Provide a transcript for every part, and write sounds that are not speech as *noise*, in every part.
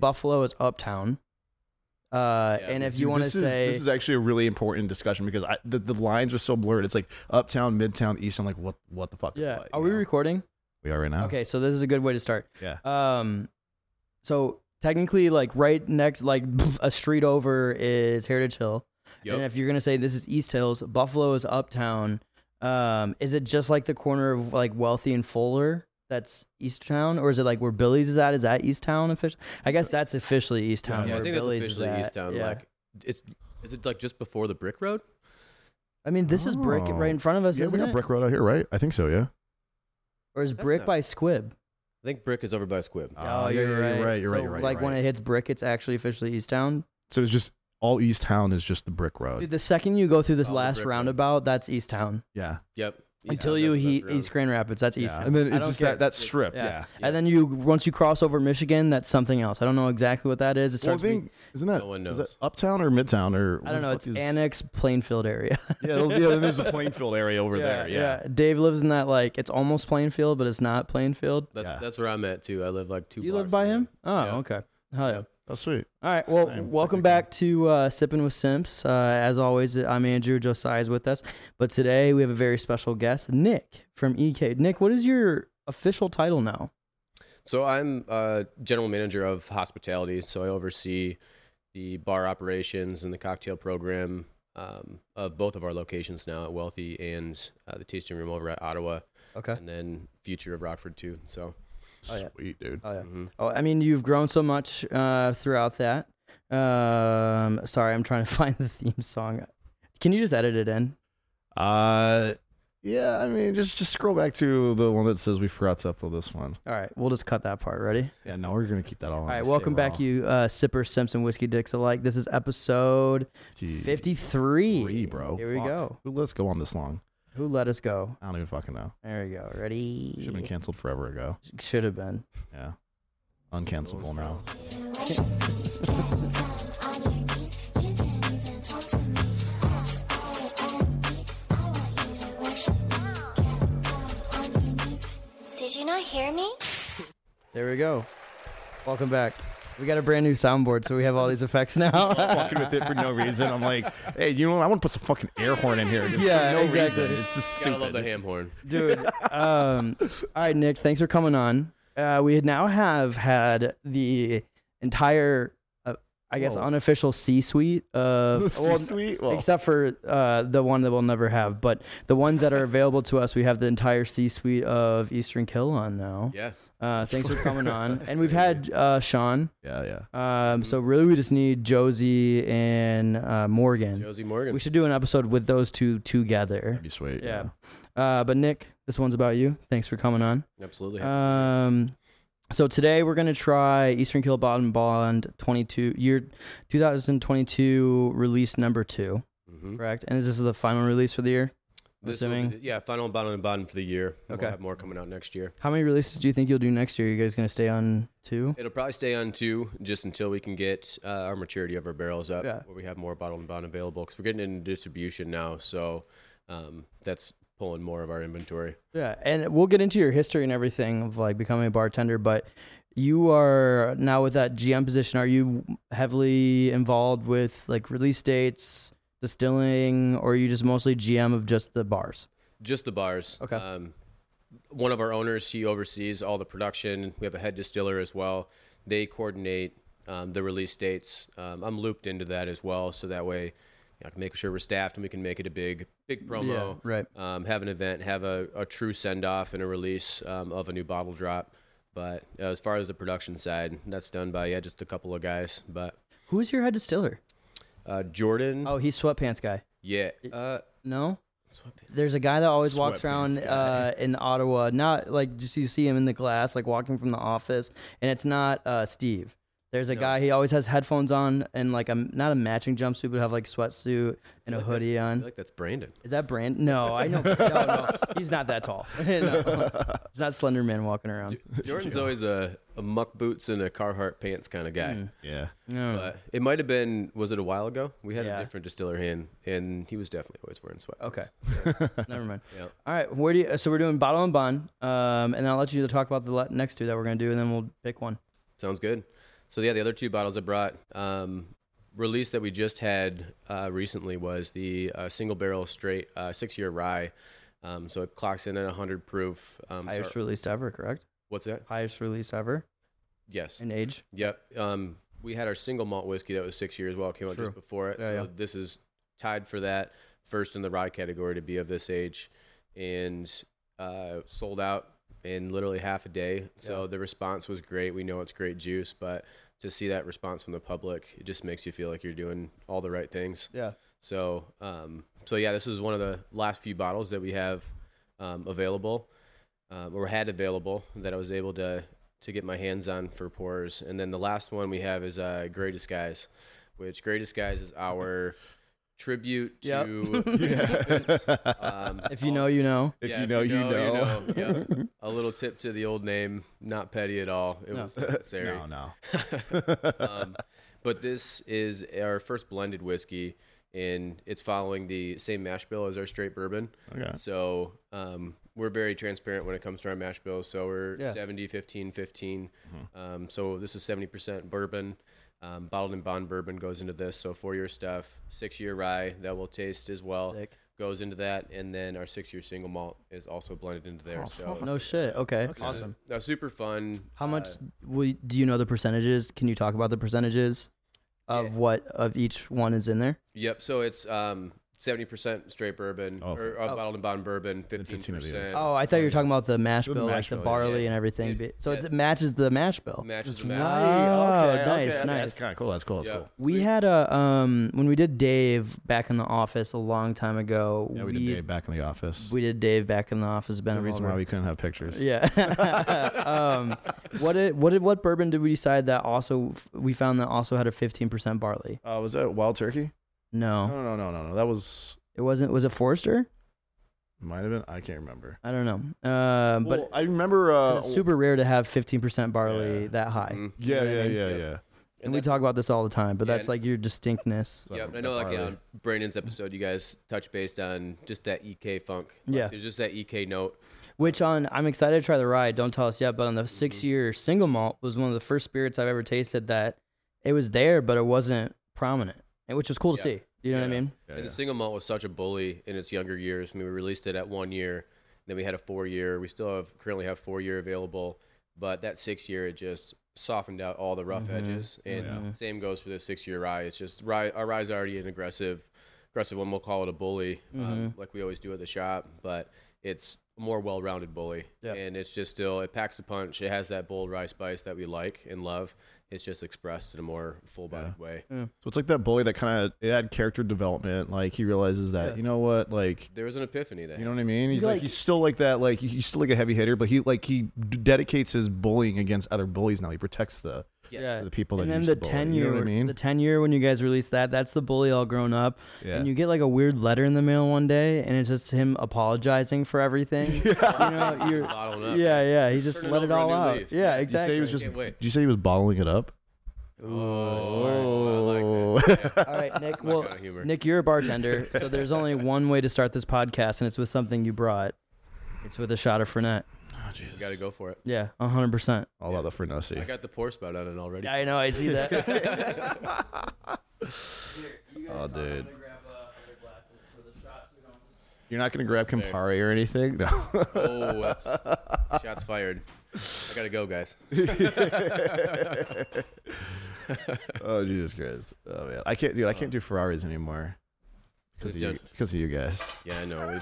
Buffalo is uptown. Uh, and if Dude, you want to this is- say this is actually a really important discussion because I, the, the lines are so blurred. It's like uptown, midtown, east. I'm like, what what the fuck? yeah, is what? are you we know? recording? we are right now. Okay, so this is a good way to start. Yeah. Um, so technically, like right next, like *laughs* a street over is Heritage Hill, Yep. and if you're gonna say this is East Hills, Buffalo is uptown. Um, is it just like the corner of like Wealthy and Fuller? That's East Town, or is it like where Billy's is at? Is that East Town official? I guess that's officially East Town. Yeah, I where think that's Billy's officially is at. East Town. Yeah. Like it's is it like just before the brick road? I mean, this is brick Oh. right in front of us, yeah, we isn't got it? Brick Road out here, right? I think so. Yeah. or is That's brick not- by Squib? I think brick is over by Squib. Oh, yeah, yeah, you're right, you're right, So, you're right, Like you're when right. it hits brick, it's actually officially East Town. So it's just all East Town is just the Brick Road. Uh, Dude, the second you go through this Oh, the last brick road. roundabout, that's East Town. yeah. Yep. East Until Town, you that's the hit best road. East Grand Rapids, that's East yeah. Town. And then I it's don't just care. that that strip. Yeah. Yeah. And then you once you cross over Michigan, that's something else. I don't know exactly what that is. It Well, I starts. think isn't that No one is knows. that uptown or midtown or with- I don't what the know. fuck It's is- Annex Plainfield area. *laughs* Yeah, well, yeah. Then there's *laughs* a Plainfield area over there. Yeah. Dave lives in that like it's almost Plainfield, but it's not Plainfield. That's Yeah. that's where I'm at too. I live like two. Do you blocks live by from him? there. Oh, Yeah. okay. Hell yeah. Oh, sweet. All right. Well, Same, welcome technically. back to uh, Sipping with Simps. Uh, as always, I'm Andrew. Josiah's with us, but today we have a very special guest, Nick from EK. Nick, what is your official title now? So I'm uh, general manager of hospitality. So I oversee the bar operations and the cocktail program um, of both of our locations now at Wealthy and uh, the tasting room over at Ottawa, Okay. and then future of Rockford too. So Oh, yeah. Sweet, dude. Oh yeah. mhm. Oh, I mean, you've grown so much uh, throughout that. Um, sorry, I'm trying to *laughs* find the theme song. Can you just edit it in? Uh, yeah. I mean, just just scroll back to the one that says we forgot to upload this one. All right, we'll just cut that part. Ready? Yeah. No, we're gonna keep that all. All right, welcome back, you uh, sipper, Simpson, whiskey dicks alike. This is episode 53. Three, bro. Here we Fuck. go. Who lets go on this long? Who let us go? I don't even fucking know. There we go. Should have been Ready? canceled forever ago. Should have been. Yeah. Uncancelable *laughs* now. Did you not hear me? There we go. Welcome back. We got a brand new soundboard, so we have all these effects *laughs* now. fucking with it for no reason. I'm like, hey, you know what? I want to put some fucking air horn in here. Just for Yeah, no exactly. reason. It's just gotta stupid. *laughs* love the ham horn. dude. Um, all right, Nick, thanks for coming on. Uh, we now have had the entire, uh, I guess, Whoa. unofficial C-suite *laughs* of, Uh, well, C-suite? Well, except for uh, the one that we'll never have, but the ones that are available to us, we have the entire C-suite of Eastern Kill on now. Yeah. Uh, thanks for coming on, That's and we've crazy. had uh, Sean. yeah, yeah. Um, So really, we just need Josie and uh, Morgan. Josie Morgan. We should do an episode with those two together. That'd be sweet. Yeah. Uh, but Nick, this one's about you. Thanks for coming on. Absolutely. Um, so today we're gonna try Eastern Kill Bottom Bond 22 year 2022 release number two, Mhm. correct? And is this the final release for the year? I'm This will be assuming- the- yeah, final bottom and bottom for the year. Okay. We'll have more coming out next year. How many releases do you think you'll do next year? you guys gonna stay on two? It'll probably stay on two just until we can get uh, our maturity of our barrels up, Yeah. where we have more bottled and bond available. Because we're getting into distribution now, so um, that's pulling more of our inventory. Yeah, and we'll get into your history and everything of like becoming a bartender, but you are now with that GM position. Are you heavily involved with like release dates, distilling, or are you just mostly GM of just the bars? Just the bars. Okay. Um, one of our owners, he oversees all the production. We have a head distiller as well. They coordinate um, the release dates. Um, I'm looped into that as well, so that way you know, I can make sure we're staffed and we can make it a big, big promo. right. um, have an event, have a, a true send off and a release um, of a new bottle drop. But uh, as far as the production side, that's done by yeah, just a couple of guys. But Who's your head distiller? uh, Jordan, Oh, he's sweatpants guy. yeah, uh, No, there's a guy that always walks Sweatpants around guy. uh, in Ottawa. Not like just you see him in the glass, like walking from the office, and it's not uh, Steve. There's a guy. He always has headphones on and like a not a matching jumpsuit, but have like sweatsuit and a hoodie I on. feel like that's Brandon. Is that Brand? No, I know. no, no, he's not that tall. *laughs* no. It's not Slender Man walking around. *laughs* Jordan's always a, a muck boots and a Carhartt pants kind of Hmm. guy. Yeah. No. But it might have been was it a while ago? We had Yeah. a different distiller hand, and he was definitely always wearing sweat. *laughs* Okay. Never mind. Yeah. All right. Where do you, so we're doing bottle and bond, um, and I'll let you talk about the le- next two that we're gonna do, and then we'll pick one. Sounds good. So yeah, the other two bottles I brought. Um, release that we just had uh, recently was the uh, single barrel straight uh, six year rye. Um, so it clocks in at 100 proof. Um, so- Highest released ever, correct? what's that? Highest release ever Yes. in age. Yep. Um, we had our single malt whiskey that was six years well. It came out True. just before it. Yeah, so yeah. this is tied for that first in the rye category to be of this age and uh, sold out in literally half a day. So the response was great. We know it's great juice, but to see that response from the public, it just makes you feel like you're doing all the right things. Yeah. So, um, so yeah, this is one of the last few bottles that we have um, available, um, or had available that I was able to to get my hands on for pours. And then the last one we have is uh, Gray Disguise, which Gray Disguise is our tribute *laughs* Yep. to. *laughs* *laughs* um, If you know, uh, you know. *laughs* If yeah, you know, you know. *laughs* Yeah. A little tip to the old name, not petty at all. It No. was necessary. No, no. um, but this is our first blended whiskey, and it's following the same mash bill as our straight bourbon. Okay. So um, we're very transparent when it comes to our mash bills. So we're Yeah. Mm-hmm. 70, 15, 15. Um, so this is 70% bourbon. Um, bottled and bond bourbon goes into this. So four year stuff, six year rye that will taste as well Sick. goes into that. And then our six year single malt is also blended into there. so No shit. Okay. Awesome. uh, super fun. How much Uh, will, do you know the percentages? Can you talk about the percentages of Yeah. what of each one is in there? Yep. So it's um seventy percent straight bourbon Oh. or uh, Oh. bottled and bond bourbon, fifteen 15 of the percent. others. Oh, I thought you were talking about the mash The bill, mash like the bill, yeah, barley yeah. and everything. It- so it's, yeah. it matches the mash bill. matches the Wow, match. Okay, okay, oh, nice, okay, nice. That's kind of cool. That's cool. That's Yeah. cool. We Sweet. had a um when we did Dave back in the office a long time ago. Yeah, we did Dave back in the office. we did Dave back in the office. Ben There's a reason Wilder. why we couldn't have pictures. Yeah. *laughs* um, what did what did what bourbon did we decide that also we found that also had a fifteen percent barley? *laughs* Uh, was that Wild Turkey? No, No, no, no, no, no. That was it wasn't. Was it Forrester? might have been. I can't remember. I don't know. Uh, but Well, I remember. Uh, it's super rare to have fifteen percent barley Yeah. that high. Mhm. Yeah, you know what yeah, I mean? yeah, Yep. yeah. And we that's- talk about this all the time, but Yeah, that's and- like your distinctness. So, Yep, and that I know like barley. on Brandon's episode, you guys touch based on just that EK funk. Like, Yeah. there's just that EK note. Which on I'm excited to try the ride. Don't tell us yet, but on Mm-hmm. the six year single malt was one of the first spirits I've ever tasted that it was there, but it wasn't prominent, and which was cool to Yeah. see. You know what I Yeah. mean? Yeah, and yeah. the single malt was such a bully in its younger years. I mean, we released it at one year, then we had a four year. We still have currently have four year available, but that six year it just softened out all the rough Mhm. Mm-hmm. edges. Oh, And Yeah. same goes for the six year rye. It's just rye. Our rye's already an aggressive, aggressive one. We'll call it a bully, um, Mm-hmm. like we always do at the shop, but it's a more well rounded bully. Yeah. And it's just still it packs a punch. It has that bold rye spice that we like and love. It's just expressed in a more full bodied way. So it's like that bully that kind of it had character development. Like he realizes that Yeah. you know what, like There was an epiphany there. you know what I mean. He's You're like, like- he's still like that. Like he's still like a heavy hitter, but he like he d- dedicates his bullying against other bullies now. He protects the Yeah. the people that and then used the to bully. ten You year, know what I mean? the ten year when you guys released that, that's the bully all grown up, Yeah. and you get like a weird letter in the mail one day, and it's just him apologizing for *laughs* everything. Yeah. You know, you're, Bottling up. yeah, yeah. He just Turn it let it over a all new out. leaf. Yeah, Yeah. Did you You say exactly. he was just? Can't wait. Did you say he was bottling it up? Oh, I *laughs* like that. all right, Nick. my Well, kind of humor. Nick, you're a bartender, so there's *laughs* only one way to start this podcast, and it's with something you brought. It's with a shot of Fernet. You gotta go for it. Yeah, 100%. All about the I Fernussi. got the pour spout on it already. I know, I see *laughs* that. *laughs* uh, Oh, dude. You're not gonna grab That's fair. Campari or anything. No. Oh, that's shots fired. I gotta go, guys. *laughs* Oh Jesus Christ! Oh man, I can't, dude. I can't do Ferraris anymore because of you, Dude. because of you guys. Yeah, I know.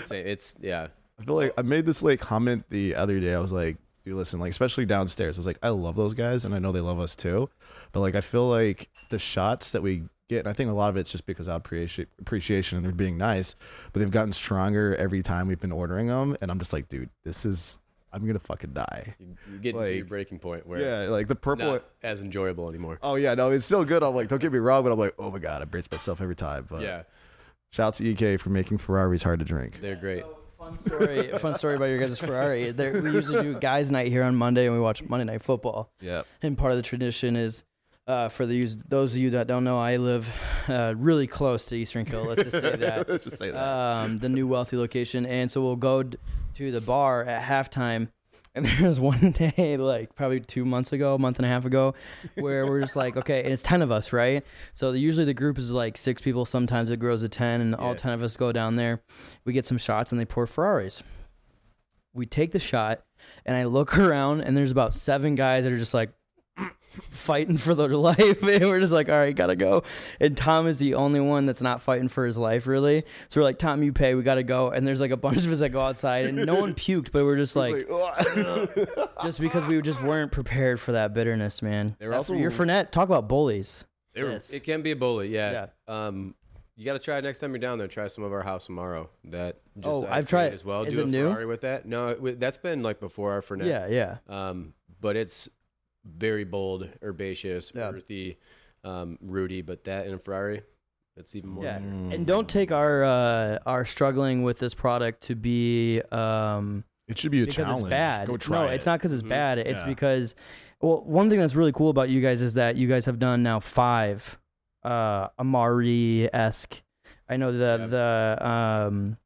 It's, it's yeah. I feel like I made this like comment the other day. I was like, dude, listen, like especially downstairs. I was like, I love those guys, and I know they love us too, but like I feel like the shots that we get, and I think a lot of it's just because of appreciation, appreciation, and they're being nice, but they've gotten stronger every time we've been ordering them, and I'm just like, dude, this is, I'm gonna fucking die. You, you get to your Like, breaking point where Yeah, like the it's purple. not as enjoyable anymore. Oh yeah, no, it's still good. I'm like, don't get me wrong, but I'm like, oh my god, I brace myself every time. But yeah, Shout out to EK for making Ferraris hard to drink. they're great. Fun story, fun story about your guys' Ferrari. There, we usually do guys' night here on Monday, and we watch Monday Night Football. Yeah. And part of the tradition is, uh, for the use, those of you that don't know, I live uh, really close to Eastern Kill. Let's just *laughs* say that. Let's just say that. um, the new wealthy location. And so we'll go d- to the bar at halftime *laughs* And there was one day, like probably two months ago, a month and a half ago, where we're just like, okay, and it's 10 of us, right? So the- usually the group is like six people. Sometimes it grows to 10, and all Yeah. 10 of us go down there. We get some shots, and they pour Ferraris. We take the shot, and I look *laughs* around, and there's about seven guys that are just like, *laughs* fighting for their *laughs* life and we're just like all right gotta go and tom is the only one that's not fighting for his life really so we're like tom you pay we gotta go and there's like a bunch of us that go outside and no one puked but we're just like *laughs* *laughs* just because we just weren't prepared for that bitterness man They were That's- also- your Fournette talk about bullies Yes. It can be a bullet, yeah. Um, you got to try it next time you're down there. Try some of our house Amaro. That just Oh, I I've tried it. created as well. Is Do it a new? Ferrari with that? No, it, that's been like before our Fernet. yeah yeah Um, but it's very bold, herbaceous, Yeah. earthy, um, rooty. But that in a Ferrari, it's even more. Yeah, Mm. and don't take our uh, our struggling with this product to be um, It should be a because challenge. it's bad. Go try no, it. it's not because it's Mhm. bad. It's Yeah. because well, one thing that's really cool about you guys is that you guys have done now five uh, Amari esque. I know the Yep. the um,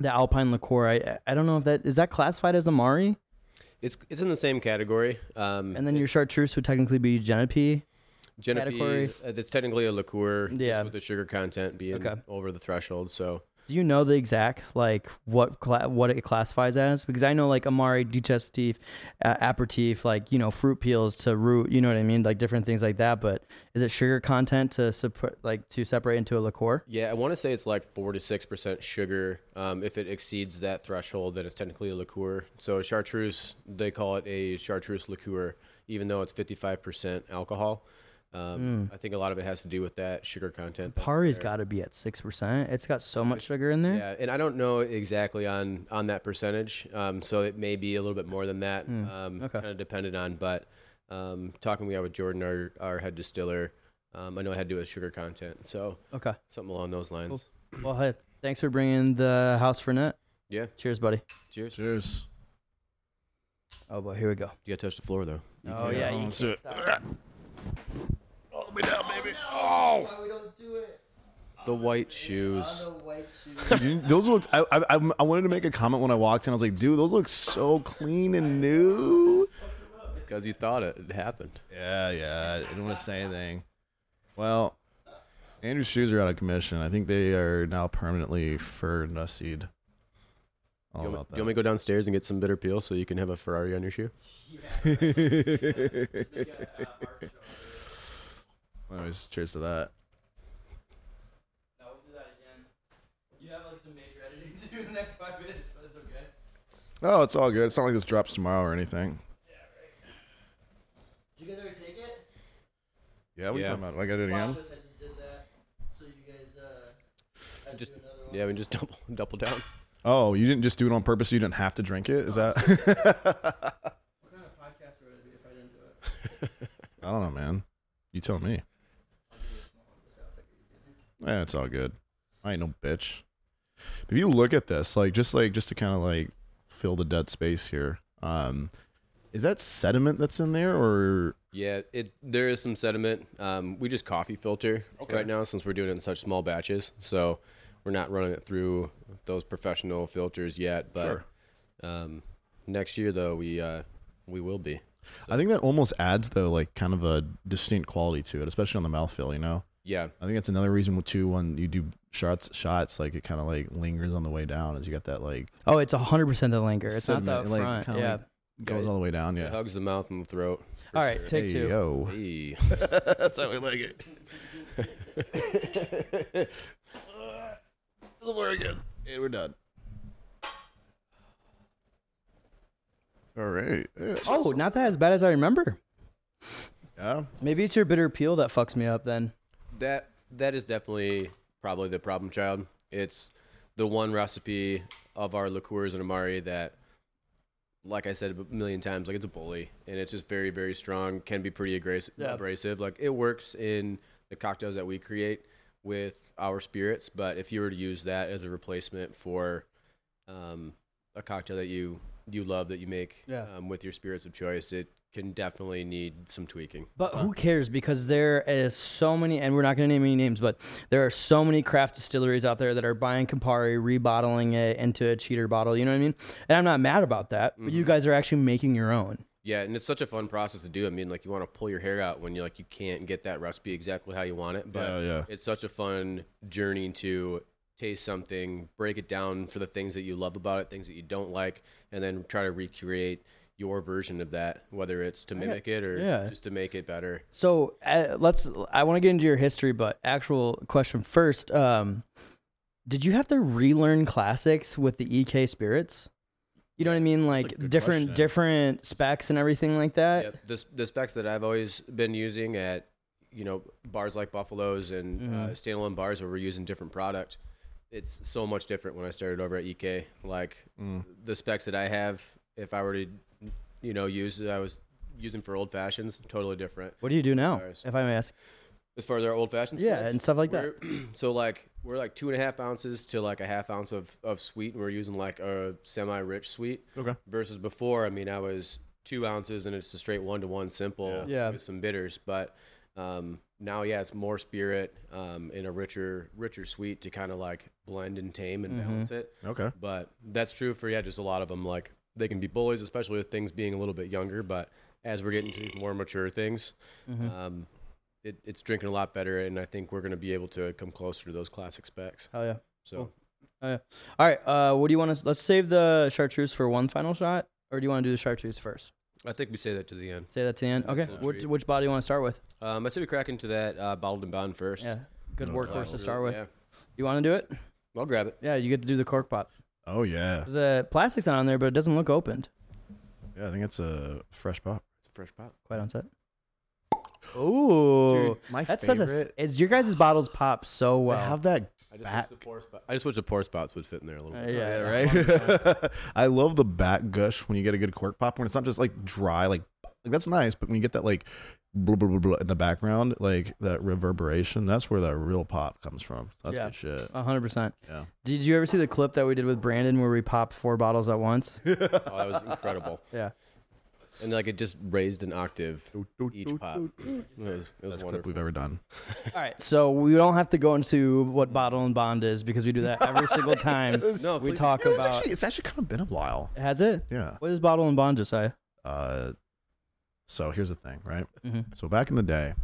the Alpine liqueur. I I don't know if that is that classified as Amari, It's it's in the same category. Um, and then your it's chartreuse would technically be Genepi. category. Genevieve. uh, It's technically a liqueur, Yeah. just with the sugar content being Okay. over the threshold. So Do you know the exact like what cla- what it classifies as? Because I know like amari, digestif, uh, aperitif, like you know fruit peels to root, you know what I mean, like different things like that. But is it sugar content to separ- like to separate into a liqueur? Yeah, I want to say it's like four to six percent sugar. Um, if it exceeds that threshold, then it's technically a liqueur. So chartreuse, they call it a chartreuse liqueur, even though it's fifty-five percent alcohol. Um, I think a lot of it has to do with that sugar content. that's Pari's there. Hmm. got to be at six percent. It's got so much sugar in there. Yeah, and I don't know exactly on on that percentage. Um, so it may be a little bit more than that. um, Hmm, okay. Kind of dependent on, but um, talking we had with Jordan, our our head distiller, um, I know it had to do with sugar content. So Okay. something along those lines. Well, hey, thanks for bringing the house for net. Yeah. Cheers, buddy. Cheers. Cheers. Oh boy, here we go. You got to touch the floor though. You Oh can't- yeah, you let's can't do it. *laughs* stop. All the way down, baby. Oh, Why we don't do it? The white shoes. white shoes. Dude, those look. I, I I'm- I wanted to make a comment when I walked in. I was like, dude, those look so clean and new. Because you thought it, it happened. Yeah, yeah. I didn't want to say anything. Well, Andrew's shoes are out of commission. I think they are now permanently fur nussied. Do All you, want me, about do you want that. me to go downstairs and get some bitter peel so you can have a Ferrari on your shoe? *laughs* *laughs* Anyways, cheers to that. No, we'll do that again. You have like some major editing to do in the next five minutes, but it's okay. Oh, it's all good. It's not like this drops tomorrow or anything. Did you guys already take it? Yeah, what are Yeah. you talking about? Like I did again? I just did that. So you guys, uh, Just- do Yeah, we just *laughs* double double down. Oh, you didn't just do it on purpose. You didn't have to drink it. Is that? *laughs* *laughs* What kind of podcast would it be if I didn't do it? I don't know, man. You tell me. Yeah, it's all good. I ain't no bitch. If you look at this, like just like just to kind of like fill the dead space here, um, is that sediment that's in there or *laughs* Yeah, it there is some sediment. Um, we just coffee filter right now since we're doing it in such small batches. So we're not running it through those professional filters yet. But Sure. um, next year though, we uh, we will be. I think that almost adds though like kind of a distinct quality to it, especially on the mouthfeel. You know, Yeah, I think that's another reason too when you do shots shots like it kind of like lingers on the way down as you got that like Oh, it's 100% the linger. It's not sediment, the like, front. kinda yeah. like- goes Yeah, all the way down. it Yeah. hugs the mouth and the throat. All right, take Hey, two. yo. Hey. *laughs* That's how we like it. Doesn't work again. And we're done. All right. Yeah. Oh, not that as bad as I remember. Yeah. Maybe it's your bitter peel that fucks me up then. That that is definitely probably the problem child. It's the one recipe of our liqueurs and amari that, like I said a million times, like it's a bully and it's just very very strong. Can be pretty aggressive. Yeah. Abrasive. Like it works in the cocktails that we create with our spirits, but if you were to use that as a replacement for um, a cocktail that you you love that you make Yeah. um, with your spirits of choice, it can definitely need some tweaking. But who cares? Because there is so many, and we're not going to name any names, but there are so many craft distilleries out there that are buying Campari, rebottling it into a cheater bottle. You know what I mean? And I'm not mad about that. But Mm-hmm. you guys are actually making your own. Yeah, and it's such a fun process to do. I mean, like you want to pull your hair out when you like you can't get that recipe exactly how you want it, but Yeah, yeah. it's such a fun journey to taste something, break it down for the things that you love about it, things that you don't like, and then try to recreate your version of that, whether it's to mimic it or yeah. just to make it better. So uh, let's. I want to get into your history, but actual question first. Um, did you have to relearn classics with the EK spirits? You know what I mean, a like good different question. different specs and everything like that. Yep. The, the specs that I've always been using at, you know, bars like Buffalo's and uh, standalone bars where we're using different product, it's so much different when I started over at EK. Like Mm. the specs that I have, if I were to, you know, use that I was using for old fashions, totally different. What do you do now, Ours. if I may ask? As far as our old fashioned Yeah, and stuff like that. *clears throat* so like we're like two and a half ounces to like a half ounce of, of sweet and we're using like a semi rich sweet. Okay. Versus before, I mean I was two ounces and it's a straight one to one simple Yeah. with some bitters. But um now yeah, it's more spirit, um, and a richer richer sweet to kind of like blend and tame Mm-hmm. and balance it. Okay. But that's true for yeah, just a lot of them. Like they can be bullies, especially with things being a little bit younger. But as we're getting to more mature things, Mm-hmm. um, it, it's drinking a lot better, and I think we're going to be able to come closer to those classic specs. Oh yeah. So Cool. Oh, yeah. All right. Uh, what do you want to? Let's save the chartreuse for one final shot, or do you want to do the chartreuse first? I think we say that to the end. Say that to the end. Okay. That's a Which, treat. which body do you want to start with? Um, I say we crack into that uh, bottled and bound first. Um, Yeah. Good workhorse to start with. Yeah, You want to do it? I'll grab it. Yeah. You get to do the cork pop. Oh yeah. The plastic's not on there, but it doesn't look opened. Yeah, I think it's a fresh pop. It's a fresh pop. Quite on set. Oh, my that's favorite. such a. It's your guys' bottles pop so I well. have that. I just Back. wish the pour spot. I just wish the pour spots would fit in there a little. Uh, bit. Yeah, yeah. right? *laughs* I love the back gush when you get a good cork pop when it's not just like dry, like, like that's nice, but when you get that like blah blah blah, blah in the background, like that reverberation, that's where that real pop comes from. That's Yeah. good shit. A hundred percent. Yeah. Did you ever see the clip that we did with Brandon where we popped four bottles at once? Oh, that was incredible. *laughs* Yeah. And like it just raised an octave each pop. It was, it was Best clip wonderful. we've ever done. All right, so we don't have to go into what bottle and bond is because we do that every single time No, we please talk You know, it's about. *laughs* actually it's actually kind of been a while. Has it? Yeah. What is bottle and Mm-hmm. bond, Josiah? Uh, so here's the thing, right? Mhm. So back in the day,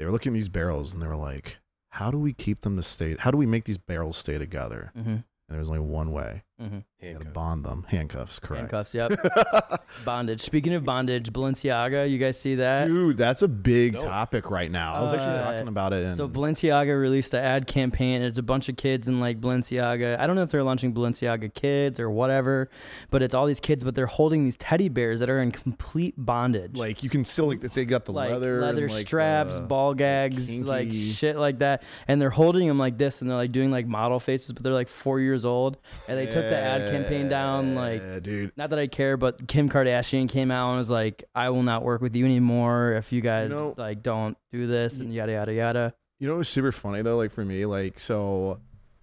they were looking at these barrels and they were like, "How do we keep them to stay? How do we make these barrels stay together?" Mm-hmm. And there was only one way: Mm-hmm. you had to Handcuffs. bond them, handcuffs, correct? Handcuffs. *laughs* Yep. bondage. Speaking of bondage, Balenciaga. You guys see that? Dude, that's a big Dope. topic right now. I was actually Uh, talking about it. In, So Balenciaga released an ad campaign. It's a bunch of kids in like Balenciaga. I don't know if they're launching Balenciaga kids or whatever, but it's all these kids, but they're holding these teddy bears that are in complete bondage. like you can still like they got the Like leather, and, like, uh, straps, the- ball gags, kinky- like shit like that, and they're holding them like this, and they're like doing like model faces, but they're like four years old, and they took the ad campaign down. Like, Yeah, dude. not that I care, but Kim Kardashian came out and was like, "I will not work with you anymore if you guys know- like don't do this," and yada yada yada. You know it was super funny though, like for me, like so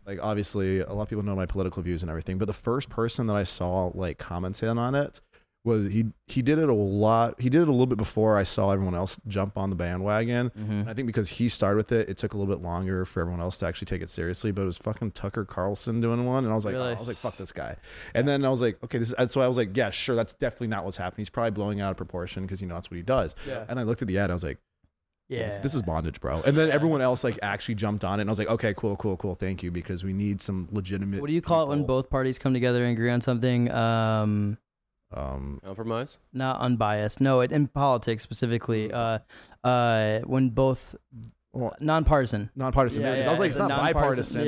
like obviously a lot of people know my political views and everything, but the first person that I saw like commenting on it was he he did it a lot he did it a little bit before I saw everyone else jump on the bandwagon. And I think because he started with it, it took a little bit longer for everyone else to actually take it seriously. But it was fucking Tucker Carlson doing one and I was like "Oh," Really? I was like, fuck this guy. And then I was like, okay, this is and so I was like, yeah, sure, that's definitely not what's happening. He's probably blowing it out of proportion because you know that's what he does. Yeah. And I looked at the ad, I was like, Yeah, this, this is bondage, bro. And then everyone else like actually jumped on it, and I was like, okay, cool, cool, cool. Thank you because we need some legitimate. What do you call it when people. both parties come together and agree on something? Um, Um, Compromise. not unbiased. No, it, in politics specifically, uh, uh, when both Mm. Well, nonpartisan. nonpartisan. Yeah, there it is. yeah, I was like, it's it's a not bipartisan.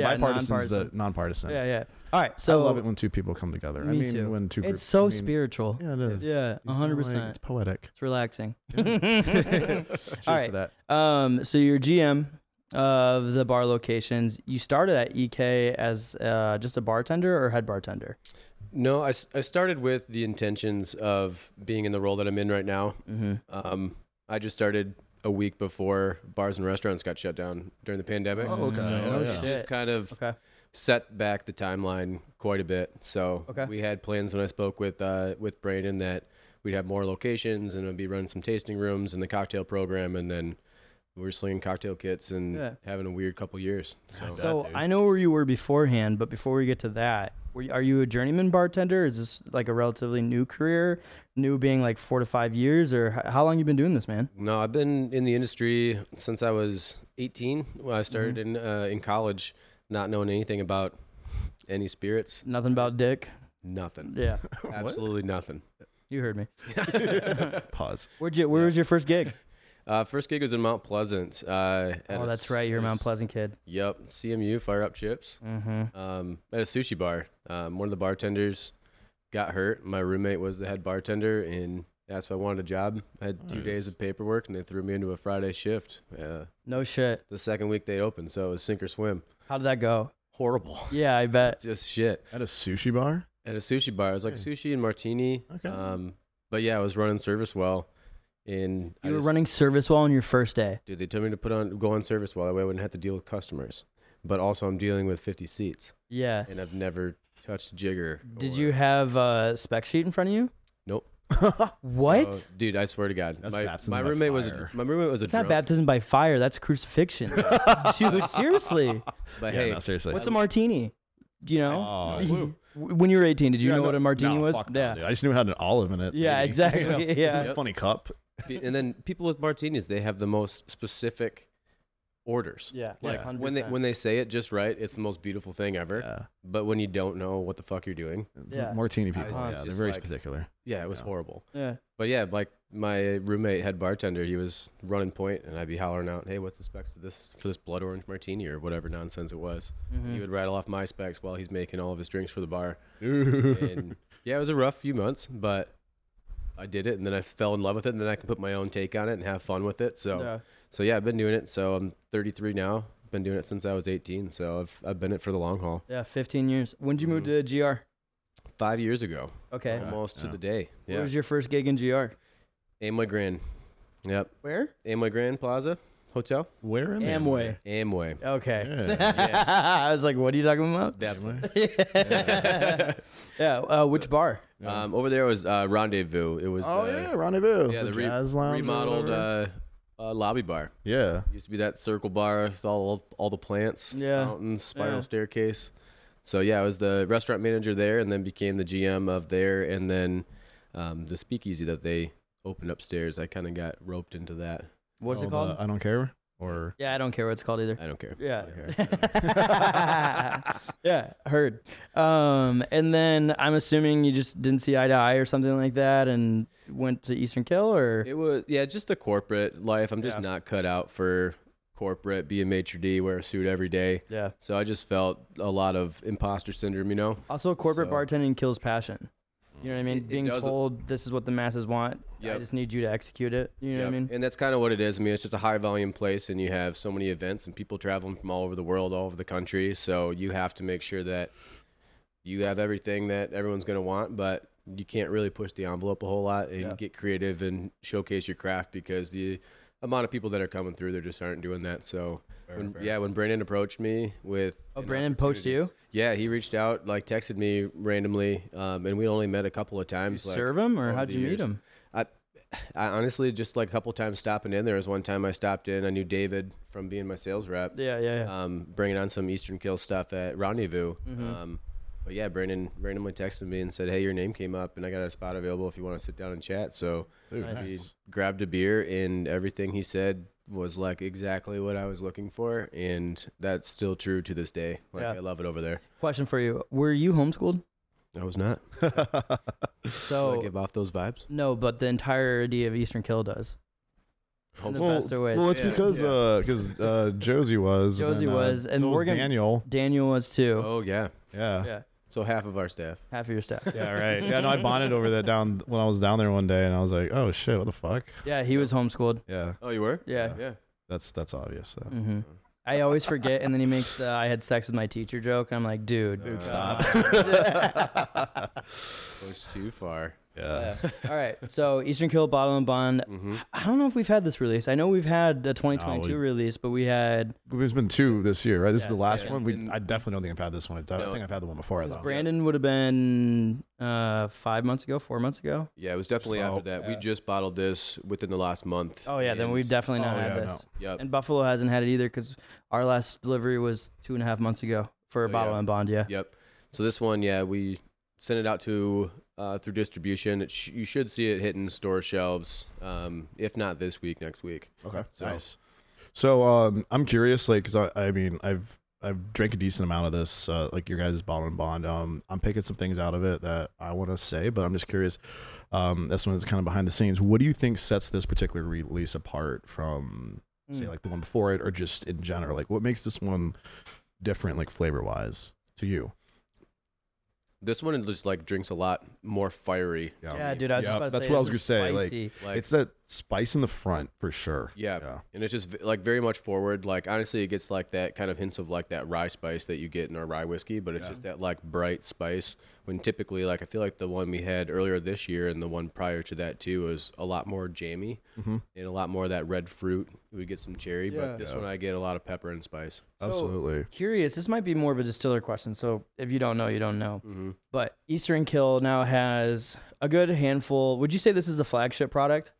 nonpartisan- yeah, Bipartisan's the nonpartisan. Yeah, yeah. All right, so I love it when two people come together. I me mean, too. when two. it's groups- so I mean, spiritual. Yeah, it is. Yeah, It's kinda 100%. like- It's poetic. It's *laughs* relaxing. Cheers All to right. that. *laughs* *laughs* Um, so your GM of the bar locations, you started at EK as uh, just a bartender or head bartender. No, I, s- I started with the intentions of being in the role that I'm in right now. Um, I just started a week before bars and restaurants got shut down during the pandemic. Oh, okay. Oh, Oh, yeah. shit. Just kind of Okay. set back the timeline quite a bit. So Okay. we had plans when I spoke with uh, with Braden that we'd have more locations and it'd be running some tasting rooms and the cocktail program and then we were slinging cocktail kits and Yeah. having a weird couple years. So Yeah, So dude. I know where you were beforehand, but before we get to that, were you, are you a journeyman bartender? Is this like a relatively new career? New being like four to five years, or h- how long you been doing this, man? no, I've been in the industry since I was 18. When I started Mm-hmm. in uh, in college, not knowing anything about any spirits, Nothing about dick. nothing, Yeah, absolutely *laughs* nothing. you heard me. Pause. Where'd you? Where was your first gig? Uh, first gig was in Mount Pleasant. Uh, at Oh, a that's right. You're a Mount Pleasant kid. Yep, CMU Fire Up Chips. Mm-hmm. Um, at a sushi bar, um, one of the bartenders got hurt. My roommate was the head bartender, and asked if I wanted a job. I had two days of paperwork, and they threw me into a Friday shift. Uh, No shit. the second week they opened, so it was sink or swim. How did that go? Horrible, Yeah, I bet. just shit. At a sushi bar? *laughs* At a sushi bar, it was like sushi and martini. Okay. Um, but yeah, I was running service well, and I You were just- running service well on your first day. Dude, they told me to put on go on service well. That way I wouldn't have to deal with customers. But also, I'm dealing with 50 seats, Yeah. and I've never touched jigger. Did or- you have a spec sheet in front of you? Nope. What? So, dude, I swear to God, That's my, baptism my by roommate was a, fire. my roommate was a it's not drunk. baptism by fire. That's crucifixion. *laughs* Dude, seriously. But Yeah, hey, no, seriously. What's a martini? Do you know? Oh, W- when you were 18, did you know what a martini No, was? fuck no, dude. I just knew it had an olive in it. Yeah, maybe. exactly, *laughs* You know, *laughs* yeah. It's a funny cup. pe- and then people with martinis, they have the most specific orders. Yeah. Like when they when they say it just right, it's the most beautiful thing ever. *laughs* Yeah. But when you don't know what the fuck you're doing, It's Yeah. Martini people. it's Yeah, they're just very like- particular. yeah, it was Yeah. horrible. yeah. But yeah, like my roommate head bartender, he was running point, and I'd be hollering out, "Hey, what's the specs of this for this blood orange martini or whatever nonsense it was?" Hmm. Mm-hmm. He would rattle off my specs while he's making all of his drinks for the *laughs* bar. And yeah, it was a rough few months, but I did it, and then I fell in love with it, and then I can put my own take on it and have fun with it. So, Yeah. so yeah, I've been doing it. So I'm 33 now. Been doing it since I was 18. So I've I've been it for the long haul. Yeah, 15 years. When did you move to GR? Five years ago, Okay. almost to yeah. the day. What Yeah, was your first gig in GR? Amway Grand. Yep, Where? Amway Grand Plaza Hotel. *laughs* Where in there? Amway. Amway. Okay. Yeah. *laughs* I was like, what are you talking about? That *laughs* *laughs* yeah. Uh, which bar? Um, over there was uh, Rendezvous. It was Oh the, yeah, rendezvous. yeah, the, re- jazz lounge or remodeled whatever. uh, uh, lobby bar. yeah, Used to be that circle bar with all all the plants, Yeah. fountains, spiral Yeah. staircase. So yeah, I was the restaurant manager there, and then became the GM of there, and then um, the speakeasy that they opened upstairs. I kind of got roped into that. What's it Called, called? uh, I don't care. Or yeah, I don't care what it's called either. I don't care. Yeah. Okay. *laughs* yeah, heard. Um, and then I'm assuming you just didn't see eye to eye or something like that and went to Eastern Kill or It was yeah, just the corporate life. I'm just Yeah. not cut out for corporate. Be a maitre d, wear a suit every day. yeah. So I just felt a lot of imposter syndrome, you know? Also corporate So- bartending kills passion. You know what I mean? It- it Being does- told this is what the masses want. I Yep. just need you to execute it. You know Yeah. what I mean? And that's kind of what it is. I mean, it's just a high volume place and you have so many events and people traveling from all over the world, all over the country. So you have to make sure that you have everything that everyone's going to want, but you can't really push the envelope a whole lot and Yeah. get creative and showcase your craft because the amount of people that are coming through, they just aren't doing that. So, when, yeah, when Brandon approached me with. Oh, an Brandon poached opportunity- you? Yeah, he reached out, like texted me randomly, um, and we only met a couple of times. like, Serve him or over how'd the you meet years. him? I, I honestly just like a couple times stopping in. There was one time I stopped in. I knew David from being my sales rep, Yeah, yeah, yeah. um, bringing on some Eastern Kill stuff at Rendezvous. Mm-hmm. Um, but yeah, Brandon randomly texted me and said, "Hey, your name came up, and I got a spot available if you want to sit down and chat." So Dude, Nice. *laughs* we nice. grabbed a beer, and everything he said was like exactly what I was looking for, and that's still true to this day. Like Yeah. I love it over there. Question for you. Were you *laughs* homeschooled? I was not. So I give off those vibes. no, but the entirety of Eastern Kill does. In the well, best of ways. well, it's Yeah, because yeah. uh, because uh, Josie was and Josie then, uh, was, and so Morgan- was Daniel. Daniel was too. Oh yeah. Yeah. Yeah. So half of our staff. Half of your staff. Yeah, right. Yeah, no, I bonded over that down when I was down there one day, and I was like, "Oh shit, what the fuck?" *laughs* Yeah, he was homeschooled. Yeah, Oh, you were? Yeah. Yeah. that's that's obvious. Though. hmm I always forget, and then he makes the "I had sex with my teacher" *laughs* joke, and I'm like, dude, Dude, stop. Push too far. *laughs* Yeah. All right. So Eastern Kill Bottle and Bond. Mhm. I don't know if we've had this release. I know we've had a 2022 we- release, but we had There's been two this year, right? This is the Yes, last yeah. one. We And- I definitely don't think I've had this one. I don't- I No. think I've had the one before though. Brandon would have been uh, five months ago, four months ago. Yeah, it was definitely Oh, after that. We yeah. just bottled this within the last month. Oh yeah, then and- we've definitely not Oh, had yeah, this. no. Yep. And Buffalo hasn't had it either because our last delivery was two and a half months ago for a So, bottle yeah. and bond. Yeah. Yep. So this one, yeah, we sent it out to uh, through distribution. It sh- you should see it hitting store shelves, um, if not this week, next week. Okay. So- Nice. So um, I'm curious, like, 'cause I, I mean, I've I've drank a decent amount of this, uh, like your guys' bottle and bond. Um, I'm picking some things out of it that I want to say, but I'm just curious. Um, that's one that's kind of behind the scenes. What do you think sets this particular release apart from, say, Mm. like the one before it, or just in general? Like, what makes this one different, like flavor wise, to you? This one it just like drinks a lot more fiery. Yeah, dude. I was just Yeah, about to that's say, what I was this gonna is say, like- spicy. Like it's that spice in the front for sure. yeah. Yeah. and it's just v- like very much forward. Like honestly, it gets like that kind of hints of like that rye spice that you get in our rye whiskey, but it's just that like bright spice. When typically, like I feel like the one we had earlier this year and the one prior to that too was a lot more jammy and a lot more of that red fruit. We would get some cherry, Mm-hmm. Yeah. but this one I get a lot of pepper and spice. Absolutely. Curious. This might be more of a distiller question. So if you don't know, you don't know. Mm-hmm. But Eastern Kill now has a good handful. Would you say this is the flagship product?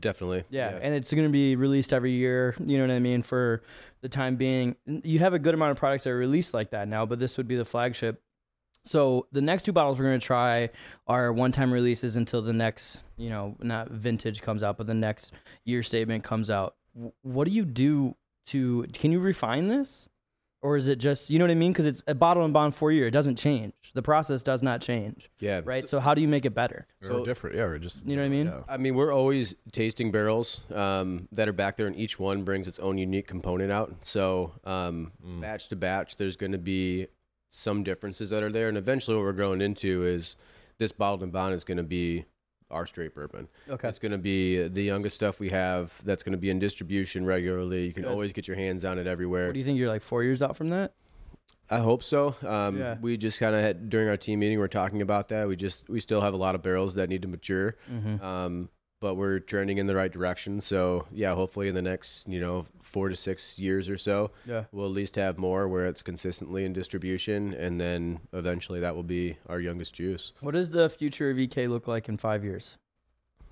Definitely. Yeah, and it's going to be released every year. You know what I mean? For the time being, you have a good amount of products that are released like that now, but this would be the flagship. So the next two bottles we're going to try are one-time releases until the next, you know, not vintage comes out, but the next year statement comes out. W- What do you do to? Can you refine this, or is it just you know what I mean? Because it's a bottle and bond four year. It doesn't change. The process does not change, yeah. right? So how do you make it better? So So- or different. Yeah. Or just You know what I mean? Yeah. I mean, we're always tasting barrels um, that are back there, and each one brings its own unique component out. So, um, Mm. batch to batch, there's going to be some differences that are there. And eventually, what we're going into is this bottled and bond is going to be our straight bourbon. Okay. It's going to be the youngest stuff we have that's going to be in distribution regularly. You can Good. always get your hands on it everywhere. What do you think? You're like four years out from that. I hope so. Um, Yeah. We just kind of had during our team meeting, we are talking about that. We just we still have a lot of barrels that need to mature, Mm-hmm. um, but we're trending in the right direction. So yeah, hopefully in the next you know four to six years or so, Yeah. we'll at least have more where it's consistently in distribution, and then eventually that will be our youngest juice. What does the future of EK look like in five years?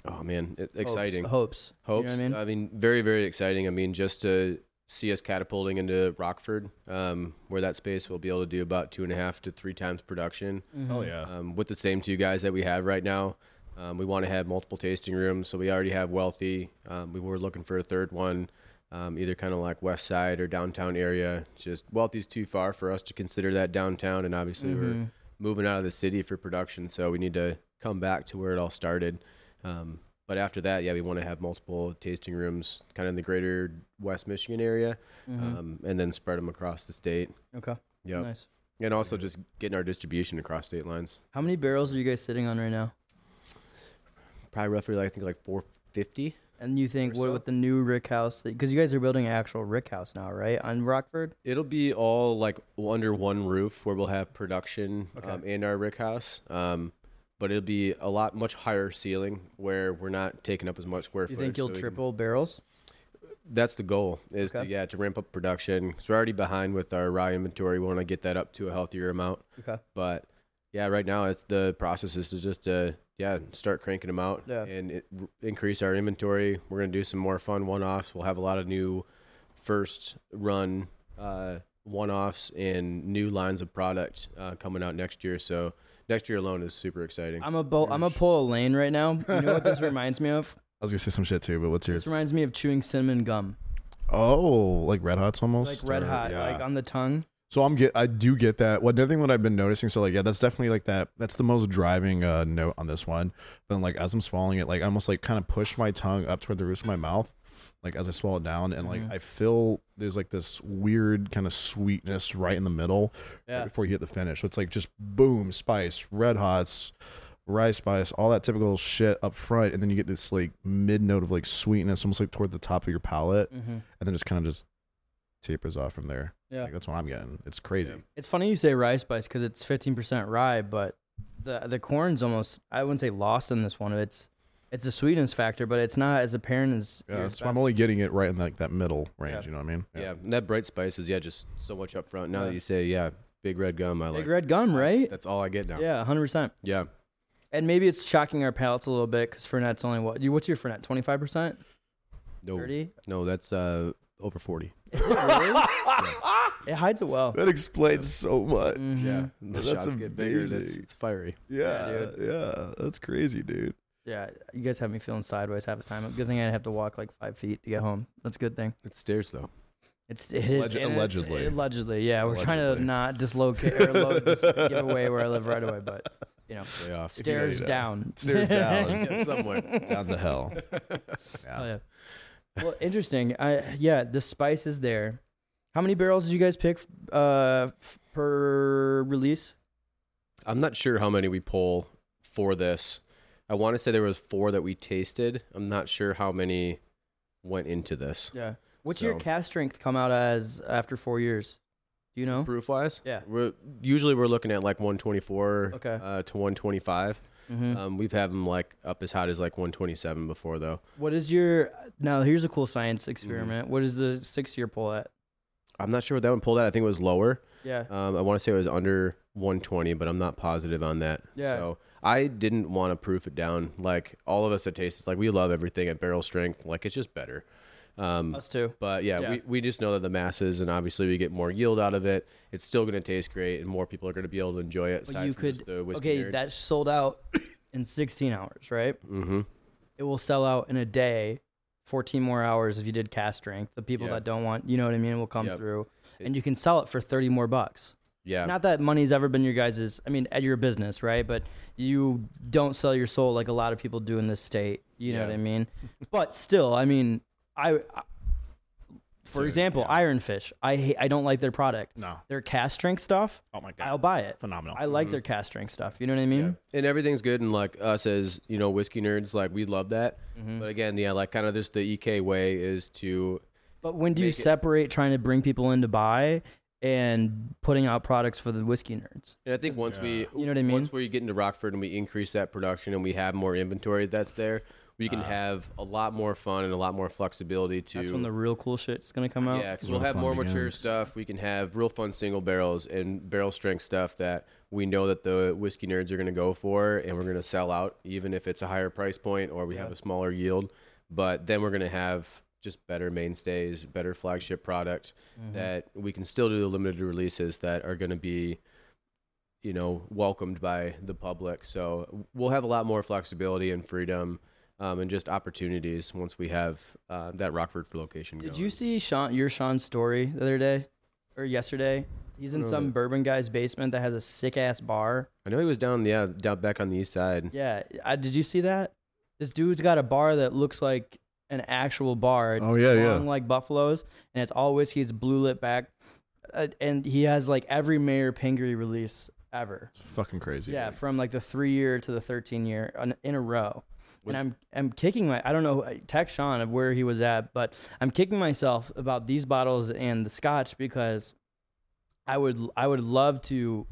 Oh man, it, exciting! Hopes. Uh, oh, hopes. You know what I mean? I mean, very, very exciting. I mean, just to see us catapulting into Rockford, um, where that space will be able to do about two and a half to three times production. Mm-hmm. Hell Oh, yeah. um, with the same two guys that we have right now. Um, we want to have multiple tasting rooms, so we already have Wealthy. Um, we were looking for a third one, um, either kind of like West Side or downtown area. Just Wealthy's too far for us to consider that downtown, and Mm-hmm. obviously we're moving out of the city for production, so we need to come back to where it all started. Um, but after that, yeah, we want to have multiple tasting rooms, kind of in the greater West Michigan area, um, and then spread them across the state. Okay. Yep. Mm-hmm. Nice. And also just getting our distribution across state lines. How many barrels are you guys sitting on right now? probably roughly like I think like 450. And you think Or what so. with the new rick house? Because you guys are building an actual rick house now, right? On Rockford. It'll be all like under one roof where we'll have production um, and our rick house. Um, but it'll be a lot much higher ceiling where we're not taking up as much square You footage. think you'll so we can- triple barrels? that's the goal is to Okay. yeah to ramp up production because we're already behind with our rye inventory. We want to get that up to a healthier amount. Okay. But yeah, right now it's the process is to just uh yeah start cranking them out Yeah. and it, r- increase our inventory. We're gonna do some more fun one offs. We'll have a lot of new first run uh, one offs and new lines of product uh, coming out next year. So next year alone is super exciting. I'm a bo- I'm a pull a lane right now. You know what this reminds me of? I was gonna say some shit too, but what's yours? This reminds me of chewing cinnamon gum, Oh, like red hots like almost. red Or- hot, yeah. like on the tongue. so I'm get I do get that. What another thing what I've been noticing. So like yeah, that's definitely like that. That's the most driving uh, note on this one. But then like as I'm swallowing it, like I almost like kind of push my tongue up toward the roof of my mouth, like as I swallow it down, and like I feel there's like this weird kind of sweetness right in the middle right Yeah. before you hit the finish. So it's like just boom, spice, red hots. Rice spice, all that typical shit up front, and then you get this like mid note of like sweetness, almost like toward the top of your palate, Mm-hmm. and then just kind of just tapers off from there. Yeah. Like, that's what I'm getting. It's crazy. It's funny you say rye spice because it's 15% rye, but the the corn's almost I wouldn't say lost in this one. It's it's a sweetness factor, but it's not as apparent as Yeah, your that's why I'm best- only getting it right in like that middle range. Yeah. You know what I mean? Yeah. and that bright spice is yeah, just so much up front. Now Yeah. that you say yeah, big red gum, I like. big red gum, right? That's all I get now. Yeah, hundred percent. yeah. And maybe it's shocking our palates a little bit because Fernet's only what? You what's your Fernet? Twenty five percent, No, thirty. no, that's uh over forty. It hides it *laughs* well. That explains so much. Mhm. *laughs* the That's shots get bigger. and It's, amazing. it's fiery. Yeah, yeah, that's crazy, dude. Yeah, you guys have me feeling sideways half the time. Good thing I have to walk like five feet to get home. That's a good thing. It's stairs though. It's it is Alleg- and it- allegedly. allegedly, yeah. We're trying to Allegedly. not dislocate or *laughs* lo- just give away where I live right away, but you know, Way off. stairs that. down. *laughs* Stairs *laughs* down. Yeah, somewhere. Down the hill. Oh, yeah. Well, interesting. I yeah, the spice is there. How many barrels did you guys pick uh f- per release? *laughs* I'm not sure how many we pull for this. I want to say there was four that we tasted. I'm not sure how many went into this. Yeah. What's your So- cast strength come out as after 4 years? Do you know? Proof wise, Mm-hmm. Yeah. We're usually we're looking at like 124 Okay. uh, to 125. Mhm. Uh, Um, we've had them like up as hot as like 127 before though. What is your Now, here's a cool science mm-hmm. experiment. What is the 6-year pull at? I'm not sure what that one pulled at. I think it was lower. Yeah. Um, I want to say it was under 120, but I'm not positive on that. Yeah. So I didn't want to proof it down. Like all of us that taste it, like we love everything at barrel strength. Like it's just better. Um, Us too. but yeah, Yeah. We, we just know that the masses and obviously we get more yield out of it. It's still going to taste great and more people are going to be able to enjoy it. But you could Okay, that's. that sold out *coughs* in 16 hours, right? Mm-hmm. It will sell out in a day. 14 more hours if you did cast strength. The people Yeah. that don't want, you know what I mean, will come Yep. through and you can sell it for 30 more bucks. Yeah. Not that money's ever been your guys's, I mean, at your business, right? But you don't sell your soul like a lot of people do in this state. You know Yeah. what I mean? *laughs* but still, I mean, I, I for example, Ironfish, I hate, I don't like their product. No. Their cast strength stuff, Oh my god. I'll buy it. Phenomenal. I Mm-hmm. like their cast strength stuff. You know what I mean? and everything's good and like us as you know whiskey nerds like we love that Mm-hmm. but again yeah like kind of just the ek way is to But when do you Make it- separate trying to bring people in to buy and putting out products for the whiskey nerds? and i think once we You know what I mean? once we get into rockford and we increase that production and we have more inventory that's there we can have a lot more fun and a lot more flexibility to That's when the real cool shit's gonna come out. yeah, because where we'll the have fun more mature begins. stuff. We can have real fun single barrels and barrel strength stuff that we know that the whiskey nerds are going to go for, and we're going to sell out, even if it's a higher price point or we have a smaller yield. But then we're going to have just better mainstays, better flagship product Mm-hmm. that we can still do the limited releases that are going to be, you know, welcomed by the public. So we'll have a lot more flexibility and freedom. Um, and just opportunities once we have uh, that Rockford location. Mm-hmm. Did going. you see Sean your Sean's story the other day or yesterday? He's in some bourbon guy's basement that has a sick ass bar. I know he was down, yeah, down back on the east side. Yeah, I, did you see that? This dude's got a bar that looks like an actual bar. It's Oh, yeah, yeah. long like Buffalo's, and it's all whiskey. It's blue lit back, uh, and he has like every Mayor Pingree release ever. It's fucking crazy. Yeah, dude. from like the three year to the thirteen year on- in a row. and I'm I'm kicking my I don't know I text Sean of where he was at, but I'm kicking myself about these bottles and the Scotch because I would I would love to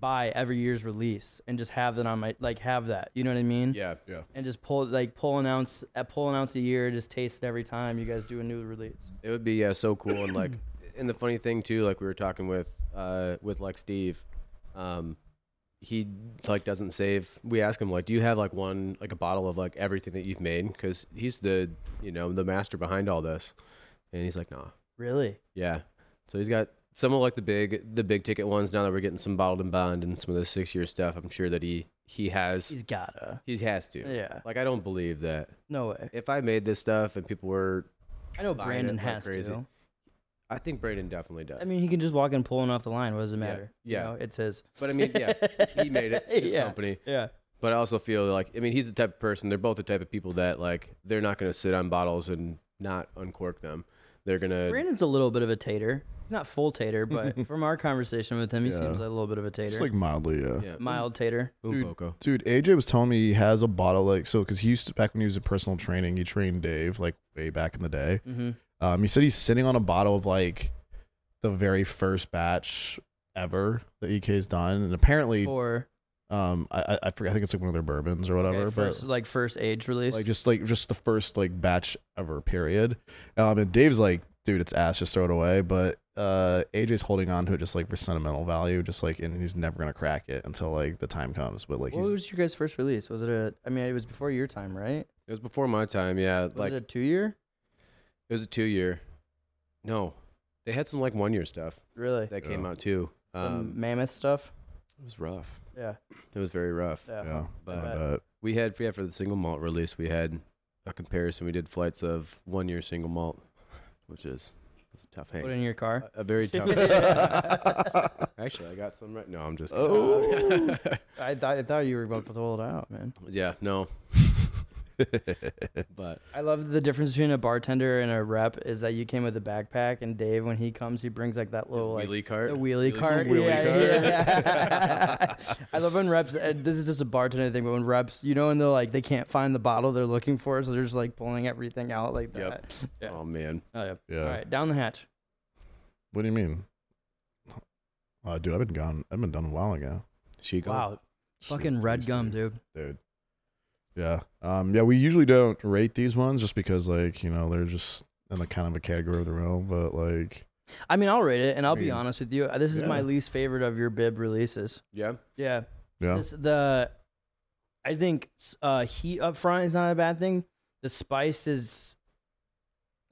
buy every year's release and just have that on my like have that you know what I mean Yeah, Yeah. and just pull like pull an ounce at pull an ounce a year just taste it every time you guys do a new release it would be yeah so cool *clears throat* and like, and the funny thing too, like we were talking with uh with like Steve, um, he like doesn't save. We ask him like, do you have like one like a bottle of like everything that you've made? Because he's the you know the master behind all this, and he's like, nah, really yeah. So he's got some of like the big the big ticket ones now that we're getting some bottled and bond and some of the six year stuff. I'm sure that he he has he's gotta he has to. Yeah. Like I don't believe that. no way if I made this stuff and people were, I know Buying Brandon it like has crazy. to I think Braden definitely does. I mean he can just walk in pulling off the line what does it Yeah, matter yeah. you know, it's his but I mean, yeah, he *laughs* made it. His Yeah. company. yeah But I also feel like, I mean, he's the type of person. They're both the type of people that like they're not going to sit on bottles and not uncork them. They're gonna. Brandon's a little bit of a tater. He's not full tater, *laughs* but from our conversation with him, he seems like a little bit of a tater. Just like mildly, yeah. yeah, *laughs* mild tater. Oom Dude, Poco. Dude, AJ was telling me he has a bottle like so because he used to back when he was in personal training, he trained Dave like way back in the day. Mm-hmm. Um, he said he's sitting on a bottle of like E the very first batch ever that EK's done, and apparently Or Um, I I- I forget. I think it's like one of their bourbons or Okay, whatever. first, but like first age release. like just like just the first like batch ever. Period. Um, and Dave's like, dude, it's ass. Just throw it away. But uh, AJ's holding on to it just like for sentimental value. Just like, and he's never gonna crack it until like the time comes. But like, what he's, was your guys' first release? Was it a? I mean, it was before your time, right? It was before my time. Yeah, Was like it a two year? it was a two year. No, they had some like one year stuff Really? that came Yeah. out too. Some Um, mammoth stuff. it was rough. Yeah. It was very rough. Yeah. yeah, But- I bet. We had yeah for the single malt release. We had a comparison. We did flights of one year single malt, which is that's a tough Put it hang. in your car. *laughs* A, *laughs* a very tough. Yeah. Actually, I got some right. No, I'm just. Oh. kidding. I, th- I thought you were about to hold out, man. *laughs* yeah. *laughs* No. but I love the difference between a bartender and a rep is that you came with a backpack, and Dave, when he comes, he brings like that little like wheelie cart. the wheelie Wheelie- cart. wheelie yeah, cart. yeah. *laughs* I love when reps. And this is just a bartender thing, but when reps, you know, when they're like they can't find the bottle they're looking for, so they're just like pulling everything out like that. Yep. Yeah. *laughs* Oh man. Oh, yeah. yeah. All right, down the hatch. What do you mean? Uh, dude, I've been gone. I've been done a while ago. She go. Wow, fucking Shit, red jeez, gum, dude. dude. dude. Yeah. Um. Yeah. We usually don't rate these ones just because, like, you know, they're just in the kind of a category of their own. But like, I mean, I'll rate it, and I'll be Mean, honest with you. This is my yeah. least favorite of your bib releases. Yeah. Yeah. yeah, This, the I think s- uh, heat up front is not a bad thing. The spice is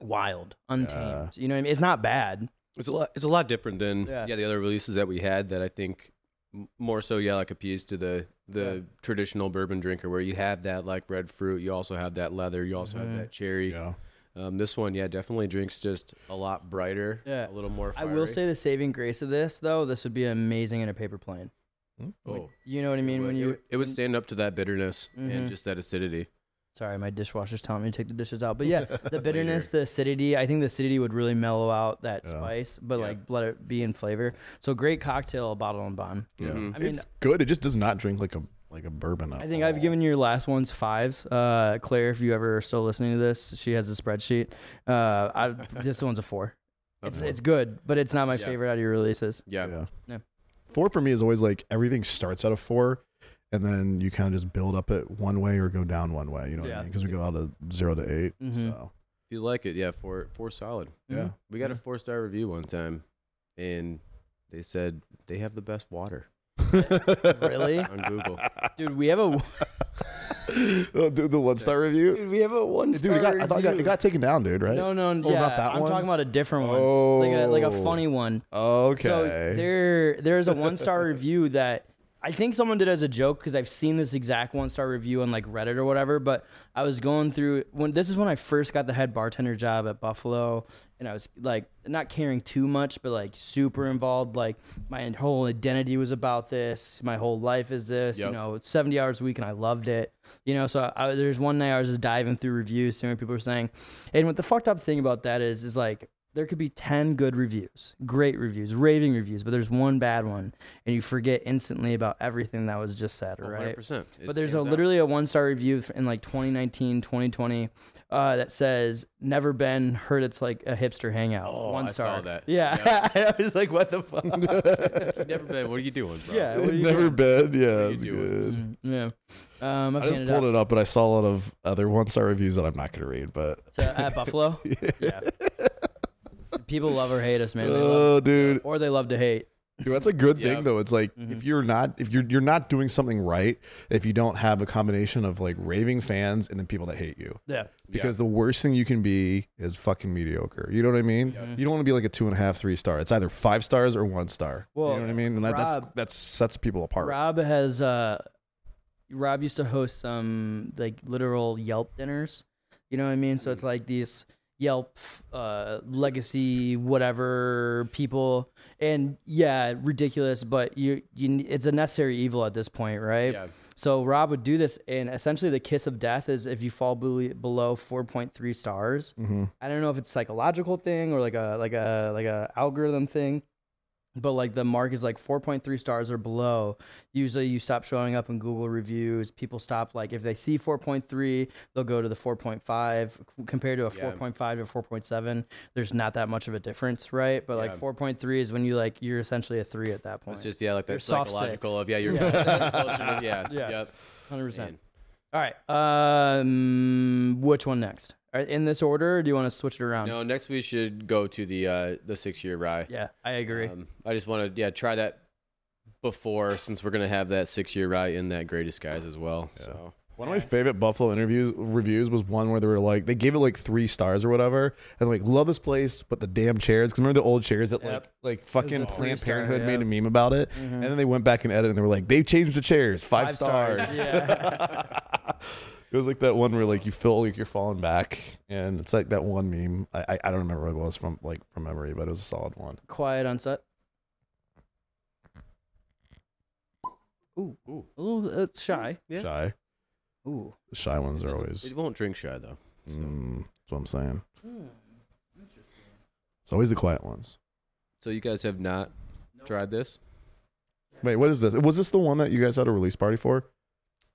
wild, untamed. Yeah. You know what I mean? It's not bad. It's a lot. It's a lot different than Yeah. yeah. the other releases that we had. That I think m- more so yeah like appeals to the the Yeah. traditional bourbon drinker where you have that like red fruit. You also have that leather. You also Mhm. have that cherry. yeah. Um, this one yeah definitely drinks just a lot brighter. Yeah. A little more. I Fiery. will say the saving grace of this though, this would be amazing in a paper plane. Mm-hmm. Oh. You know what I it mean? would- When it you would- it would stand up to that bitterness Mhm. and just that acidity. sorry, my dishwasher's telling me to take the dishes out, *laughs* *laughs* but yeah, the bitterness, the acidity. I think the acidity would really mellow out that Yeah. spice, but Yeah. like let it be in flavor. So great cocktail, bottle and bond. yeah. Mhm. I mean- it's good. It just does not drink like a like a bourbon. at I think all. I've given your last ones fives. Uh, Claire, if you ever are still listening to this, she has a spreadsheet. Uh, I, this one's a four. It's Okay. it's good, but it's not my Yeah. favorite out of your releases. Yeah. Yeah. Yeah. Four for me is always like everything starts out of four, and then you kind of just build up it one way or go down one way. You know what Yeah. I mean? Because we go out of zero to 8 Mhm. So If you like it, yeah, four four solid. Mm-hmm. yeah. We got a Yeah. four star review one time, and they said they have the best water *laughs* Really? on Google. dude, we have a *laughs* oh, *laughs* dude, the one star review. dude, we have a one. Dude, it got, I thought it got, it got taken down, dude. Right? no, no, Oh, yeah, not that I'm one? talking about a different one, Oh, like a like a funny one. Okay. So *laughs* there, there's a one star review that I think someone did as a joke because I've seen this exact one star review on like Reddit or whatever. But I was going through when this is when I first got the head bartender job at Buffalo, and I was like not caring too much, but like super involved. Like my whole identity was about this. My whole life is this. You Yep. know, it's 70 hours a week, and I loved it. You know, so I, there's one night I was just diving through reviews, seeing what people were saying. And what the fucked up thing about that is, is like there could be 10 good reviews, great reviews, raving reviews, but there's one bad one and you forget instantly about everything that was just said, right? 100%. It But there's a stands out. literally a one star review f- in like 2019, 2020 uh, that says, never been, heard it's like a hipster hangout. Oh, One I saw star. that. Yeah. *laughs* I was like, what the fuck? *laughs* Never been. What are you doing, bro? yeah. What are you Never doing? been. Yeah, you it's doing? Mm, good. Yeah. Um, I've I just handed pulled out it up, but I saw a lot of other one star reviews that I'm not going to read. But to, at Buffalo. *laughs* yeah. People love or hate us, man. They love, oh, dude, *laughs* or they love to hate. dude, that's a good Yeah. thing though. It's like Mm-hmm. if you're not if you're you're not doing something right, if you don't have a combination of like raving fans and then people that hate you, Yeah. because the worst thing you can be is fucking mediocre. You know what I mean? You don't want to be like a two and a half, three star. It's either five stars or one star. Well, you know what I mean? And that, Rob- that's that sets people apart. Rob has uh Rob used to host some like literal Yelp dinners. You know what I mean? So it's like these Yelp uh legacy whatever people and yeah, ridiculous, but you you it's a necessary evil at this point, right? Yeah. So Rob would do this and essentially the kiss of death is if you fall bel- below 4.3 Mm-hmm. stars. I don't know if it's psychological thing or like a like a like a algorithm thing but like the mark is like 4.3 stars or below usually you stop showing up in google reviews people stop like if they see 4.3 they'll go to the 4.5 C- compared to a Yeah. 4.5 to 4.7 there's not that much of a difference right but Yeah. like 4.3 is when you like you're essentially a 3 at that point It's just yeah, like They're that soft psychological six. of yeah, you're Yeah. closer to- yeah, *laughs* Yeah. yep. 100% Man. all right um which one next All right, in this order or do you want to switch it Um, around No, next we should go to the uh, the six year rye. yeah i agree Uh, Um, I just want to yeah try that before since we're gonna have that six year rye in that gray disguise as well. So One of my favorite Buffalo interviews reviews was one where they were like they gave it like three stars or whatever, and like love this place, but the damn chairs. Because remember the old chairs that Yep. like like fucking a three Planned star, Parenthood yeah. made a meme about it, Mm-hmm. and then they went back and edited and they were like they changed the chairs five, stars. *laughs* yeah It was like that one where like you feel like you're falling back, and it's like that one meme. I I, I don't remember what it was from like from memory, but it was a solid one. quiet on set. Ooh, Ooh. a little it's shy. Yeah. Shy, Ooh, the shy ones are Doesn't- always. it won't drink shy though. so- Mm, that's what I'm saying. It's always the quiet ones. So you guys have not tried this? Wait, what is this? Was this the one that you guys had a release party for?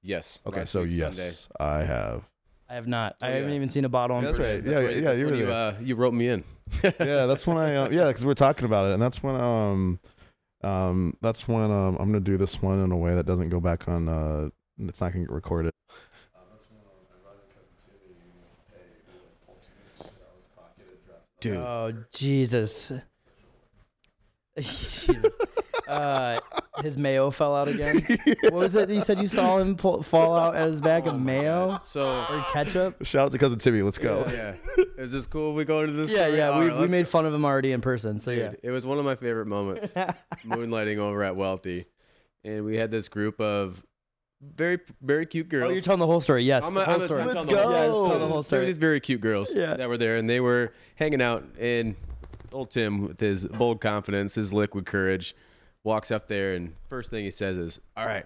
Yes. Okay, last so week, yes, Sunday. I have. I have not. I Oh, haven't yeah. even seen a bottle. in Yeah, that's person. right. Yeah, That's when- yeah, that's you were when you, there. uh, you wrote me in. *laughs* yeah, that's when I. Uh, yeah, because we're talking about it, and that's when um, um, that's when um, I'm gonna do this one in a way that doesn't go back on. Uh, it's not gonna get recorded. *laughs* Uh, um, Dude. Oh Jesus. *laughs* Jesus. Uh, his mayo fell out *laughs* again. What was it? that You said you saw him pull, fall out at his Oh bag of mayo So or ketchup. Shout out to cousin Timmy. Let's go. yeah. *laughs* Is this cool? if We go to *laughs* this. Yeah, story? yeah. All We, right, we let's made fun of him already in person. So *laughs* Oh, Dude, it was one of my *laughs* favorite moments. Moonlighting over at Wealthy, and we had this group of very very cute yeah. girls. Oh, you're telling the whole story. Yes, I'm the a- whole I'm a- story. I'm Let's telling the whole- go. yeah, it's Tell the just- whole there were story. These very cute girls Yeah. that were there, and they were hanging out. And old Tim, with his bold confidence, his liquid courage, walks up there, and first thing he says is, "All right."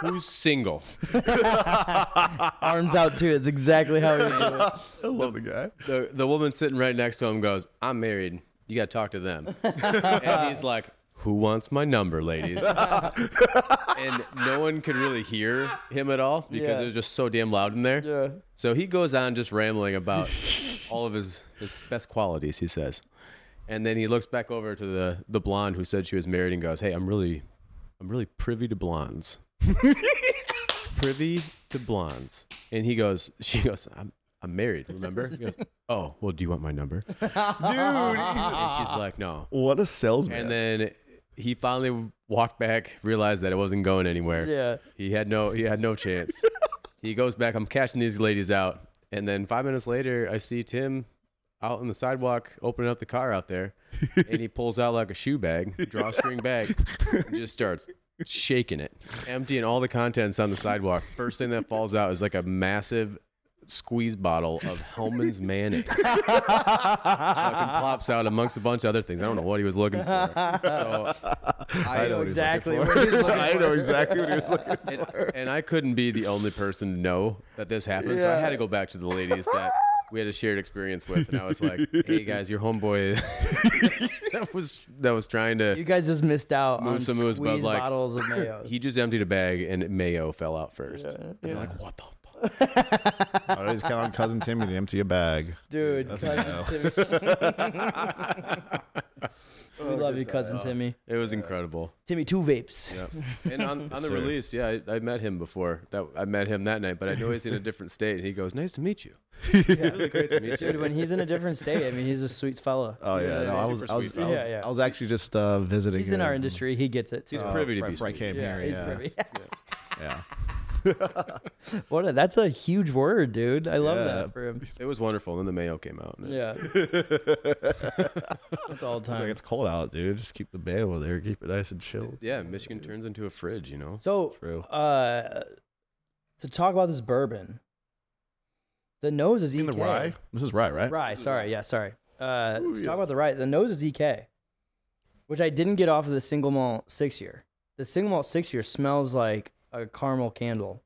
Who's single? Arms out too. It's exactly how we do it. *laughs* I love the guy. The the woman sitting right next to him goes, "I'm married. You got to talk *laughs* to them." and he's like, "Who wants my *laughs* number, ladies?" and no one could really hear him at all because Yeah. it was just so damn loud in there. *laughs* Yeah. So he goes on just rambling about all of his, his best qualities, he says. And then he looks back over to the, the blonde who said she was married and goes, Hey, I'm really I'm really privy to blondes. *laughs* privy to blondes. And he goes, she goes, I'm I'm married, remember? He goes, Oh, well, do you want my number? Dude. And she's like, No. What a salesman. And then he finally walked back, realized that it wasn't going anywhere. *laughs* Yeah. He had no he had no chance. he goes back, I'm cashing these ladies out. And then five minutes later I see Tim out on the sidewalk opening up the car out there and he pulls out like a shoe bag, drawstring bag, and just starts shaking it, emptying all the contents on the sidewalk. First thing that falls out is like a massive squeeze bottle of Hellman's mayonnaise. Fucking plops out amongst a bunch of other things. I don't know what he was looking for. So I, know what he's looking exactly for. what he's *laughs* looking *laughs* I know exactly what he was looking for. and, and I couldn't be the only person to know that this happened. So I had to go back to the ladies that we had a shared experience with, and I was like, "Hey guys, your homeboy *laughs* that was that was trying to You guys just missed out on Moose and Moose, but, squeeze like, bottles of *laughs* mayo. he just emptied a bag and mayo fell out first. And you're like, what the fuck? *laughs* I always count on cousin Timmy to empty a bag. Dude, cousin Timmy. *laughs* Oh, we love you, Oh. cousin Timmy. It was incredible. Timmy, two vapes. *laughs* And on, on the sir. release, yeah, I, I met him before. That I met him that night, but I know he's in a different state. He goes, "Nice to meet you." *laughs* really great to meet Dude, you. when he's in a different state, I mean, he's a sweet fella. Oh yeah, no, I super was, I was, sweet I was, Yeah, yeah. I was actually just uh, visiting. He's in him our industry. He gets it too. Oh. He's privy to Oh, right be before I sweet. came yeah, here. he's yeah. privy. *laughs* yeah. what a, that's a huge word, dude. I love Yeah. that for him. It was wonderful. And then the mayo came out. and it- Yeah. that's *laughs* all It's like time. it's cold out, dude. Just keep the bay over there. Keep it nice and chilled. *laughs* yeah, Michigan turns into a fridge. *laughs* You know. So, True. uh, to talk about this bourbon, the nose is EK. In the rye. This is rye, right? Rye, sorry, yeah, sorry. Uh, Ooh, to yeah. talk about the rye. The nose is EK, which I didn't get off of the single malt six year. The single malt six year smells like a caramel candle,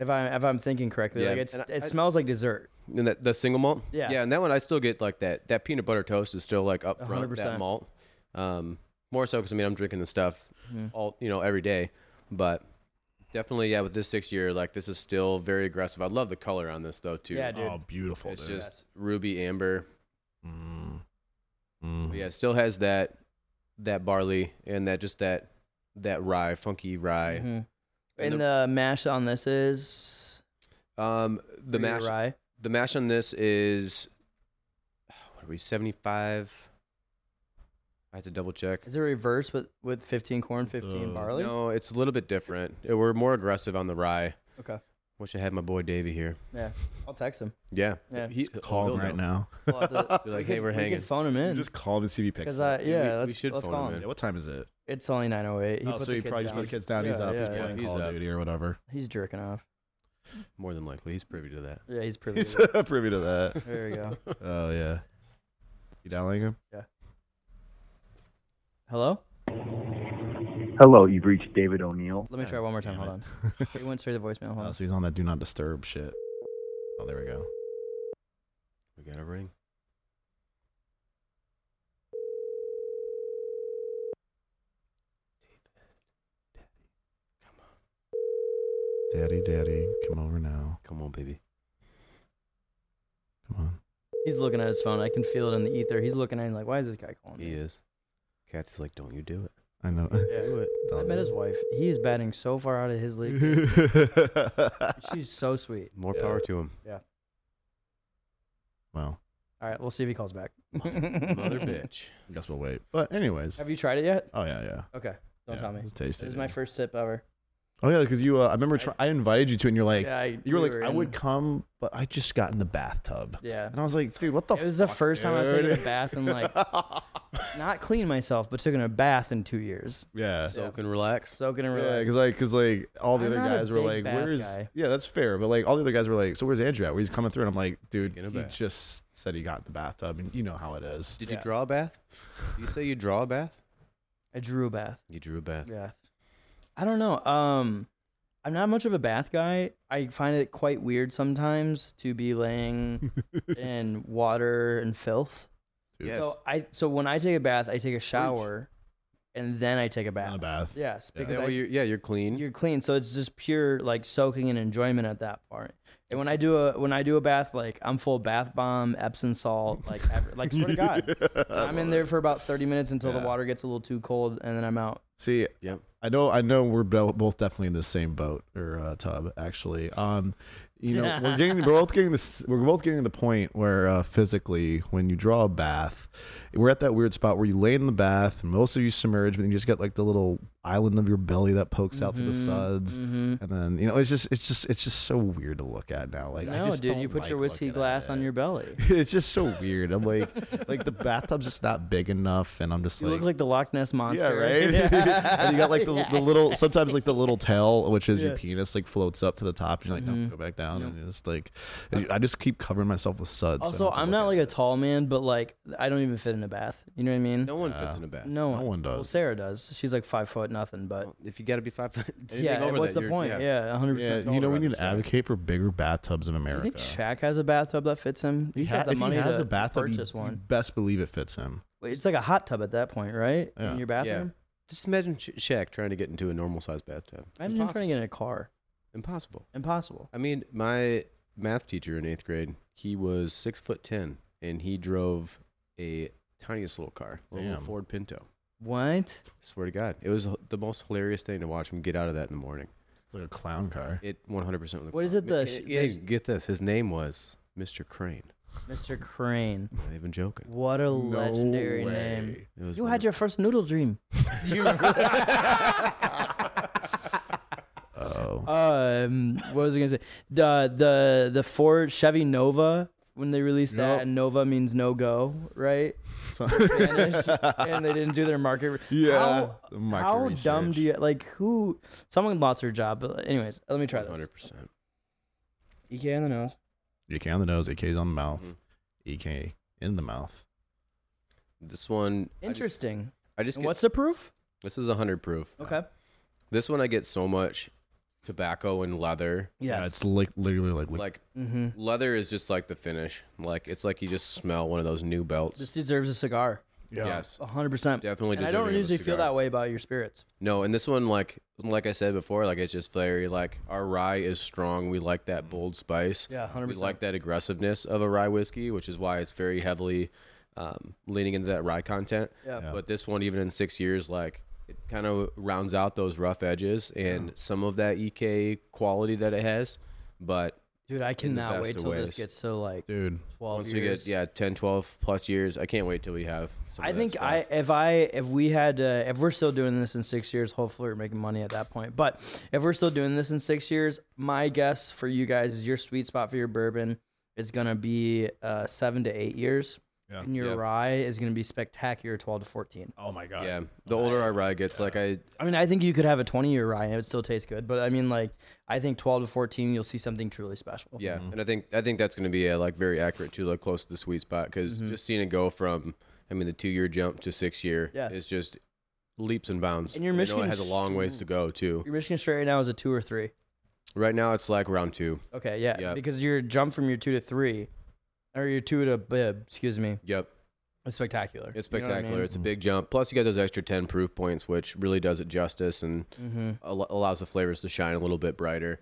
if I'm if I'm thinking correctly. Yeah, Like it's and I- it I- smells like dessert. And that the single malt. Yeah. Yeah, and that one I still get like that. That peanut butter toast is still like up front. 100%. That malt. Um, more so because I mean I'm drinking the stuff all you know every day, but definitely yeah. With this six year, like this is still very aggressive. I love the color on this though too. Yeah, dude. Oh, beautiful, it's dude. just ruby amber. Mm. Mm. But yeah, it still has that that barley and that just that that rye, funky rye. Mhm. And And, the, mash on this is Um, the for your mash rye. the mash on this is what are we seventy five? I have to double check. Is it reverse with with 15 corn, 15 Uh, barley? No, it's a little bit different. Uh, We're more aggressive on the rye. Okay. Wish I had my boy Davey here. Yeah, I'll text him. Yeah. Yeah. He, Call him right now. *laughs* We'll have to- Be we like, hey, could- we're We hanging. could phone him in. Just call him and see if he picks. Cause up. I, yeah, we let's, should let's phone call him him. in. Yeah, what time is it? It's only 908. He oh, put so the he kids probably just down. put the kids down. he's Yeah, up. he's yeah, playing yeah. Call He's of up. Duty or whatever. He's jerking off. More than likely, he's privy to that. Yeah, *laughs* he's privy. He's *laughs* to it. privy to that. There we go. Oh yeah. You dialing him? Hello? Hello, you've reached David O'Neill. Let me try one more time. Hold on. *laughs* It went straight to voicemail. Hold Oh, on. so he's on that do not disturb shit. Oh, there we go. *laughs* We got a ring. Daddy, daddy, come over now. Come on, baby. Come on. He's looking at his phone. I can feel it in the ether. He's looking at him like, why is this guy calling He me? is. Kathy's like, don't you do it. *laughs* I know. Yeah. it. I met his wife. He is batting so far out of his *laughs* league. She's so sweet. More Yeah. power *laughs* to him. *laughs* well, All right, we'll see if he calls back. Mother bitch. I guess we'll wait. But *laughs* anyways. Have you tried it yet? Oh yeah, yeah. Okay, don't yeah, tell me. It's tasty. This is dude. my first sip ever. Oh yeah, because you. Uh, I remember. I- Try- I invited you to, it and you're like, yeah, I, you were like, I would in- come, but I just got in the bathtub, Yeah. and I was like, dude, what the? It was the fuck, first time I was dude? taking a bath and *laughs* like not clean myself, but taking a bath in two years. yeah. So can relax. Soaking and Yeah, relax. because like, cause like all the I'm other not a guys were big like, bath "Where's?" guy. Yeah, that's fair. But like all the other guys were like, "So where's Andrew at? Where's coming through?" And I'm like, "Dude, In a he bath." just said he got in the bathtub, and you know how it is." Did Yeah. you draw a bath? Did you *laughs* say *laughs* you draw a bath? I drew a bath. You drew a bath. Yeah. I don't know. Um, I'm not much of a bath guy. I find it quite weird sometimes to be *laughs* laying in water and filth. Yes. So I so when I take a bath, I take a shower, and then I take a bath. In a bath. Yes, Yeah. because That I- way you're, yeah, you're clean. you're clean so it's just pure like soaking and enjoyment at that part and when i do a when i do a bath like i'm full bath bomb epsom salt like ever, like swear *laughs* to god i'm in there for about 30 minutes until Yeah. the water gets a little too cold and then i'm out See, Yep. I know, I know, we're bo- both definitely in the same boat or uh, tub, actually. Um, you know, we're getting, we're both getting this, we're both getting to the point where uh, physically, when you draw a bath, we're at that weird spot where you lay in the bath, and most of you submerge, but then you just got like the little island of your belly that pokes out through the Mm-hmm. suds, and then you know, it's just, it's just, it's just so weird to look at now. Like, I no just dude don't you put your like whiskey looking at glass on it. your belly *laughs* It's just so weird. I'm like, like the bathtub's just not big enough, and I'm just you like, look like the loch ness monster *laughs* *laughs* yeah, right. and you got like the, the little sometimes like the little tail, which is your Yeah. Mm-hmm. penis, like floats up to the top. And you're like, no, go back down, and it's like I just keep covering myself with suds. so Uh, I also don't have to i'm look not at like a it. tall man but like i don't even fit in a bath you know what i mean No one fits in a bath. no, no one well does. sarah does she's like five foot nothing but If you got to be five foot. *laughs* anything yeah over what's that, the you're- point yeah 100% Yeah, taller. you know we about need this, to right? advocate for bigger bathtubs in You America. think Shaq has a bathtub that fits him? He's Ha- got the if money he has to a bathtub, you, purchase you one. best believe it fits him. Wait, it's like a hot tub at that point, right? Yeah. In your bathroom. Just imagine Sh- Shaq trying to get into a normal sized bathtub. It's Imagine him trying impossible. to get in a car. impossible. Impossible. I mean, my math teacher in eighth grade, he was six foot ten, and he drove a tiniest little car, a little Damn. Ford Pinto. *laughs* What? I swear to God, it was the most hilarious thing to watch him get out of that in the morning. It's like a clown car. It 100. percent What is it, the- yeah, get this. His name was Mr. Crane. Mr. Crane. Not even joking. What a legendary name. *laughs* It was You had your first noodle dream. *laughs* Oh, Um, *laughs* what was I gonna say? The the the Ford Chevy Nova when they released that, Yep. and Nova means no go, right? *laughs* So- Spanish, and they didn't do their market. re- Yeah, the How, *laughs* market how dumb research. do you like? Who? Someone lost their job. But anyways, let me try this. 100. percent EK on the nose. E EK on the nose, EK's on the mouth, EK in the mouth. This one, I- Interesting. I, just And get, what's the proof? this is 100 proof. Okay. This one I get so much tobacco and leather. Yes. Yeah, it's like literally like, like Like mm-hmm. leather is just like the finish. Like it's like you just smell one of those new belts. This deserves a cigar. Yes. hundred percent. Definitely And I don't deserving of a usually feel cigar. that way about your spirits. No, and this one, like like I said before, like it's just very like our rye is strong. We like that bold spice. Mm-hmm. Yeah, hundred we percent. like that aggressiveness of a rye whiskey, which is why it's very heavily um, leaning into that rye content. Yeah. Yeah. But this one, even in six years, like it kind of rounds out those rough edges and some of that EK quality that it has. But dude. I cannot best wait of till this ways. gets to like dude. twelve once we years. get yeah 10, 12 plus years, I can't wait till we have. Some I of that think stuff. I if I if we had uh, if we're still doing this in six years, hopefully we're making money at that point. But if we're still doing this in six years, my guess for you guys is your sweet spot for your bourbon is gonna be uh, seven to eight years, Yeah. and your Yeah. rye is gonna be spectacular twelve to fourteen. Oh my god. yeah. The older our rye gets, like I I mean, I think you could have a twenty year rye and it would still taste good. But I mean, like I think twelve to fourteen, you'll see something truly special. Yeah, and I think I think that's going to be uh like very accurate too, like close to the sweet spot because Mm-hmm. just seeing it go from I mean the two year jump to six year Yeah. is just leaps and bounds. And your I know it Michigan has a long ways to go too. Your Michigan straight right now is a two or three. Right now it's like round two. Okay, yeah, Yep. because your jump from your two to three, or your two to bib, excuse me, Yep, is spectacular. it's spectacular. It's a big jump. Plus you get those extra ten proof points, which really does it justice and Mm-hmm. al- allows the flavors to shine a little bit brighter.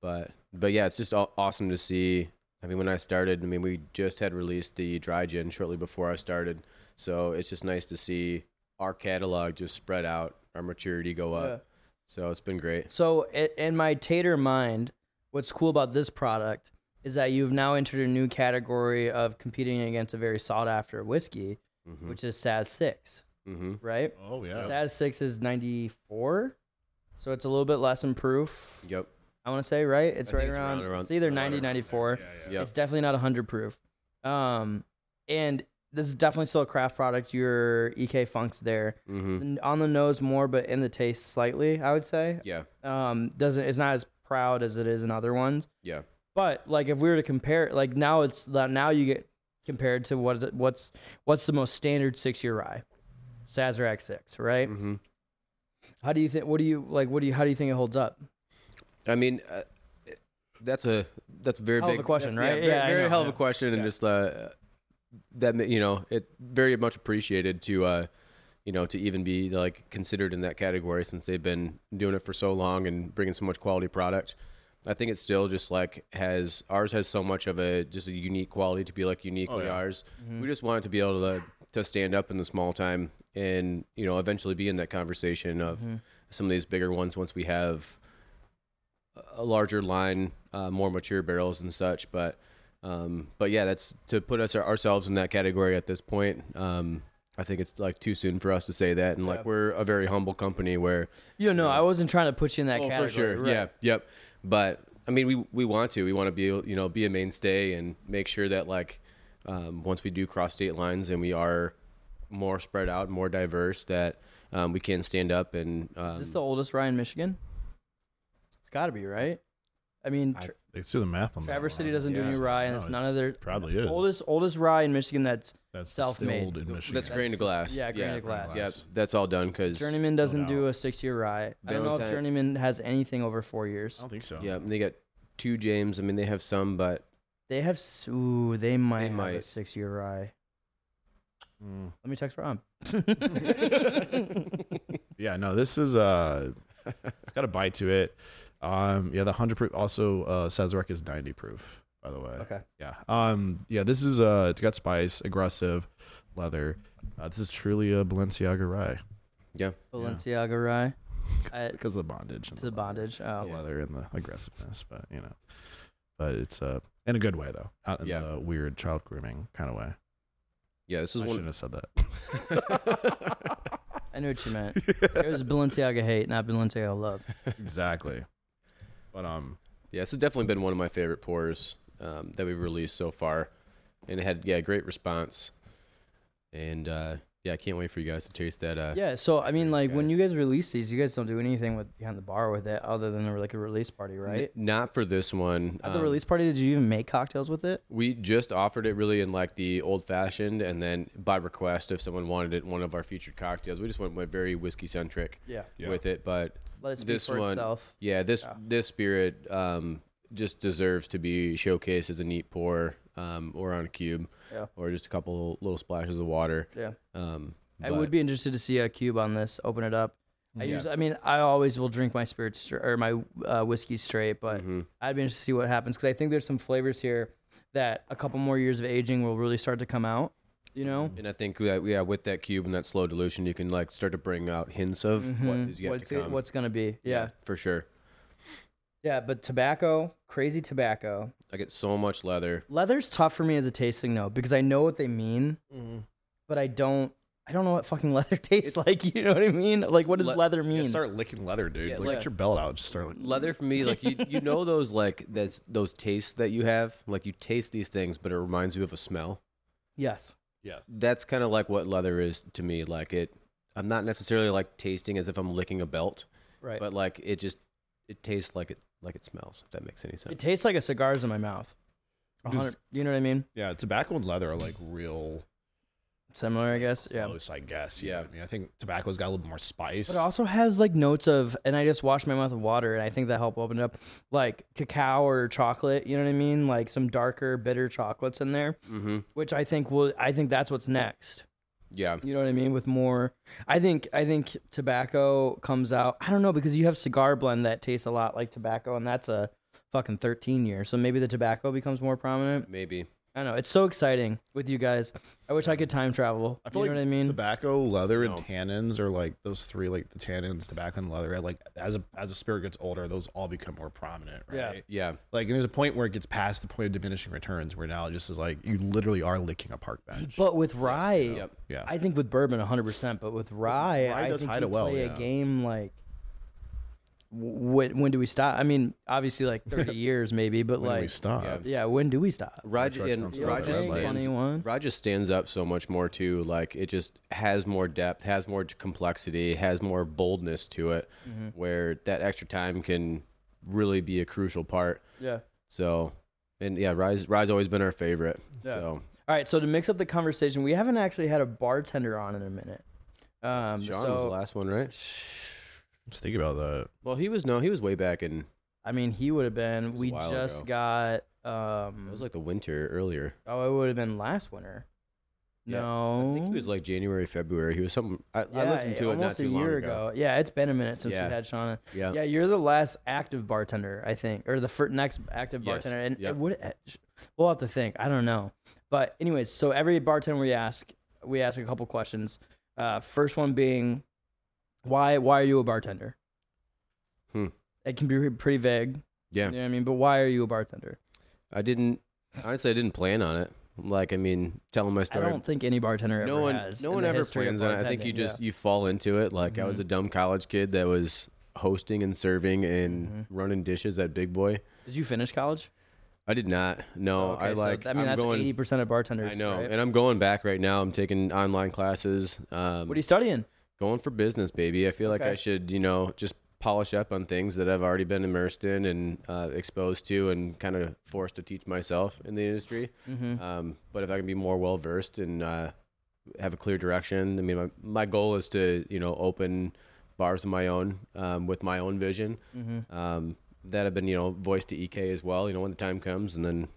But but yeah, it's just aw- awesome to see. I mean, when I started, I mean, we just had released the dry gin shortly before I started, so it's just nice to see our catalog just spread out, our maturity go up. So it's been great. So, i- in my tater mind, what's cool about this product is that you've now entered a new category of competing against a very sought after whiskey, which is Saz 6, Mm-hmm. right? Oh yeah. Saz 6 is 94. So it's a little bit less in proof, Yep. I want to say, right? It's I think right it's around, around- around- it's either around 90, around 94. Yep. It's definitely not 100 proof. Um, and this is definitely still a craft product. Your EK Funk's there. Mm-hmm. N- On the nose more, but in the taste slightly, I would say Yeah. um doesn't it's not as proud as it is in other ones Yeah. but like if we were to compare like now it's that now you get compared to what is it, what's what's the most standard six year rye sazerac 6 right Mm-hmm. how do you think what do you like what do you how do you think it holds up I mean, uh, that's a that's a very Hell of big a question, yeah, right? very, Yeah, I very know, hell of a yeah. question, and just uh, that ma- you know, it very much appreciated to uh, you know to even be like considered in that category since they've been doing it for so long and bringing so much quality product. I think it's still just like has ours has so much of a just a unique quality to be like uniquely Oh, ours. Mm-hmm. We just wanted to be able to to stand up in the small time and you know eventually be in that conversation of Mm-hmm. some of these bigger ones once we have a larger line, uh, more mature barrels and such. But um, but yeah, that's to put us ourselves in that category at this point. Um, I think it's like too soon for us to say that, and like we're a very humble company where you know i wasn't trying to put you in that oh category for sure right. yeah yep. But I mean we we want to we want to be you know be a mainstay and make sure that like um, once we do cross state lines and we are more spread out, more diverse, that um, we can stand up and um, is this the oldest rye in michigan it's got to be right i mean Tra- Let's do the math on traverse that. city doesn't do Yeah. any rye and No, it's none it's- of their probably is. oldest oldest rye in michigan that's That's self-made. distilled in Michigan. that's grain to glass. yeah, grain to glass. Yep, that's all done because Journeyman doesn't doubt. do a six year rye. I don't know if Valentine- Journeyman has anything over four years. I Um, don't think so. Yeah, and they got two James. I mean, they have *laughs* some, but They have s- ooh, they might have a might. six year rye. Let me text *laughs* Rob. *laughs* Yeah, no, this is uh it's got a bite to it. Um yeah, the 100 proof also uh Sazerac is 90 proof, by the way. Okay. Yeah. Um yeah, this is uh it's got spice, aggressive, leather. Uh, this is truly a Balenciaga rye yeah, Balenciaga rye *laughs* Uh, I- because of the bondage and to the bondage. Oh, the leather and the aggressiveness, but you know. But it's uh in a good way though. Not in Yeah. the weird child grooming kind of way. yeah. This I is shouldn't one. have said that. *laughs* I knew what you meant. It was Balenciaga hate, not Balenciaga love. exactly. But um *laughs* Yeah, this has definitely been one of my favorite pours um, that we've released so far, and it had yeah great response, and uh, yeah, I can't wait for you guys to taste that. Uh, Yeah, so I mean, Thanks, like when guys. you guys release these, you guys don't do anything with behind the bar with it other than like a release party, n- right? not for this one. At the um, release party, did you even make cocktails with it? we just offered it really in like the old fashioned, and then by request, if someone wanted it, in one of our featured cocktails. We just went, went very whiskey centric Yeah. with it, but Let it speak for itself. Yeah, this this spirit um, just deserves to be showcased as a neat pour. um, or on a cube, Yeah. or just a couple little splashes of water. Yeah. Um, I would but- be interested to see a cube on this. Open it up. I Yeah. use. I mean, I always will drink my spirits stra- or my uh, whiskey straight, but Mhm. I'd be interested to see what happens because I think there's some flavors here that a couple more years of aging will really start to come out. You know, And I think that yeah, with that cube and that slow dilution, you can like start to bring out hints of what Mhm. is yet what's to it, come. what's gonna be? Yeah. for sure. yeah, But tobacco, crazy tobacco. I get so much leather. Leather's tough for me as a tasting note because I know what they mean, Mm-hmm. but I don't. I don't know what fucking *laughs* leather tastes like. You know what I mean? Like, what does Le- leather Yeah, mean? start licking leather, dude. Yeah, like, like- get your belt out. and Just start. Like, Leather for me, is like you, *laughs* you know those like that's those tastes that you have. Like you taste these things, but it reminds you of a smell. yes. yeah. That's kind of like what leather is to me. Like it, I'm not necessarily like tasting as if I'm licking a belt, Right. but like it just it tastes like it like it smells. If that makes any sense. It tastes like a cigar's in my mouth. A Does- hundred- you know what I mean? Yeah, tobacco and leather are like real Similar, I guess. Yeah. Oh, close, I guess. You know Yeah. what I mean, I think tobacco's got a little bit more spice. But it also has like notes of, and I just washed my mouth with water, and I think that helped open up like cacao or chocolate. You know what I mean? Like some darker, bitter chocolates in there, Mm-hmm. which I think will. I think that's what's next. Yeah. You know what I mean? With more, I think I think tobacco comes out. I don't know because you have cigar blend that tastes a lot like tobacco, and that's a fucking thirteen year. So maybe the tobacco becomes more prominent. Maybe. I don't know. It's so exciting with you guys. I wish I could time travel. I feel you like know what I mean? tobacco, leather, and No. tannins are like those three, like the tannins, tobacco, and leather. Like as a as a spirit gets older, those all become more prominent, Yeah. right? Yeah. Like, and there's a point where it gets past the point of diminishing returns, where now it just is like you literally are licking a park bench. But with rye, Yep. yeah, I think with bourbon 100%, but with rye, rye I does think hide you it well, play yeah. a game like when, when do we stop? I mean, obviously like 30 *laughs* years maybe, but when do we like stop. yeah. yeah, when do we stop? Roger trucks and don't stop Roger at red lights. stands, 21. Roger stands up so much more too. Like it just has more depth, has more complexity, has more boldness to it, Mm-hmm. where that extra time can really be a crucial part. Yeah. So, and yeah, Rye's, Rye's always been our favorite. Yeah. So All right, so to mix up the conversation, we haven't actually had a bartender on in a minute. Um Sean so was the last one, right? Just think about that. Well, he was no, he was way back in. I mean, he would have been was a we while just got um It was like the winter earlier. oh, it would have been last winter. Yeah, No. I think he was like January, February. He was something. I, I Yeah, listened to it not almost too a year long ago. Yeah, it's been a minute since Yeah. we had Sean. Yeah. Yeah, you're the last active bartender, I think, or the fir- next active Yes, bartender. And yep. it would we'll have to think. I don't know, but anyways, so every bartender we ask, we ask a couple questions. Uh, first one being, why why are you a bartender? Hmm. It can be pretty vague. yeah. You know what I mean? But why are you a bartender? I didn't. Honestly, I didn't plan on it. Like, I mean, telling my story. I don't think any bartender ever no one, has. no in one the ever history of plans on it. I think bartending. you just Yeah. Mm-hmm. you fall into it. Like, I was a dumb college kid that was hosting and serving and Mm-hmm. running dishes at Big Boy. did you finish college? I did not. No, Okay, Oh, I so, like. I mean, am that's going, eighty percent of bartenders. I know, right? and I'm going back right now. I'm taking online classes. Um, What are you studying? going for business, baby. I feel like Okay. I should, you know, just polish up on things that I've already been immersed in and uh, exposed to and kind of forced to teach myself in the industry. Um, but if I can be more well versed and uh, have a clear direction, I mean, my, my goal is to, you know, open bars of my own um, with my own vision um, that have been, you know, voiced to EK as well, you know, when the time comes and then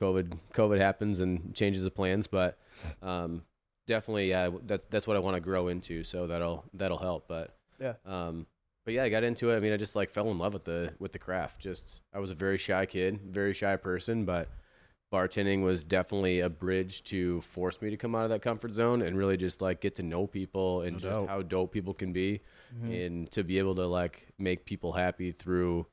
COVID, COVID happens and changes the plans. But, um, definitely yeah that's that's what i want to grow into so that'll that'll help but Yeah. um but yeah i got into it i mean i just like fell in love with the with the craft just i was a very shy kid very shy person but bartending was definitely a bridge to force me to come out of that comfort zone and really just like get to know people and No just doubt. how dope people can be Mm-hmm. and to be able to like make people happy through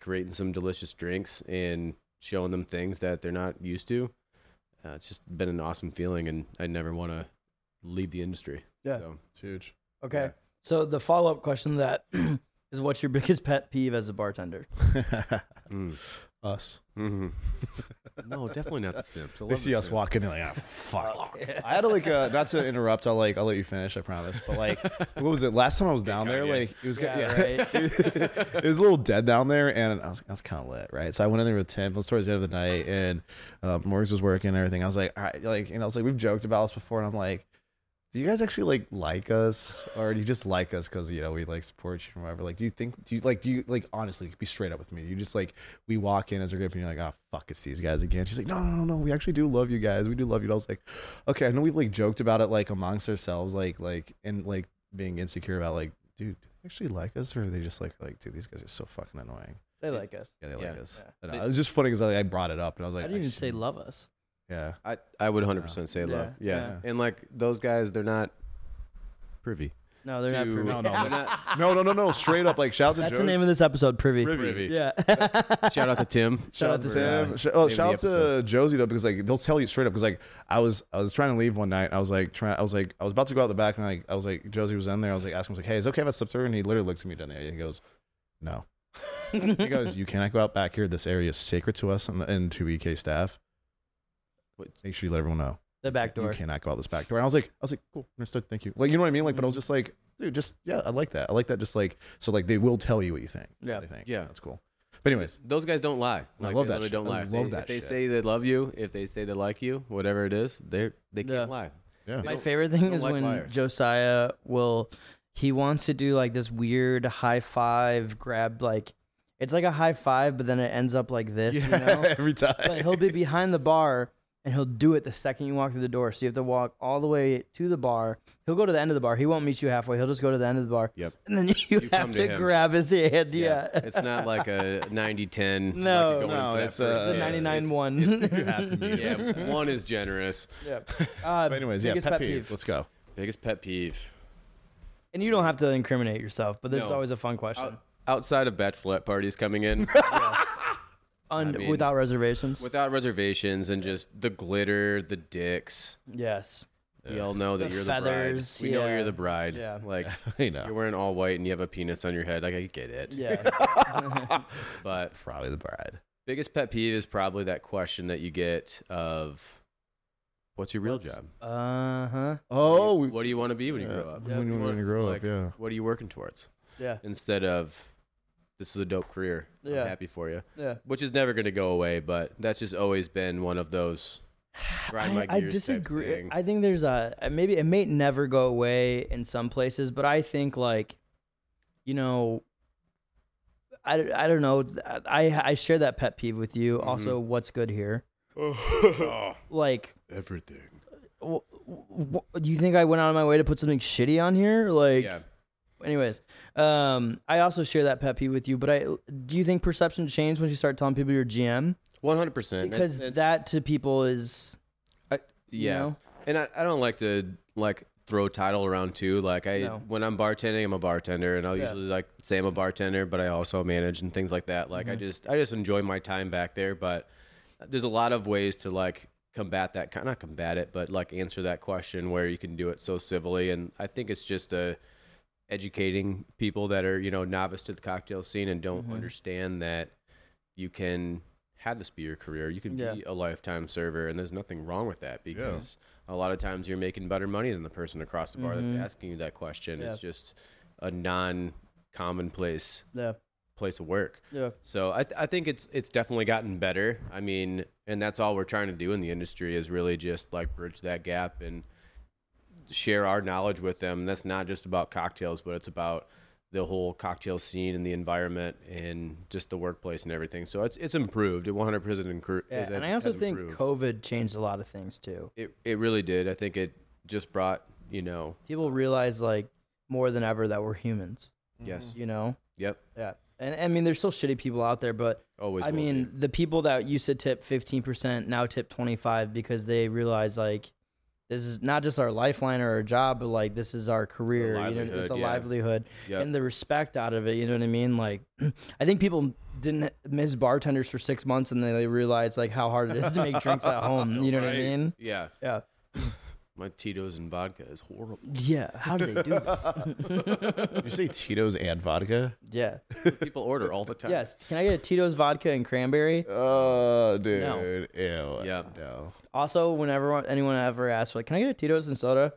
creating some delicious drinks and showing them things that they're not used to uh, it's just been an awesome feeling and i never want to leave the industry Yeah. so It's huge. Okay. Yeah. So the follow up question that *clears throat* is what's your biggest pet peeve as a bartender? mm. *laughs* us. Mhm. *laughs* no definitely not the simps I They love see the us simps. walking, they're like, ah, fuck. I had to like, uh, not to interrupt. I'll like, I'll let you finish. I promise. But *laughs* like, what was it? Last time I was down there, Kanye. like it was, Yeah, yeah, right. *laughs* *laughs* it was a little dead down there, and I was, I was kind of lit, right? So I went in there with Tim. It was towards the end of the night, um, and uh, Morgs was working and everything. I was like, all right, like, and I was like, we've joked about this before, and I'm like. do you guys actually like like us, or do you just like us because you know we like support you or whatever? Like, do you think do you like do you like honestly be straight up with me? Do you just like we walk in as a group and you're like, oh fuck, it's these guys again. She's like, no, no, no, no, we actually do love you guys. We do love you. And I was like, okay, I know we've like joked about it like amongst ourselves, like like and like being insecure about like, dude, do they actually like us, or are they just like like, dude, these guys are so fucking annoying. They like us. Yeah, they like Yeah. us. Yeah. I don't know. It was just funny because I, I brought it up and I was I like, didn't even sh- say love us. *laughs* yeah. I, I would 100% say love. Yeah, Yeah. yeah. And like those guys, they're not privy. No, they're not to- privy. *laughs* No, no, they're not. No, no, no, no. Straight up, like shout out to That's Joe. the name of this episode, Privy. Privy. *laughs* Yeah. Shout out to Tim. Shout out to Tim. Tim. Sh- oh, Name of shout the out to episode. Josie though, because like they'll tell you straight up. Because like I was, I was trying to leave one night. I was like trying. I was like, I was about to go out the back, and like I was like, Josie was in there. I was like, asking him, I was like, hey, is it okay if I slip through? And he literally looks at me down there. And he goes, no. he goes, you cannot go out back here. This area is sacred to us and, and to EK E staff. Wait. Make sure you let everyone know. *laughs* The back You door. cannot go out this back door. And I was like, I was like, cool, understood, thank you. Like, you know what I mean? Like, but I was just like, dude, just yeah, I like that. I like that. Just like, so like they will tell you what you think. Yeah. they think. Yeah. that's cool. But anyways, Those guys don't lie. I Like, love they that literally shit. don't I lie. If they, love that if they shit. say they love you, if they say they like you, whatever it is, they're, they can't Yeah. lie. yeah. My don't- favorite they thing don't is like when liars. Josiah will he wants to do like this weird high five grab like it's like a high five but then it ends up like this, you know? *laughs* every time. But he'll be behind the bar and he'll do it the second you walk through the door. So you have to walk all the way to the bar. He'll go to the end of the bar. He won't meet you halfway. He'll just go to the end of the bar. Yep. And then *laughs* you, You have come to, to him. grab his hand. Yeah. Yeah. It's *laughs* not like a 90 10. No, no, it's, uh, It's a it's- 99 1. *laughs* you have to meet Yeah, one is generous. Yep. Uh, But anyways, yeah, pet, biggest pet peeve. peeve. Let's go. Biggest pet peeve. And you don't have to incriminate yourself, but this is No. always a fun question. Out- outside of bachelorette parties *laughs* coming in Un- mean- without reservations. without reservations and just the glitter, the dicks. yes. We all know that The you're feathers, the bride. We know yeah. you're the bride. Yeah. *laughs* Like You know, you're wearing all white and you have a penis on your head. Like I get *laughs* it. Yeah. But probably the bride. biggest pet peeve is probably that question that you get of what's your real job? uh huh. Oh, we, what do you want to be when you grow Yeah, up? when you- when you grow up, like, yeah. What are you working towards? Yeah. Instead of this is a dope career. Yeah. I'm happy for you. Yeah. Which is never going to go away, but that's just always been one of those grind my I, I gears type disagree. thing. *laughs* I think there's a uh, maybe it may never go away in some places, but I think like, you know, I, I don't know. I I share that pet peeve with you. Mm-hmm. Also, what's good here? Oh, Like everything. w- w- w- do you think I went out of my way to put something shitty on here? Like, Yeah. anyways, um, I also share that pet peeve with you. But I do you think perception changed once you start telling people you're GM? 100%. Because that to people is I, you yeah. know? And I, I don't like to like throw title around too. Like I No. when I'm bartending, I'm a bartender and I'll Yeah. usually like say I'm a bartender, but I also manage and things like that. Like Mm-hmm. I just I just enjoy my time back there, but there's a lot of ways to like combat that kind not combat it, but like answer that question where you can do it so civilly and I think it's just a educating people that are, you know, novice to the cocktail scene and Mm-hmm. don't understand that you can have this be your career. You can Yeah. be a lifetime server, and there's nothing wrong with that because a lot of times you're making better money than the person across the bar Mm-hmm. that's asking you that question. It's just a non commonplace yeah place of work. yeah So I, th- I think it's it's definitely gotten better. I mean, and that's all we're trying to do in the industry is really just like bridge that gap and share our knowledge with them. That's not just about cocktails, but it's about the whole cocktail scene and the environment and just the workplace and everything. So it's it's improved. It 100% incru- Yeah, is- and I also has think improved. COVID changed a lot of things too. it it really did. I think it just brought, you know, People realize like more than ever that we're humans. yes. You know. Yep. Yeah, and I mean, there's still shitty people out there, but Always I will mean, be. the people that used to tip 15% now tip 25 because they realize like this is not just our lifeline or our job, but like this is our career. you know, it's livelihood, a yeah. livelihood, Yep. and the respect out of it. You know what I mean? Like, *clears throat* I think people didn't miss bartenders for six months, and then they realized like how hard it is to make drinks at *laughs* home. You know what I mean? Yeah. Yeah. My Tito's and vodka is horrible. *laughs* Yeah. How do they do this? Did you say Tito's and vodka? yeah. People order all the time. Yes. Can I get a Tito's vodka and cranberry? Oh, dude. No. Ew. Yeah. *laughs* No. Also, whenever anyone ever asks, like, can I get a Tito's and soda?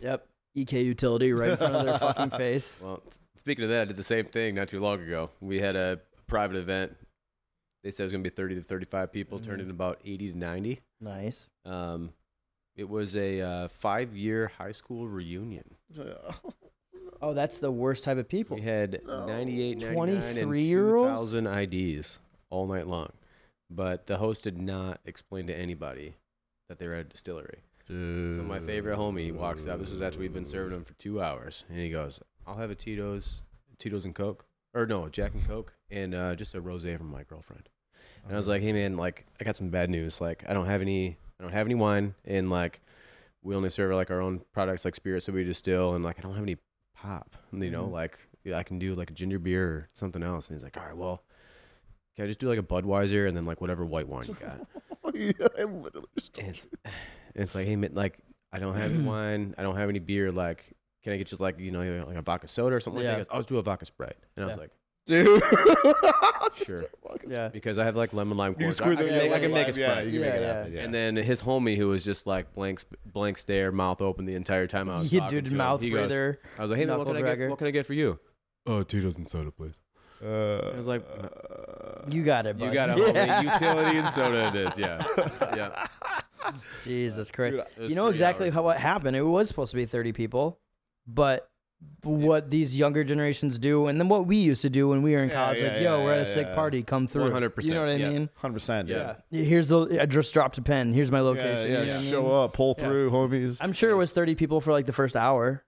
yep. EK utility right in front of their *laughs* fucking face. *laughs* Well, s- speaking of that, I did the same thing not too long ago. We had a private event. Mm-hmm. They said it was going to be 30 to 35 people, turned in about 80 to 90. Nice. Um, It was a uh, five-year high school reunion. Oh, that's the worst type of people. We had 98, 99, and 23-year-olds? 2000 IDs all night long, but the host did not explain to anybody that they were at a distillery. So my favorite homie walks up. This is after we've been serving him for two hours, and he goes, "I'll have a Tito's, Tito's and Coke, or no, Jack and Coke, and uh, just a rosé from my girlfriend." And I was like, "Hey man, like I got some bad news. Like I don't have any, I don't have any wine, and like we only serve like our own products, like spirits that we distill, and like I don't have any pop. You Mm-hmm. know, like yeah, I can do like a ginger beer or something else." And he's like, "All right, well." Can I just do like a Budweiser and then like whatever white wine you *laughs* got? *laughs* yeah, I literally just And it's, and it's like, hey, man, like I *clears throat* don't have any wine, I don't have any beer. Like, can I get you like you know like a vodka soda or something Yeah. like that? He goes, I'll just do a vodka sprite. And I was Yeah. like, dude. *laughs* sure, Yeah. because I have like lemon lime. You cordial. screw I, I the can make, I can make a Yeah, sprite. you can make it Yeah, happen. Yeah. And then his homie, who was just like blank, sp- blank stare, mouth open the entire time I was You talking dude, to him, mouth he goes- breather. I was like, "Hey, man, what can I knuckle-dragger. get? What can I get *laughs* for you?" Oh, Tito's and soda, please. uh, I was like, You got it, bud. "Uh, *laughs* "You got a Yeah. homie utility and soda. It *laughs* is, yeah, yeah." Jesus Christ. It was you know three exactly hours. how what happened. It was supposed to be 30 people, but what these younger generations do, and then what we used to do when we were in Yeah, college, yeah, like, yo, yeah, we're at a yeah, sick yeah. party, come through. You 100%, know what I yeah. mean? hundred percent. Yeah. Here's the, I just dropped a pen. Here's my Yeah, location. yeah, You know what I show mean? up, pull through, homies. *laughs* I'm sure it was 30 people for like the first hour.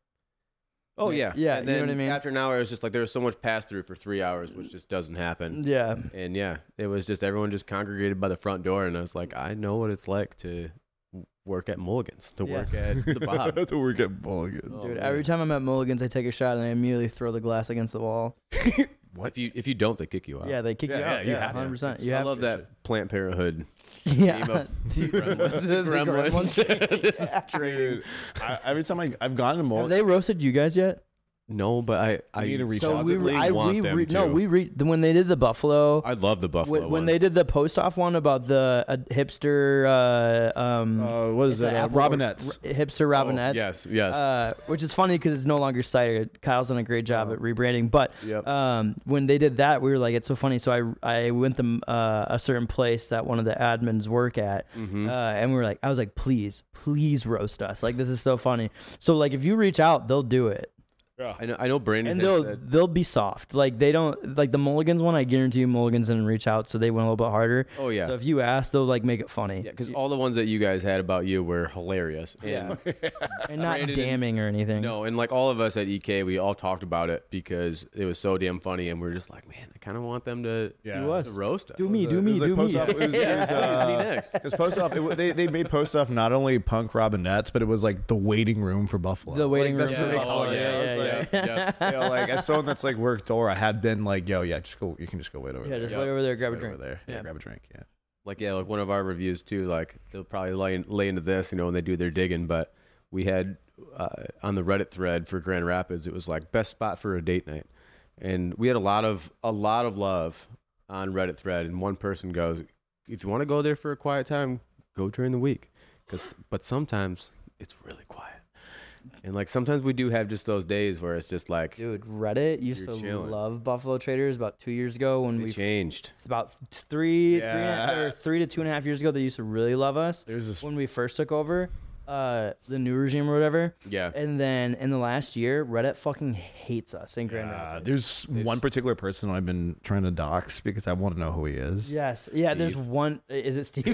Oh yeah, Yeah, And you know then what I mean? after an hour, it was just like there was so much pass through for three hours, which just doesn't happen. Yeah. And yeah, it was just everyone just congregated by the front door, and I was like, I know what it's like to work at Mulligan's, to Yeah. work *laughs* at the Bob. *laughs* That's where we get mulligan. Oh, Dude, man. every time I'm at Mulligan's, I take a shot and I immediately throw the glass against the wall. if you if you don't, they kick you out. Yeah, they kick Yeah, you yeah, out. you Yeah, have to. 100%. It's- You I have *laughs* love to. that Plant Parenthood Yeah. *laughs* game of *laughs* *laughs* Gremlins. The- the Gremlins. *laughs* this is Dude, I, every time I, I've gone to Have mulligan, they roasted you guys yet? no, but I I need to reach So out we, to positively re- I want we them re- to. no, we re- the- when they did the Buffalo, I love the Buffalo. when, when they did the post off one about the uh, hipster, uh, um, uh, what it's is it? an Uh, apple- Robinettes. Oh, r- hipster Robinettes. yes, yes. Uh, which is funny because it's no longer cider. Kyle's done a great job at rebranding, but Oh. Yep. um, when they did that, we were like, "It's so funny." So I I went to uh, a certain place that one of the admins work at, Mm-hmm. uh, and we were like, "I was like, please, please roast us! Like this is so funny." So like, if you reach out, they'll do it. I know I know Brandon and has they'll *laughs* said they'll be soft. Like they don't like the Mulligans one. I guarantee you, Mulligans didn't reach out, so they went a little bit harder. Oh, yeah. So if you ask, they'll like make it funny yeah, because all the ones that you guys had about you were hilarious. And *laughs* and not Brandon- damning or anything. No, and like all of us at EK, we all talked about it because it was so damn funny, and we are just like, man, I kind of want them to, Yeah. to Do us. roast us. Do me, do It me, was like do me. *laughs* post off. It was, it was, Me uh, next. Because post off, it, wa- they they made post off not only punk Robinettes, but it was like the waiting room for Buffalo. The waiting like, room That's for *laughs* what they Buffalo, Oh, call it. yeah, I was yeah, like, yeah. you know, like as someone that's like worked or I had been like, yo, yeah, just go. You can just go wait over yeah, there. just Yeah. wait over there, grab a Wait drink. over there. Yeah, Yeah. grab a drink. Yeah. Like yeah, like one of our reviews too. Like they'll probably lay, lay into this, you know, when they do their digging. But we had uh, on the Reddit thread for Grand Rapids, it was like best spot for a date night, and we had a lot of a lot of love on Reddit thread. And one person goes, "If you want to go there for a quiet time, go during the week, 'Cause- but sometimes it's really quiet." And like sometimes we do have just those days where it's just like Dude, Reddit used You're to chilling. love Buffalo Traders about two years ago when they we changed. about three, three, and a- Yeah. or three to two and a half years ago, they used to really love us. There's this. when we first took over uh, the new regime or whatever. Yeah. And then in the last year, Reddit fucking hates us in Grand Uh, Rapids. there's one particular person I've been trying to dox because I want to know who he is. Yes. Yeah. There's Steve. one. Is it Steve?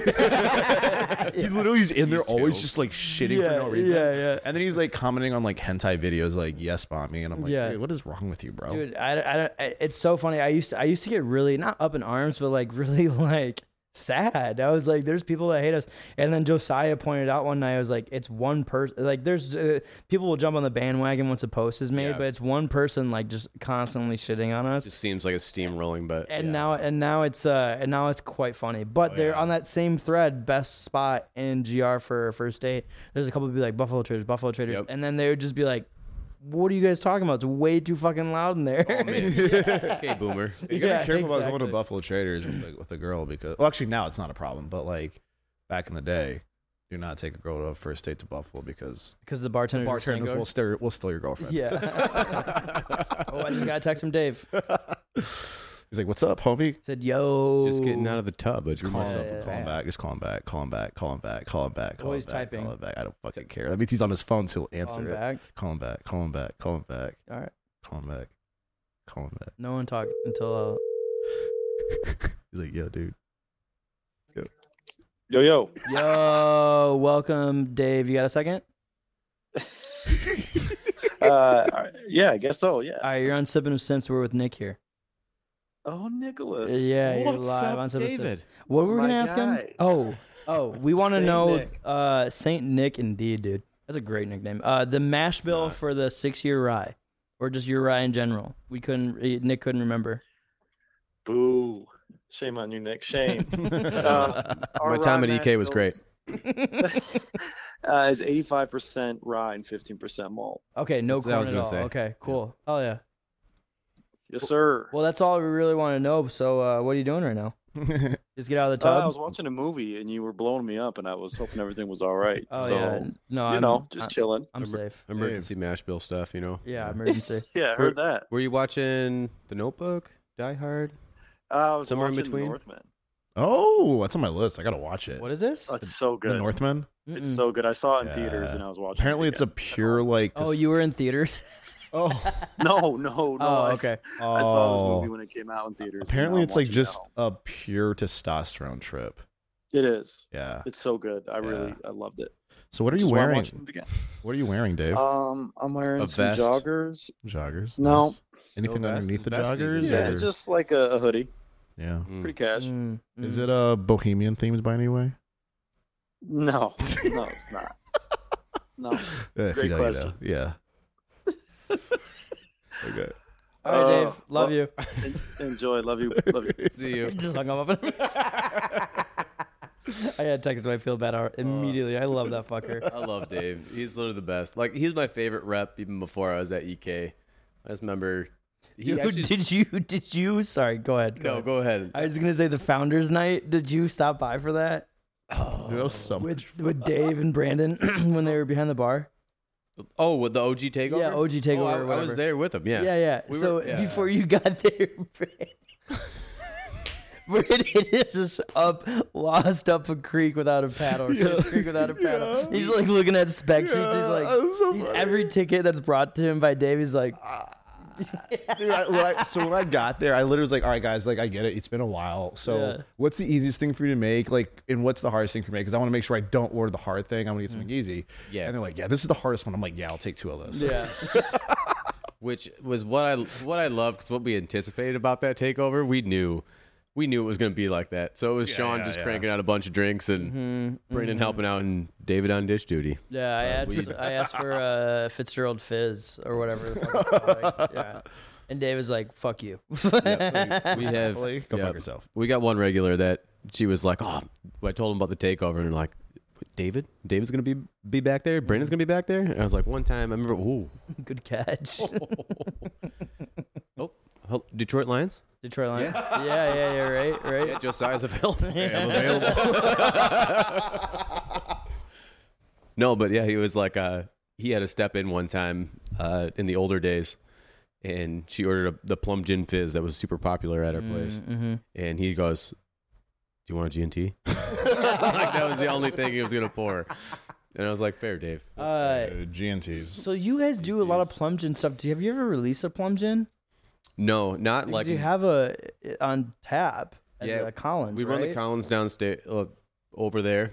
He literally is in there He's always chill. just like shitting for Yeah, no reason. yeah, yeah. And then he's like commenting on like hentai videos like yes bomb me and I'm like, Yeah. dude, what is wrong with you, bro? Dude, I, don't- I, don't- I, it's so funny. I used to, I used to get really not up in arms, but like *laughs* really like sad. I was like, there's people that hate us. And then Josiah pointed out one night, I was like, it's one person. Like, there's uh, people will jump on the bandwagon once a post is made, Yeah. but it's one person like just constantly shitting on us. It seems like it's steamrolling, but *laughs* and now and now it's uh and now it's quite funny. But Oh, they're on that same thread, best spot in GR for a first date. There's a couple be like Buffalo Traders, Buffalo Traders, Yep. and then they would just be like, "What are you guys talking about? It's way too fucking loud in there." *laughs* Oh, man. okay, boomer. You gotta Yeah, be careful about going exactly. to Buffalo Traders with, like, with a girl because well, actually now it's not a problem, but like back in the day, do not take a girl to a first date to *laughs* Buffalo because Because the bartenders, were bartenders single. will steal *laughs* will steal your girlfriend. Oh, yeah. oh, I just got a text from Dave. *laughs* He's like, "What's up, homie?" Said, yo. Just getting out of the tub. I drew Call myself. myself yeah, and yeah, call him yeah. back. Just call him back. Call him back. Call him back. Call him back. Call Always him back, typing. Call him back. I don't fucking care. That means he's on his phone, so he'll Call him answer it. back. Call him back. Call him back. Call him back. All right. Call him back. Call him back. No one talked until. Uh, He's like, "Yo, dude." Yo, *laughs* yo. Yo, welcome, Dave. You got a second? Uh, yeah, I guess so. Yeah. All right, you're on Sippin' of Simps. We're with Nick here. Oh, Nicholas. Yeah, you're What's live on up, Sippin' of Simps. David? What were we My gonna ask him? guy. Oh, oh, we want to Saint know Nick. uh, Saint Nick, indeed, dude. That's a great nickname. Uh, the mash bill not. for the six-year rye, or just your rye in general. We couldn't. eh, Nick couldn't remember. Boo. Shame on you, Nick. Shame. *laughs* Uh, My time at EK was great. *laughs* uh, is 85% rye and 15% malt. Okay, no That's what I corn was at gonna all. say. Okay, cool. Oh yeah. Yes, sir. Well, that's all we really want to know. So, uh, what are you doing right now? Just get out of the Uh, tub. I was watching a movie and you were blowing me up, and I was hoping everything was all right. oh so, yeah. uh, No, you I'm, know, just I- chilling. I'm Remember- safe. Emergency mash bill stuff, you know. Yeah, emergency. *laughs* Yeah, I We're- heard that. Were you watching The Notebook, Die Hard? Uh, I was somewhere in watching between? The Northman. oh, that's on my list. I gotta watch it. what is this? Oh, it's so The good. Northman. It's Mm-mm. so good. I saw it in theaters, Yeah. and I was watching. Apparently, it it's a again. *laughs* pure like. Oh, dis- you were in theaters. Oh. No, *laughs* no, no. oh, I s- okay. I saw this Oh. movie when it came out in theaters. and Apparently, now I'm it's like watching it just at home. a pure testosterone trip. It is. Yeah. It's so good. I really, Yeah. I loved it. So what are Which you is why I'm wearing? watching it again. What are you wearing, Dave? Um, I'm wearing A some vest? joggers. joggers? no. Nice. Anything No vest. underneath the Vest is joggers? Yeah, or- just like a, a hoodie. yeah. Pretty cash. Mm, Is mm. it uh, bohemian themed by any way? *laughs* No, no, it's not. No. Uh, if Great you don't, you know. question. *laughs* Yeah. okay. All right, Dave. Uh, Love *laughs* you. en- enjoy. Love you. Love you. See you. *laughs* Just hung up on him. *laughs* I had text him. I feel bad *laughs* Uh. al- immediately. I love that fucker. I love Dave. He's literally the best. Like he's my favorite rep even before I was at EK. I just remember he Dude, actually- did you? *laughs* Did you? Sorry. Go ahead. No, ahead. go ahead. I was gonna say the founders' night. Did you stop by for that Dude, *laughs* Oh, that was so Um, *laughs* much with with Dave and Brandon *clears throat* when they were behind the bar? oh, with the OG takeover? Yeah, OG takeover Oh, or I, I was whatever. there with him. Yeah. *laughs* Yeah, yeah. We so were- yeah. before you got *laughs* there, *laughs* Brandon is just up, lost up a creek without a paddle. Shit's Creek without *laughs* a paddle. He's like looking at spec sheets. He's like, that's so he's funny. every ticket that's brought to him by Dave. He's like, Dude, I, when I, so when I got there, I literally was like, "All right, guys, like I get it. It's been a while. So, Yeah. what's the easiest thing for you to make? Like, and what's the hardest thing for me? Because I want to make sure I don't order the hard thing. I want to get something easy. Yeah. And they're like, "Yeah, this is the hardest one. I'm like, "Yeah, I'll take two of *laughs* those. Mm. yeah, Which was what I what I love because what we anticipated about that takeover, we knew we knew it was going to be like that. So it was Sean yeah, just yeah. cranking out a bunch of drinks and Mm-hmm, Brandon helping out and David on dish *laughs* duty. yeah. I asked, I asked for uh, Fitzgerald Fizz or whatever. The fuck it's called, like, yeah. And Dave is like, "Fuck you." *laughs* We have Go yeah. fuck yourself. We got one regular that she was like, "Oh, I told him about the takeover," and like, David, David's gonna be be back there. Brandon's gonna be back there. And I was like, one time, I remember, ooh, Good catch, oh, hel- Detroit Lions. Detroit Lions. Yeah, yeah, yeah. Right, right. *laughs* Yeah, Josiah's *laughs* available. no, but yeah, he was like, uh, he had a step in one time uh, in the older days, and she ordered a, the plum gin fizz that was super popular at her place, Mm. Mm-hmm. and he goes, "Do you want a G and T?" *laughs* Like that was the only thing he was gonna pour, and I was like, "Fair, Dave." Uh, Uh, GNTs. So you guys do a lot of plum gin stuff. Do you have you ever released a plum gin? No, not Like like you have a on tap as yeah, a Collins. We run the right? Collins downstairs uh, *laughs* over there.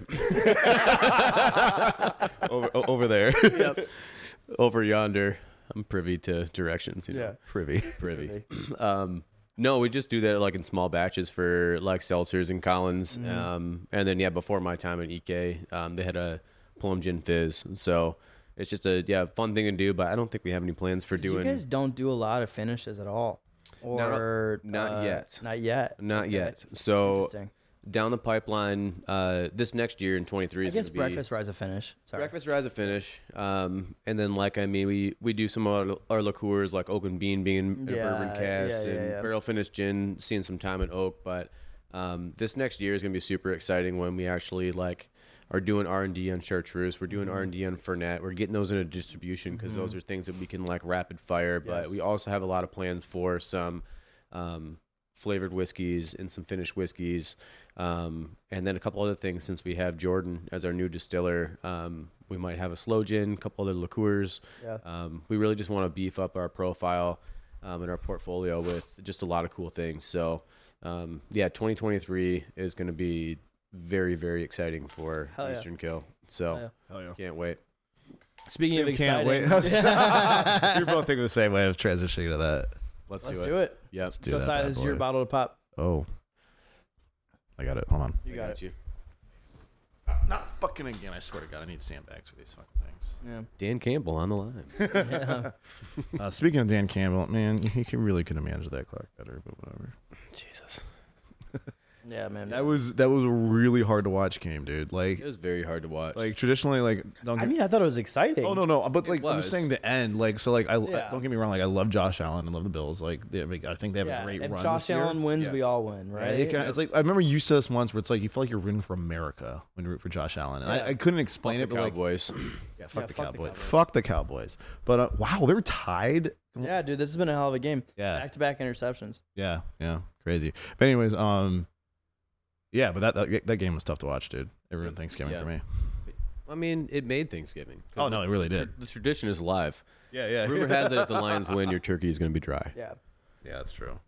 over, o- over there. yep. *laughs* Over yonder. I'm privy to directions. You know? Yeah. *laughs* Privy. Privy. *clears throat* um, no, we just do that like in small batches for like seltzers and Collins. Mm-hmm. Um, and then, yeah, before my time at EK, um, they had a plum gin fizz. So it's just a yeah fun thing to do, but I don't think we have any plans for 'Cause You doing. guys don't do a lot of finishes at all, or not uh, yet. Not yet. not Okay. yet. So Interesting. down the pipeline, uh, this next year in 23 I is going guess to be breakfast rise a finish. Sorry. Breakfast rise a finish, um, and then like I mean, we we do some of our, our liqueurs like oak and bean being a bourbon Yeah, cast yeah, yeah, and yeah. barrel finished gin, seeing some time at oak. But um, this next year is gonna be super exciting when we actually like are doing R and D on chartreuse. We're doing Mm-hmm. R and D on fernet. We're getting those into distribution because those are things that we can like rapid fire. But we also have a lot of plans for some um, flavored whiskeys and some Finnish whiskeys, um, and then a couple other things. Since we have Jordan as our new distiller, um, we might have a slow gin, a couple other liqueurs. Yeah. Um, we really just want to beef up our profile um, and our portfolio with just a lot of cool things. So, um, yeah, 2023 is going to be very, very exciting for Hell yeah. Eastern Kill. So, Hell Hell yeah. can't wait. Speaking of Can't exciting, wait. *laughs* *laughs* You're both thinking the same way of transitioning to that. Let's, Let's do it. do it. Yep. Let's do So that Si, bad this is your boy. bottle to *laughs* pop. Oh, I got it. Hold on. You I got it. you. Not fucking again. I swear to God, I need sandbags for these fucking things. Yeah. Dan Campbell on the line. Uh, speaking of Dan Campbell, man, *laughs* he could, really could have managed that clock better, but whatever. Jesus. *laughs* Yeah, man. That was that was a really hard to watch game, dude. Like It was very hard to watch. like traditionally, like don't I get, mean, I thought it was exciting. oh no no, but like I'm was. just saying the end, like so like I Yeah. don't get me wrong, like I love Josh Allen, I love the Bills, like they, like, I think they have Yeah, a great if run. Josh this year. Allen wins, Yeah. we all win, Right? right? It kinda- it's like I remember you said this once where it's like you feel like you're rooting for America when you root for Josh Allen. And Yeah. I, I couldn't explain the it, but *clears throat* like Cowboys. yeah, fuck, Yeah, fuck the, the Cowboys. Cowboys. fuck the Cowboys. But uh, wow, they were tied. yeah, dude, this has been a hell of a game. Yeah. Back to back interceptions. Yeah, yeah, crazy. But anyways, um, yeah, but that that, that game was tough to watch, dude. It ruined Thanksgiving Yeah. for me. I mean, it made Thanksgiving. 'Cause Oh no, it really the, did. the tradition *laughs* is alive. Yeah, yeah. Rumor has it if the Lions win, your turkey is going to be dry. Yeah. *laughs* yeah, that's true. Oh,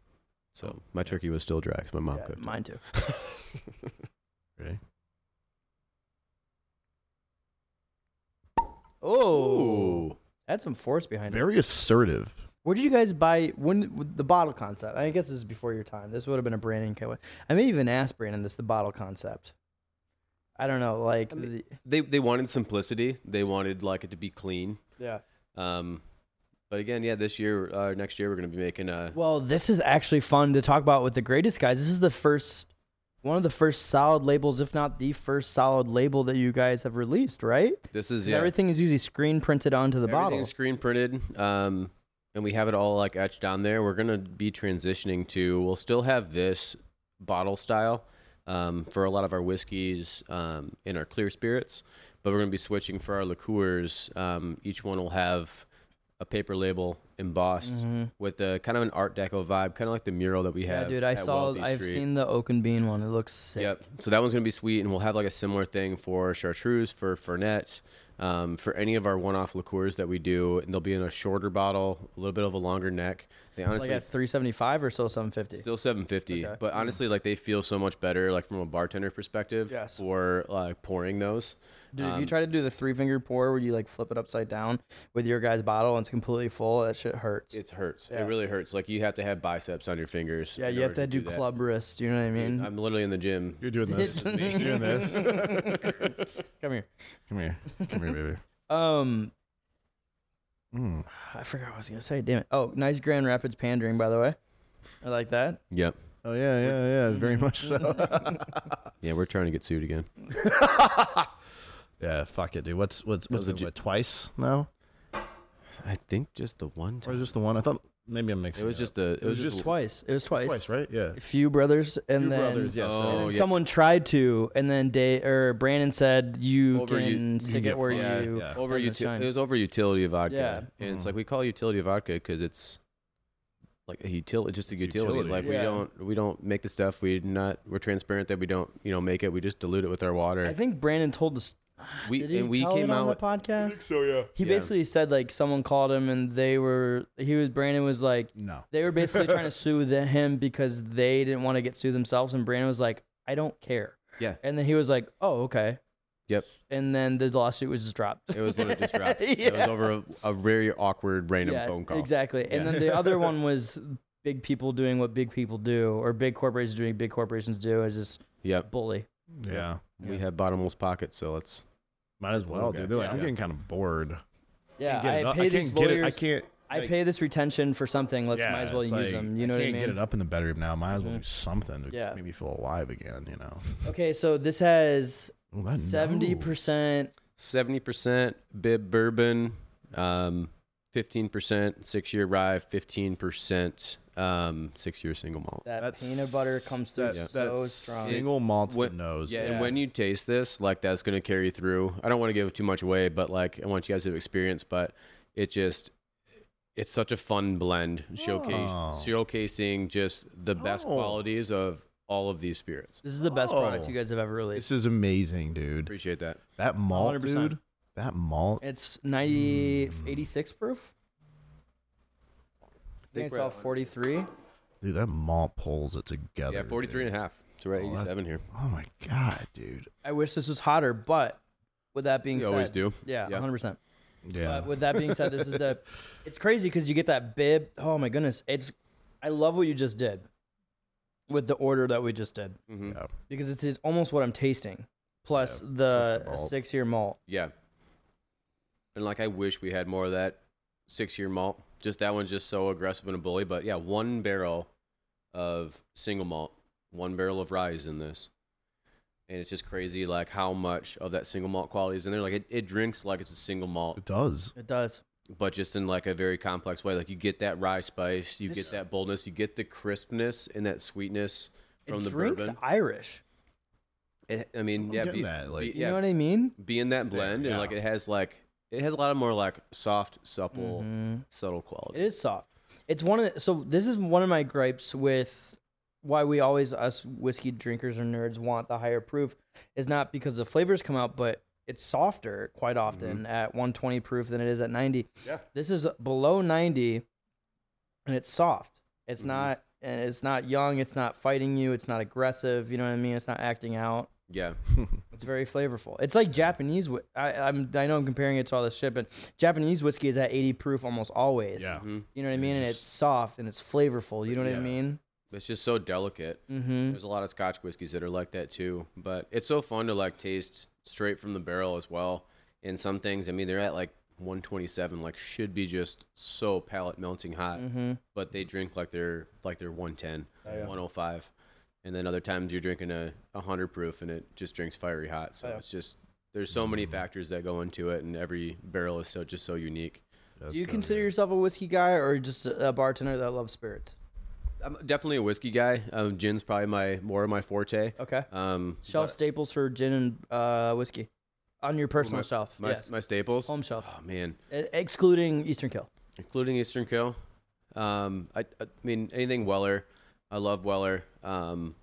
So my turkey was still dry 'cause my mom yeah, cooked. Mine too. *laughs* Ready? Oh, Ooh. had some force behind it. Very assertive. Where did you guys buy when with the bottle concept? I guess this is before your time. This would have been a Brandon K one. I may even ask Brandon this the bottle concept. I don't know, like I mean- the, They they wanted simplicity. They wanted like it to be clean. yeah. Um, but again, yeah, this year, uh, next year, we're going to be making a Well, this is actually fun to talk about with the greatest guys. This is the first one of the first solid labels, if not the first solid label that you guys have released, right? This is 'Cause yeah, Everything is usually screen printed onto the everything's bottle. screen printed, um, and we have it all like etched on there. We're gonna be transitioning to. We'll still have this bottle style um, for a lot of our whiskeys um, and our clear spirits, but we're gonna be switching for our liqueurs. Um, each one will have a paper label embossed with a kind of an Art Deco vibe, kind of like the mural that we Mm-hmm. Yeah, have. dude, I at saw. Wealthy I've Street. seen the oak and bean one. It looks sick. Yep. So that one's gonna be sweet, and we'll have like a similar thing for chartreuse, for fernet, um, for any of our one-off liqueurs that we do, and they'll be in a shorter bottle, a little bit of a longer neck. They Like honestly at 375 or so, 750. still 750, Okay. Mm-hmm. but honestly, like they feel so much better, like from a bartender perspective, Yes. for like pouring those. Dude, if you Um, try to do the three finger pour where you like flip it upside down with your guy's bottle and it's completely full, that shit hurts. It hurts. Yeah. It really hurts. Like you have to have biceps on your fingers. yeah, in you have order to do, that. club wrist. You know what I mean? I'm literally in the gym. You're doing *laughs* this. *laughs* You're doing this. Come here. *laughs* Come here. Come here, baby. Um, Mm. I forgot what I was gonna say. Damn it. Oh, nice Grand Rapids pandering, by the way. I like that. Yep. Oh yeah, yeah, yeah. Very much *laughs* *laughs* so. Yeah, we're trying to get sued again. *laughs* yeah, fuck it, dude. What's what's was what's a it ju- what, twice now? I think just the one Or time. is this the one? I thought maybe I'm mixing. It was up. just a. It, was, just Twice. It was twice. twice, right? Yeah. Few brothers, and Two then brothers. Yes. and then Oh, yeah. someone tried to, and then Day or Brandon said you Over you- can you stick it get where yeah, Mm-hmm. you. yeah. over doesn't uti- shine. it was over utility vodka Yeah. and it's like we call utility vodka because it's like a utility just a utility. utility. like we Yeah. don't we don't make the stuff we not we're transparent that we don't you know make it we just dilute it with our water I think Brandon told *sighs* us. We- Did he and we tell it came on out- the podcast. So yeah. He Yeah. basically said like someone called him and they were he was Brandon was like No. they were basically *laughs* trying to sue the, him because they didn't want to get sued themselves and Brandon was like I don't care yeah and then he was like oh okay Yep. and then the lawsuit was just dropped it was literally just dropped it was *laughs* Yeah. over a, a very awkward random Yeah, phone call exactly and Yeah. then the *laughs* other one was big people doing what big people do or big corporations doing what big corporations do is just yep bully Yeah. we have bottomless pockets so let's Might as well, Okay. dude. They're like, Yeah. I'm getting kind of bored. yeah Get it I up. pay can't these get it. lawyers I can't. I like- pay this retention for something let's Yeah, might as well use it's like, them you know I what I can't mean Mm-hmm. Get it up in the bedroom now. Might as well do something to Yeah. make me feel alive again. You know, okay so this has Ooh, that Seventy nose. percent. 70% bib bourbon um 15% six year rye 15% um six year single malt That That's- peanut butter comes through that- so that strong. Single malt to What- the nose. Yeah, Yeah. and when you taste this, like that's gonna carry through. I don't want to give too much away, but like I want you guys to experience. But it just it's such a fun blend showcase, Oh. showcasing just the best Oh. qualities of all of these spirits. This is the best product Oh. you guys have ever released. This is amazing, dude. Appreciate that. That malt, 100%. dude. That malt. It's 90, 86 proof. I think it's all 43. Dude, that malt pulls it together. Yeah, 43 dude. and a half. So we're at Oh, that- 87 here. Oh my god, dude. I wish this was hotter, but with that being You said, always do. Yeah, Yeah. 100%. Yeah. But with that being said, this is the. *laughs* It's crazy because you get that bib. Oh my goodness, it's. I love what you just did, with the order that we just did, hmm *laughs* Yeah. because it's, it's almost what I'm tasting, plus Yeah, the, plus the malt. six-year malt. Yeah. And like, I wish we had more of that six year malt. Just that one's just so aggressive and a bully. But yeah, one barrel of single malt, one barrel of rye is in this. And it's just crazy, like, how much of that single malt quality is in there. Like, it, it drinks like it's a single malt, It does. It does. but just in like a very complex way. Like, you get that rye spice, you This- get that boldness, you get the crispness and that sweetness from it the drinks bourbon. Irish. It- I mean, I'm yeah, getting that, like- You know what I mean? be in that It's there, blend and like yeah. it has like it has a lot of more like soft supple Mm-hmm. Mm-hmm. subtle quality It is soft. It's one of the, so this is one of my gripes with why we always us whiskey drinkers or nerds want the higher proof is not because the flavors come out, but it's softer quite often at 120 proof than it is at 90. Yeah. This is below 90 and it's soft. It's not and it's not young, it's not fighting you, it's not aggressive, you know what I mean? It's not acting out. yeah It's very flavorful. It's like Japanese. whi- I, I'm I know I'm comparing it to all this shit, but Japanese whiskey is at 80 proof almost always. Yeah. Mhm. You know what I And it mean? and just- it's soft and it's flavorful. You know what I Yeah. mean? it's just so delicate Mm-hmm. there's a lot of scotch whiskeys that are like that too but it's so fun to like taste straight from the barrel as well and some things i mean they're at like 127 like should be just so palate melting hot Mm-hmm. but they drink like they're like they're 110 Oh, 105 and then other times you're drinking a 100 proof and it just drinks fiery hot so Oh, Yeah. it's just there's so many factors that go into it and every barrel is so just so unique Do you consider yourself a whiskey guy or just a, a bartender that loves spirits? i'm definitely a whiskey guy um, gin's probably my more of my forte Okay. um Shelf but staples for gin and uh, whiskey on your personal my- shelf. my, yes. my staples Home shelf, oh man E- excluding Eastern Kill. including Eastern Kill. Um, I, I mean anything Weller. I love Weller. Um,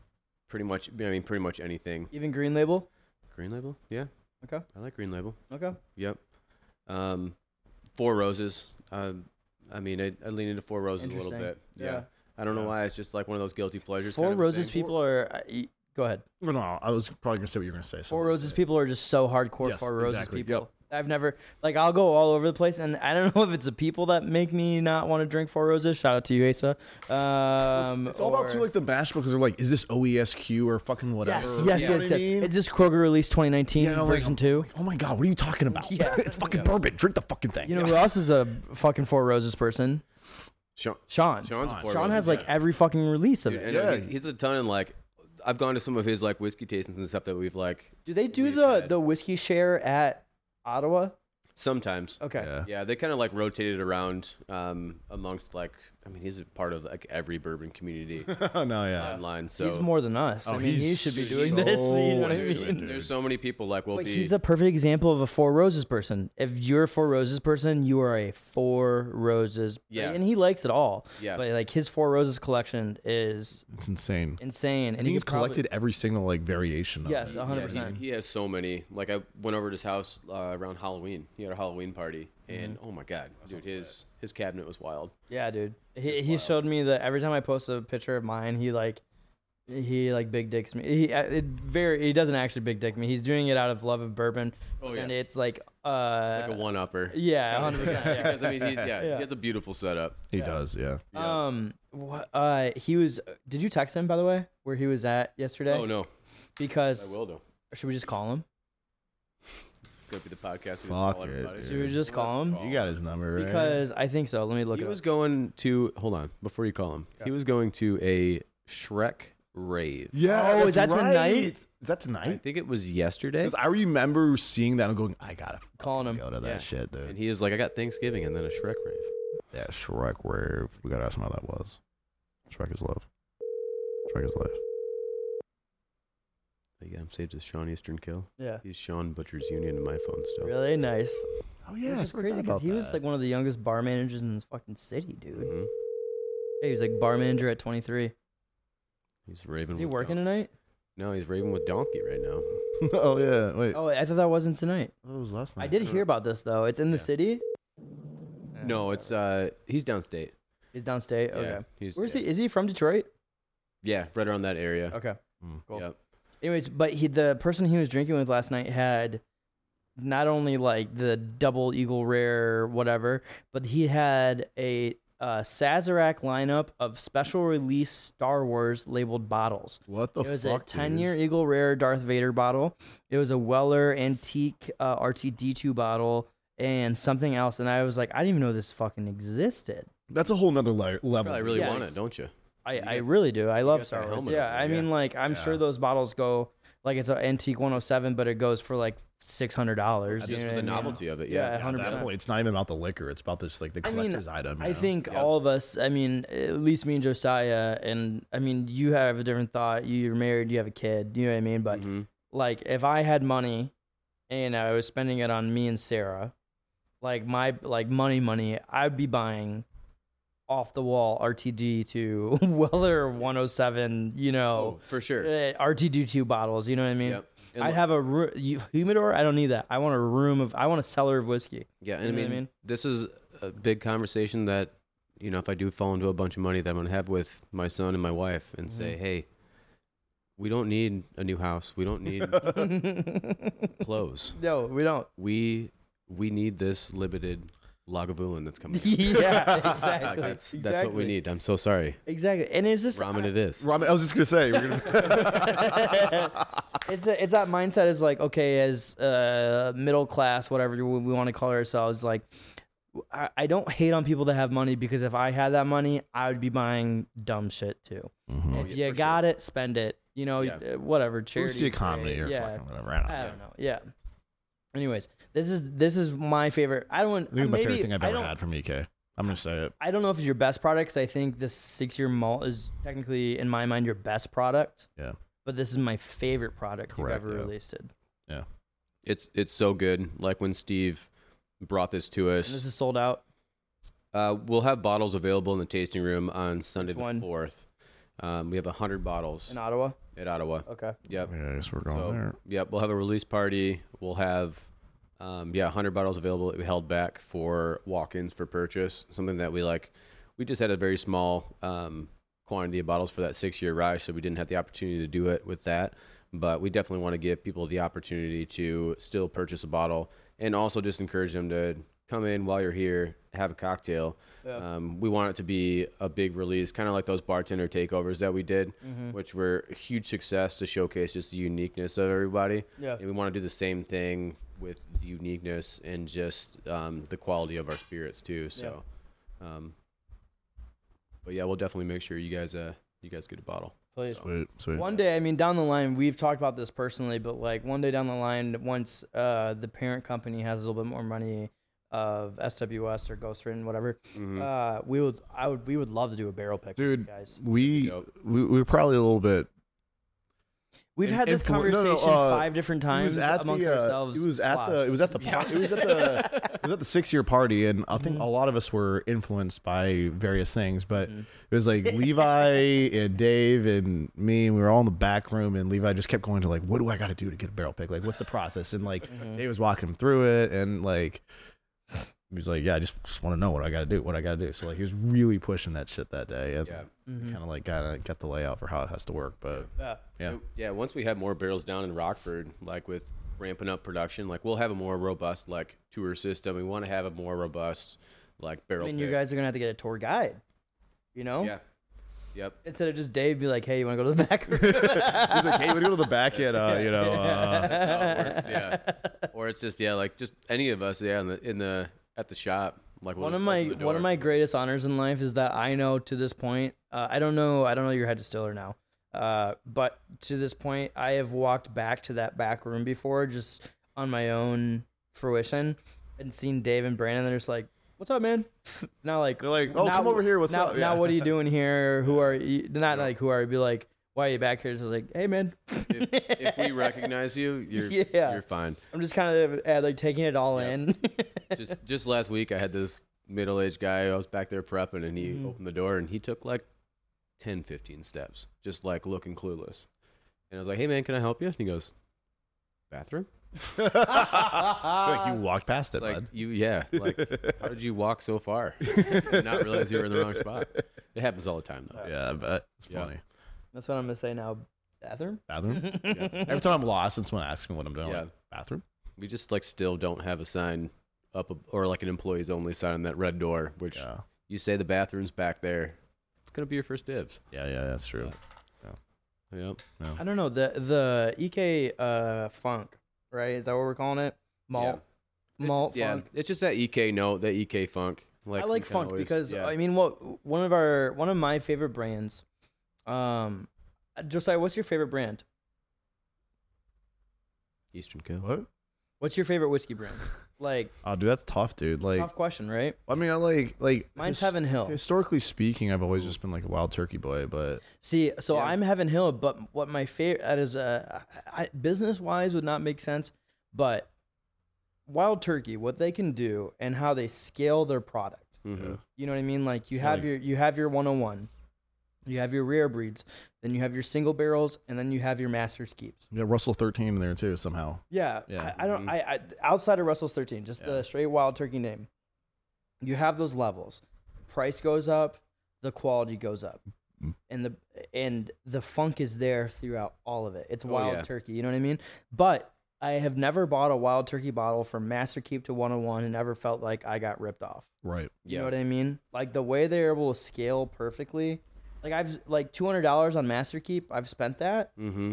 pretty much. I mean pretty much anything. Even Green Label. Green Label. Yeah. Okay. I like Green Label. Okay. Yep. Um, Four Roses. Um, I mean I, I lean into Four Roses a little Interesting. bit. Yeah. Yeah. I don't know Yeah. why it's just like one of those guilty pleasures. Four kind of a Roses thing. people are. I- e- Go ahead. No, no, I was probably gonna say what you were gonna say. so Four I'm gonna Roses say it. people are just so hardcore. Yes, Four Roses exactly. people. Yep. I've never like I'll go all over the place, and I don't *laughs* know if it's the people that make me not want to drink Four Roses. Shout out to you, Asa. Um, It's all about or- too like the bash because they're like, is this OESQ or fucking whatever? Yes, You yes, know yes, what I yes. mean? Is this Kroger release 2019 Yeah, no, like, version I'm- two? like, oh my god, what are you talking about? Yeah. *laughs* it's fucking bourbon. Drink the fucking thing. you know who else is a fucking Four Roses person? Sean, Sean. Sean, Sean's Four Roses. has like every fucking release of Dude, I it. know, Yeah. he's, he's a ton of like. I've gone to some of his like whiskey tastings and stuff that we've like Do they do We've the had- the whiskey share at Ottawa? sometimes. Okay. Yeah. Yeah, they kind of like rotated around um, amongst like I mean he's a part of like every bourbon *laughs* community *laughs* Oh no, yeah. online. So He's more than us. I Oh, mean, he he's should be so doing this. *laughs* You know what I into mean? it, dude. there's so many people like will But be he's a perfect example of a Four Roses person. If you're a Four Roses person, you are a Four Roses. Yeah. And he likes it all. Yeah. But like his Four Roses collection is It's insane. insane. I And think he he's could probably- collected every single like variation of Yes, it. a yeah, 100%. he, he has so many. Like I went over to his house uh, around Halloween. He had a Halloween party, and oh my god, dude, his his cabinet was wild. Yeah, dude. He, he showed me that every time I post a picture of mine, he like he like big dicks me. He uh, it very he doesn't actually big dick me. He's doing it out of love of bourbon. Oh, And yeah. it's like uh It's like a one upper. *laughs* Yeah, 100%. yeah. because I mean, he's, yeah, Yeah. he has a beautiful setup. He does, yeah. Yeah. Um what uh he was did you text him by the way where he was at yesterday? oh no, I Because will though. should we just call him? It's gonna be the podcast. we just Fuck call it, everybody. Should we just call Let's him? You got his number, right? Because I think so. Let me look he it was up. going to hold on before you call him. He was going to a Shrek rave. yeah. Oh, is that's that tonight? Is that I tonight? think it was yesterday. Because I remember seeing that and going, I gotta fucking Calling him. go to that Yeah. shit, dude. And he was like, I got Thanksgiving and then a Shrek rave. Yeah, Shrek Rave. We gotta ask him how that was. Shrek is love. Shrek is life. But yeah, I'm saved as Sean Eastern Kill. Yeah. He's Sean Butcher's Union in my phone still. Really nice. Yeah, Oh yeah, Which I is forgot crazy because about he was that. like one of the youngest bar managers in this fucking city, dude. Mhm. Yeah, he was like bar manager at 23. He's raving. Is he with working Don- tonight? No, he's raving with Donkey right now. *laughs* oh yeah, wait. Oh, I thought that wasn't tonight. That was last night. I did hear about this though. It's in the Yeah. city. No, it's uh, he's downstate. he's downstate. Okay. Yeah, he's, Where's yeah. he? Is he from Detroit? Yeah, right around that area. Okay. Mm. Cool. Yep. Anyways, but he the person he was drinking with last night had not only like the double eagle rare whatever, but he had a uh, Sazerac lineup of special release Star Wars labeled bottles. What the it was fuck? a dude? 10 year Eagle Rare Darth Vader bottle. It was a Weller antique uh, RTD2 bottle and something else. And I was like, I didn't even know this fucking existed. That's a whole nother le- level. Probably really Yes. want it, don't you? I, You I got- really do. I love got Star that Wars. helmet Yeah. up there, I mean, yeah. like, I'm sure Yeah. those bottles go, like, it's an antique 107, but it goes for like $600. you know Just for what the I mean? novelty of it. Yeah, Yeah. At 100%. that point, it's not even about the liquor. It's about this like the I mean, collector's item. you I know? think Yeah. all of us, I mean, at least me and Josiah, and I mean, you have a different thought. You're married, you have a kid, you know what I mean? But Mhm. like if I had money and I was spending it on me and Sarah, like my like money money, I'd be buying off the wall RTD to *laughs* Weller 107, you Oh, know, for sure. eh, RTD two bottles, you know what I mean? Yep. And I'd look- have a ru- you- humidor. I don't need that. I want a room of. I want a cellar of *laughs* whiskey. *laughs* Yeah, and You I know what mean, I mean? this is a big conversation that you know, if I do fall into a bunch of money, that I'm gonna have with my son and my wife, and say, Mm-hmm. hey, we don't need a new house. We *laughs* don't need clothes. No, we *laughs* don't. We we need this limited Lagavulin *laughs* that's coming. out." yeah, exactly. That's that's what we Exactly. uh, need. I'm so sorry. Exactly, and it's just Ramen it is. Ramen, I was just gonna say. We're gonna, *laughs* *laughs* it's a, it's that mindset is like okay as uh middle class whatever we, we want to call ourselves like I, I don't hate on people that have money because if I had that money I would be buying dumb shit too if Mm-hmm. Oh, yeah, you for got it spend it you know Yeah. uh, whatever Boost charity the economy parade, or yeah fucking whatever. I don't, I know. don't know yeah anyways this is this is my favorite I don't I think it's my maybe, favorite thing I've I ever don't- had from EK. I'm gonna say it. I don't know if it's your best product 'cause I think this six year malt is technically, in my mind, your best product. Yeah. But this is my favorite product Correct, you've ever yeah. released. It. It's it's so good. Like when Steve brought this to us. And this is sold out. Uh, we'll have bottles available in the tasting room on Sunday Which one? the fourth. Um, we have hundred bottles In Ottawa. at Ottawa. Okay. Yep. Yeah, I guess we're going So there. yep, we'll have a release party. We'll have um, yeah, hundred bottles available that we held back for walk-ins for purchase. Something that we like. We just had a very small um, quantity of bottles for that six-year rye, so we didn't have the opportunity to do it with that. But we definitely want to give people the opportunity to still purchase a bottle, and also just encourage them to come in while you're here, have a cocktail. Um, we want it to be a big release, kind of like those bartender takeovers that we did, which were a huge success to showcase just the uniqueness of everybody. Yeah. And we want to do the same thing with the uniqueness and just um, the quality of our spirits too. So, um, but yeah, we'll definitely make sure you guys uh, you guys get a bottle. Please. Sweet, sweet. One day, I mean, down the line, we've talked about this personally, but like one day down the line, once uh, the parent company has a little bit more money of SWS or Ghost Written, whatever, uh, we would, I would, we would love to do a barrel pick, with you Mm-hmm. Dude, guys. we, Dope. we we were probably a little bit. We've in- had this influ- no, conversation no, uh, five different It times was at amongst the. uh, ourselves. it was at the. slash. It was at the. par- It was at *laughs* the. It was at the six-year party, and I think a lot of us were influenced by various things. But Mm. it was like Levi and Dave and me, and we were all in the back room, and Levi just kept going to like, "What do I got to do to get a barrel pick? Like, what's the process?" And like, Mm-hmm. Dave was walking him through it, and like. He was like, "Yeah, I just, just want to know what I got to do, what I got to do." So like, he was really pushing that shit that day, and Yeah. kind of like got to get the layout for how it has to work. But Yeah. Yeah. Once we have more barrels down in Rockford, like with ramping up production, like we'll have a more robust like tour system. We want to have a more robust like barrel. I mean, you pick. guys are gonna have to get a tour guide. You know, Yeah. Yep. instead of just Dave be like, "Hey, you want to go to the *laughs* back?" room?" he's like, "Hey, we go to the *laughs* back at uh, you *laughs* know." Uh, *laughs* Works, yeah. Or it's just yeah, like just any of us, yeah, in the in the at the shop. Like we'll one just of my open the one of door. my greatest honors in life is that I know to this point. Uh, I don't know. I don't know your head distiller now, uh, but to this point, I have walked back to that back room before, just on my own fruition, and seen Dave and Brandon. They're just like, "What's up, man?" *laughs* Not like They're like, "Oh, now- come over here, what's now- up?" Now, Yeah. *laughs* what are you doing here? Who are you? Not like who are you? Be like, why are you back here? So I was like, hey man, If, if *laughs* we recognize you, you're Yeah. you're fine. I'm just kind of uh, like taking it all Yeah. in. *laughs* Just just last week, I had this middle aged guy. I was back there prepping, and he Mm-hmm. Mhm. opened the door, and he took like 10, 15 steps, just like looking clueless. And I was like, "Hey man, can I help you?" And he goes, "Bathroom." *laughs* like you walked past it, It's like bud. *laughs* you, yeah. Like, how did you walk so far? and not realize you *laughs* were in the wrong spot. It happens all the time, though. Yeah, but it's Yeah. funny. That's what I'm gonna say now. Bathroom. Hmm? Bathroom. Every time I'm lost and someone asks me what I'm doing, I'm Yeah. like, bathroom. We just like still don't have a sign up, ab- or like an employees only sign on that red door, which Yeah, you say the bathroom's back there. It's gonna be your first dibs. yeah, yeah. That's true. Yep. *laughs* I don't know the the EK uh funk right? Is that what we're calling it? Malt malt It's- yeah, funk. it's just that EK note, that EK funk. I we like kinda funk always- because yeah. I mean, what one of our one of my favorite brands. Um, Josiah, what's your favorite brand? Eastern Cow. What? What's your favorite whiskey brand? Like Oh, dude, that's tough, dude. Like, tough question, right? I mean, I like, like. Mine's his- Heaven Hill. Historically speaking, I've always just been like a wild turkey boy, but See, so Yeah. I'm Heaven Hill, but what my favorite that is uh, I, business wise would not make sense, but Wild Turkey, what they can do and how they scale their product. Mhm. You know what I mean? Like you have your you have your 101, you have your rare breeds, then you have your single barrels, and then you have your master's keeps. yeah, Russell thirteen in there too somehow. Yeah, Yeah. I, I don't. I, I outside of Russell's thirteen, just Yeah. the straight wild turkey name. You have those levels. Price goes up, the quality goes up, and the and the funk is there throughout all of it. It's wild yeah. turkey. You know what I mean? But I have never bought a wild turkey bottle from Master Keep to 101 and never felt like I got ripped off. Right. You Yeah. know what I mean? Like the way they're able to scale perfectly. Like I've like two hundred dollars on Master Keep. I've spent that. Mm-hmm.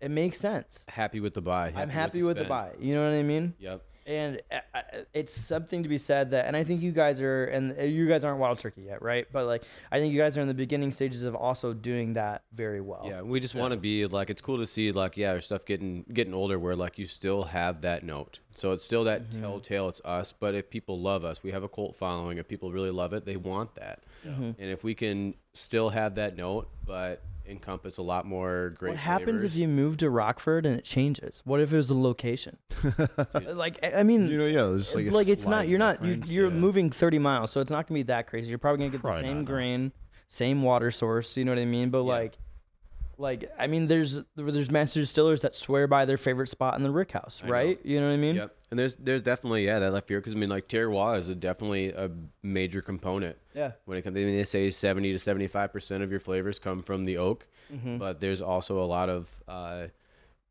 It makes sense. Happy with the buy. I'm happy with the spend. buy. You know what I mean? Yep. and uh, uh, it's something to be said that and i think you guys are and uh, you guys aren't wild turkey yet right but like i think you guys are in the beginning stages of also doing that very well Yeah, we just want to be like it's cool to see like yeah, our stuff getting getting older where like you still have that note. So it's still Mm-hmm. that telltale it's us, but if people love us, we have a cult following. If people really love it, they want that. And if we can still have that note but encompass a lot more great what happens flavors- if you move to rockford and it changes what if it was a *laughs* location like i I mean You know, yeah. There's just, like like, a it's not slight you're not you, difference, you're yeah. moving 30 miles so it's not gonna be that crazy you're probably gonna get Probably the same not, no. grain same water source you know what i mean but like like i mean there's there's master distillers that swear by their favorite spot in the rick house know. right you know what i mean Yep. And there's there's definitely yeah that left here because I mean like terroir is a, definitely a major component. Yeah. When it comes, I mean, they say seventy to seventy five percent of your flavors come from the oak, but there's also a lot of uh,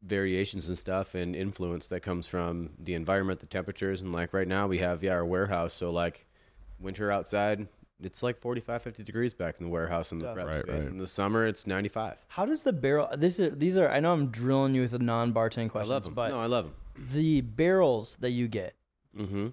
variations and stuff and influence that comes from the environment, the temperatures, and like right now we have yeah our warehouse. So like winter outside, it's like 45, 50 degrees back in the warehouse in the prep Right, space. right. In the summer, it's ninety five. How does the barrel? This is these are. I know I'm drilling you with the non-bartending I questions, love them. but No, I love them. the barrels that you get Mm-hmm.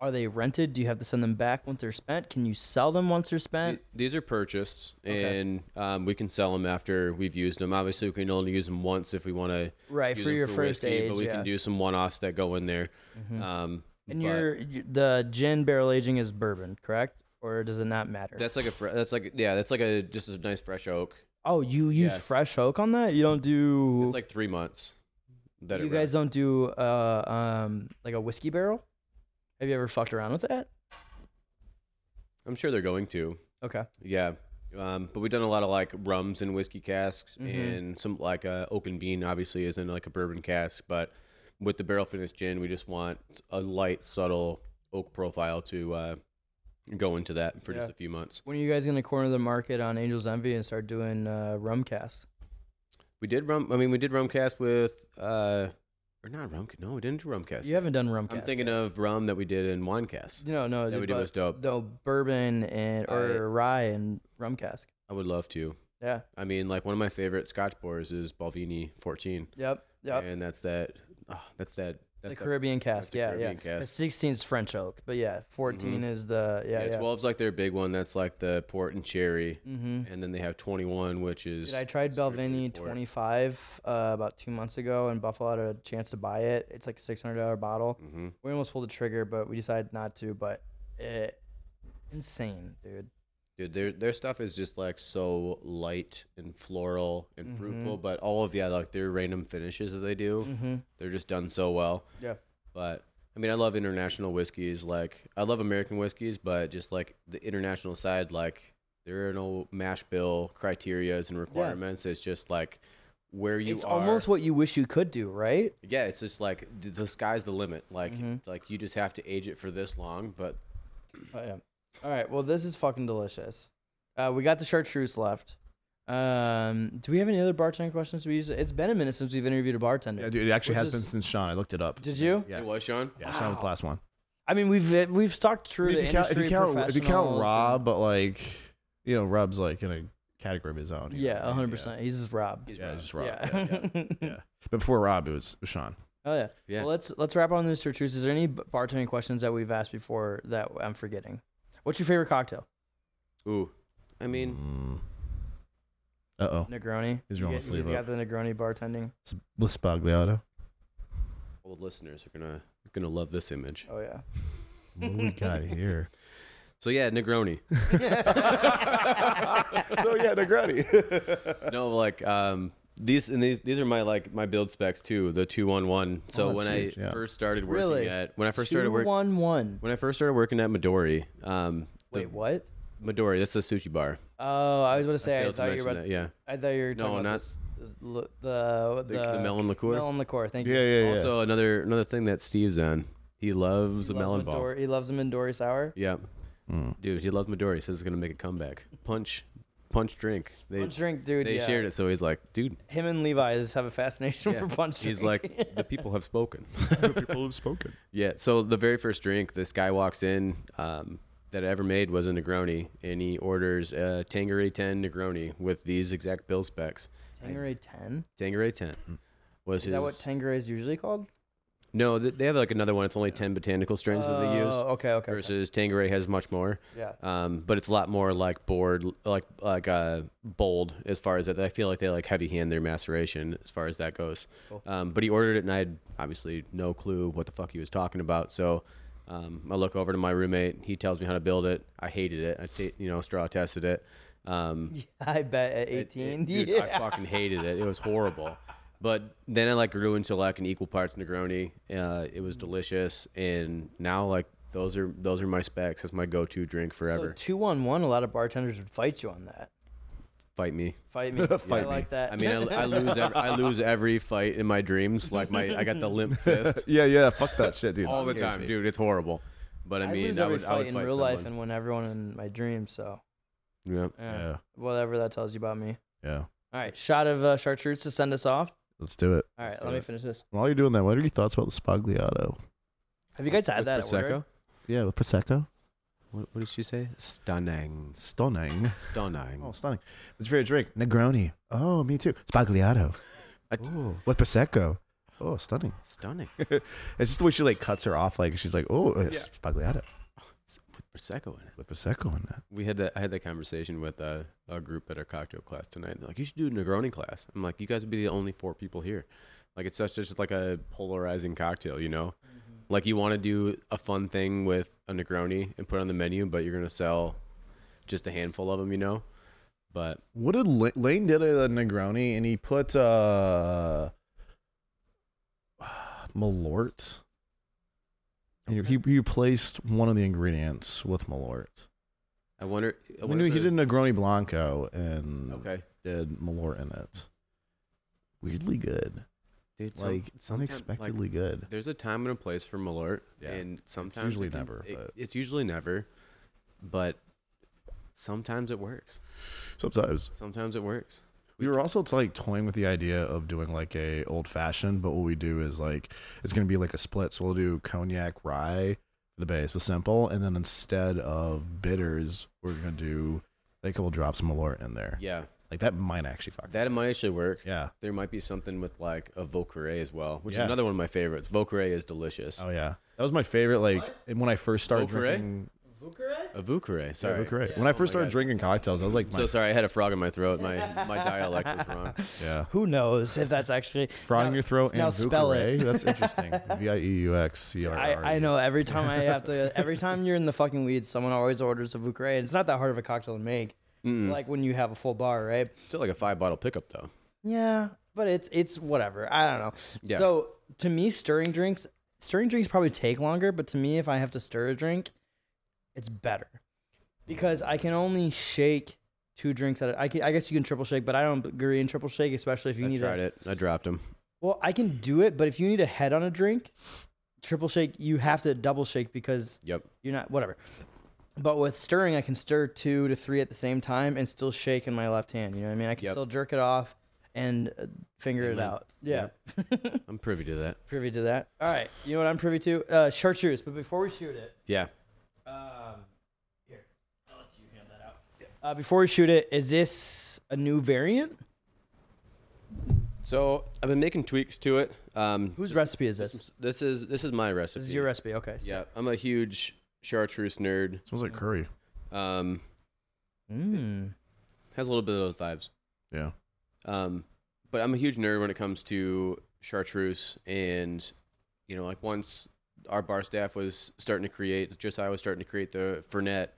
are they rented? Do you have to send them back once they're spent? Can you sell them once they're Th- spent? These are purchased, Okay. and um, we can sell them after we've used them. Obviously, we can only use them once if we want to. Right for your first age, but we yeah. Mm-hmm. can do some one-offs that go in there. Um, and but your you- the gin barrel aging is bourbon, correct? Or does it not matter? that's like a fre- that's like yeah that's like a just a nice fresh oak. oh, you use yeah. fresh oak on that? You don't do. It's like three months. That you guys don't do uh um like a whiskey barrel. Have you ever fucked around with that? I'm sure they're going to. Okay. Yeah. Um, but we've done a lot of like rums and whiskey casks Mhm. and some like uh, oak and bean obviously isn't like a bourbon cask, but with the barrel finished gin, we just want a light, subtle oak profile to uh, go into that for Yeah. just a few months. When are you guys gonna corner the market on Angel's Envy and start doing uh, rum casts? We did rum. I mean, we did rum cast with uh, or not rum. No, we didn't do rum cast. You haven't done rum. I'm cast thinking yet. of rum that we did in wine cast. No, no, that we but- did was dope. No bourbon and or I- rye and rum cask. I would love to. Yeah. I mean, like one of my favorite Scotch pours is Balvenie 14, Yep. Yep. and that's that. ah, that's that. That's the that- Caribbean that's cask. the yeah, Caribbean yeah. cask. Mm-hmm. 16 is French oak, but yeah, 14 is the yeah. Yeah, yeah. 12's like their big one. That's like the port and cherry. Mm-hmm. And then they have 21, which is. Dude, I tried strictly Belvini port. 25 uh, about two months ago, and Buffalo had a chance to buy it. It's like $600 bottle. Mhm. We almost pulled the trigger, but we decided not to. But it, insane, dude. Dude, their their stuff is just like so light and floral and Mhm. fruitful, but all of yeah, like their random finishes that they do, Mm-hmm. they're just done so well. Yeah. But I mean, I love international whiskeys. Like I love American whiskeys, but just like the international side, like there are no mash bill criterias and requirements. It's just like where you it's are. almost what you wish you could do, right? yeah, it's just like the, the sky's the limit. Like Mhm. like you just have to age it for this long. But Oh, yeah. All right. Well, this is fucking delicious. Uh, we got the chartreuse left. Um, do we have any other bartender questions? We use it's been a minute since we've interviewed a bartender. Yeah, dude, it actually Which has is- been since Sean. I looked it up. Did you? Yeah, it was Sean. yeah. Sean was the Wow. last one. I mean, we've eh, we've stalked through if, the you count, if industry you count, if you count professionals and- Rob, but like, you know, Rob's like in a category of his own. you know what I yeah, mean? hundred percent. He's just Rob. Yeah, it's just Rob. Yeah. Yeah, yeah. *laughs* But before Rob, it was, it was Sean. oh yeah. *laughs* Yeah. Well, let's let's wrap on this chartreuse. Is there any b- bartending questions that we've asked before that I'm forgetting? What's your favorite cocktail? Ooh, Mm-hmm. I Mm. mean. Uh oh. Negroni. He's You rolling get- his you sleeve guys got up. the Negroni bartending. It's Bliss Bagliato. old listeners are gonna gonna love this image. Oh yeah. *laughs* What do we got *laughs* here? So yeah, *laughs* Negroni. *laughs* so yeah, Negroni. no, like um, these and these these are my like my build specs too. The two one one. So Oh, that's when huge, I yeah. first started working Really? at when I first started working one one. when I first started working at Midori. Um, the- Wait, what? Midori. That's a sushi bar. Oh, I was going to I say I, failed to thought you mention were about that, Yeah. I thought you were No, talking about not- this, this l- the, The, the the melon liqueur. melon liqueur. Thank *laughs* yeah, you. yeah, yeah. Also another another thing that Steve's on. He loves He the loves melon ball. Midori- He loves the Midori sour. Yeah. Mm. Dude, he loves Midori. Says it's gonna make a comeback. Punch, punch drink. They punch drink, dude. they yeah. shared it, so he's like, dude, Him and Levi just have a fascination Yeah. for punch drink. He's like, the people have spoken. people have spoken. yeah. So the very first drink this guy walks in um, that I ever made was a Negroni, and he orders a Tangeray 10 Negroni with these exact bill specs. *laughs* Tangeray 10? Tangeray 10 was Is his. that what Tangeray is usually called? no, th- they have like another one. It's only 10 botanical strains that they use. Oh, Okay, okay. okay. Versus Tangeray has much more, Yeah. *laughs* um, but it's a lot more like board, like like uh, bold as far as that. I feel like they like heavy hand their maceration as far as that goes. Cool. Um, but he ordered it, and I had obviously no clue what the fuck he was talking about. So um, I look over to my roommate. He tells me how to build it. I hated it. I ta- you know straw tested it. *laughs* Um, I bet at it- 18. it- dude, yeah. I fucking hated it. *laughs* It was horrible. But then I like grew into like an equal parts Negroni. Uh, it was Mm. delicious, and now like those are those are my specs. That's my go-to drink forever. So 2 1 1, a lot of bartenders would fight you on that. *laughs* Fight me. Fight me. I Fight me. like that. I mean, I, I lose every, *laughs* I lose every fight in my dreams. Like my I got the *laughs* limp fist *laughs* yeah, yeah. Fuck that shit, dude. all the That scares time, me. dude. It's horrible. But I I mean, lose I, every would fight I would in fight real someone. life and win everyone in my dreams, so. yeah. eh, Yeah, Whatever that tells you about me. yeah. All right, shot of uh, chartreuse to send us off. Let's do it. All right, do let me it. finish this. While you're doing that, what are your thoughts about the Spagliato? Have you guys had With that at Prosecco? work? Yeah, with prosecco. What, what did she say? Stunning. Stunning. Stunning. Oh, stunning. What's your favorite drink? Negroni. Oh, me too. Spagliato. I- Ooh, with prosecco. Oh, stunning. Stunning. It's just the way she like cuts her off. Like she's like, oh, it's spagliato With Prosecco in it. with prosecco in it. We had that. I had that conversation with uh, a group at our cocktail class tonight. They're like, you should do a Negroni class. I'm like, you guys would be the only four people here. Like, it's such just like a polarizing cocktail, you know. Like, you want to do a fun thing with a Negroni and put it on the menu, but you're gonna sell just a handful of them, you know. But What did Lane, Lane did a Negroni and he put uh *sighs* Malort. And He, he replaced one of the ingredients with Malort. I wonder. I I wonder mean, he if did there's- Negroni Blanco and Okay. did Malort in it. Weirdly good. Dude, some- Like, sometime- unexpectedly good. There's a time and a place for Malort, Yeah. and sometimes usually it can- never, it- but- it's usually never, but sometimes it works. Sometimes. Sometimes it works. We were also like toying with the idea of doing like a old fashioned, but what we do is like it's gonna be like a split. So we'll do cognac rye for the base with simple, and then instead of bitters, we're gonna do like a couple drops of Malort in there. Yeah, Like that might actually fuck. that might actually work. yeah. There might be something with like a Vauqueray as well, which Yeah. is another one of my favorites. Vauqueray is delicious. Oh yeah. That was my favorite. Like when I first started Vauqueray? drinking. Avucare. Sorry. Correct. When I first Oh my started God. drinking cocktails, I was like, *laughs* So my- sorry, I had a frog in my *laughs* throat. My my dialect was wrong. yeah. Who knows if that's actually Frog in your throat now and spell Vucare. eh? it. *laughs* That's interesting. V I E U X C R E. R. I, I know every time I have *laughs* to every time you're in the fucking weeds, someone always orders a Vucre, and it's not that hard of a cocktail to make. Like when you have a full bar, right? Still like a five bottle pickup though. Yeah, but it's it's whatever. I don't know. Yeah. So to me, stirring drinks stirring drinks probably take longer, but to me, if I have to stir a drink, it's better because I can only shake two drinks at a, I, can, I guess you can triple shake, but I don't agree in triple shake, especially if you I need tried a, it. I dropped him. Well, I can do it, but if you need a head on a drink, triple shake, you have to double shake because Yep. you're not whatever. But with stirring, I can stir two to three at the same time and still shake in my left hand. You know what I mean? I can Yep. still jerk it off and uh, finger it then- out. Yeah, *laughs* I'm privy to that. privy to that. All right, you know what I'm privy to? Uh, chartreuse. But before we shoot it, Yeah. um, here, I'll let you hand that out. Uh, before we shoot it, is this a new variant? So I've been making tweaks to it. Um, Whose this- recipe is this? This This is this is my recipe. is your recipe. Okay. Yeah. I'm a huge chartreuse nerd. Smells like curry. Um, Mm. has a little bit of those vibes. Yeah. Um, but I'm a huge nerd when it comes to chartreuse, and you know, like once our bar staff was starting to create, just I was starting to create the fernet.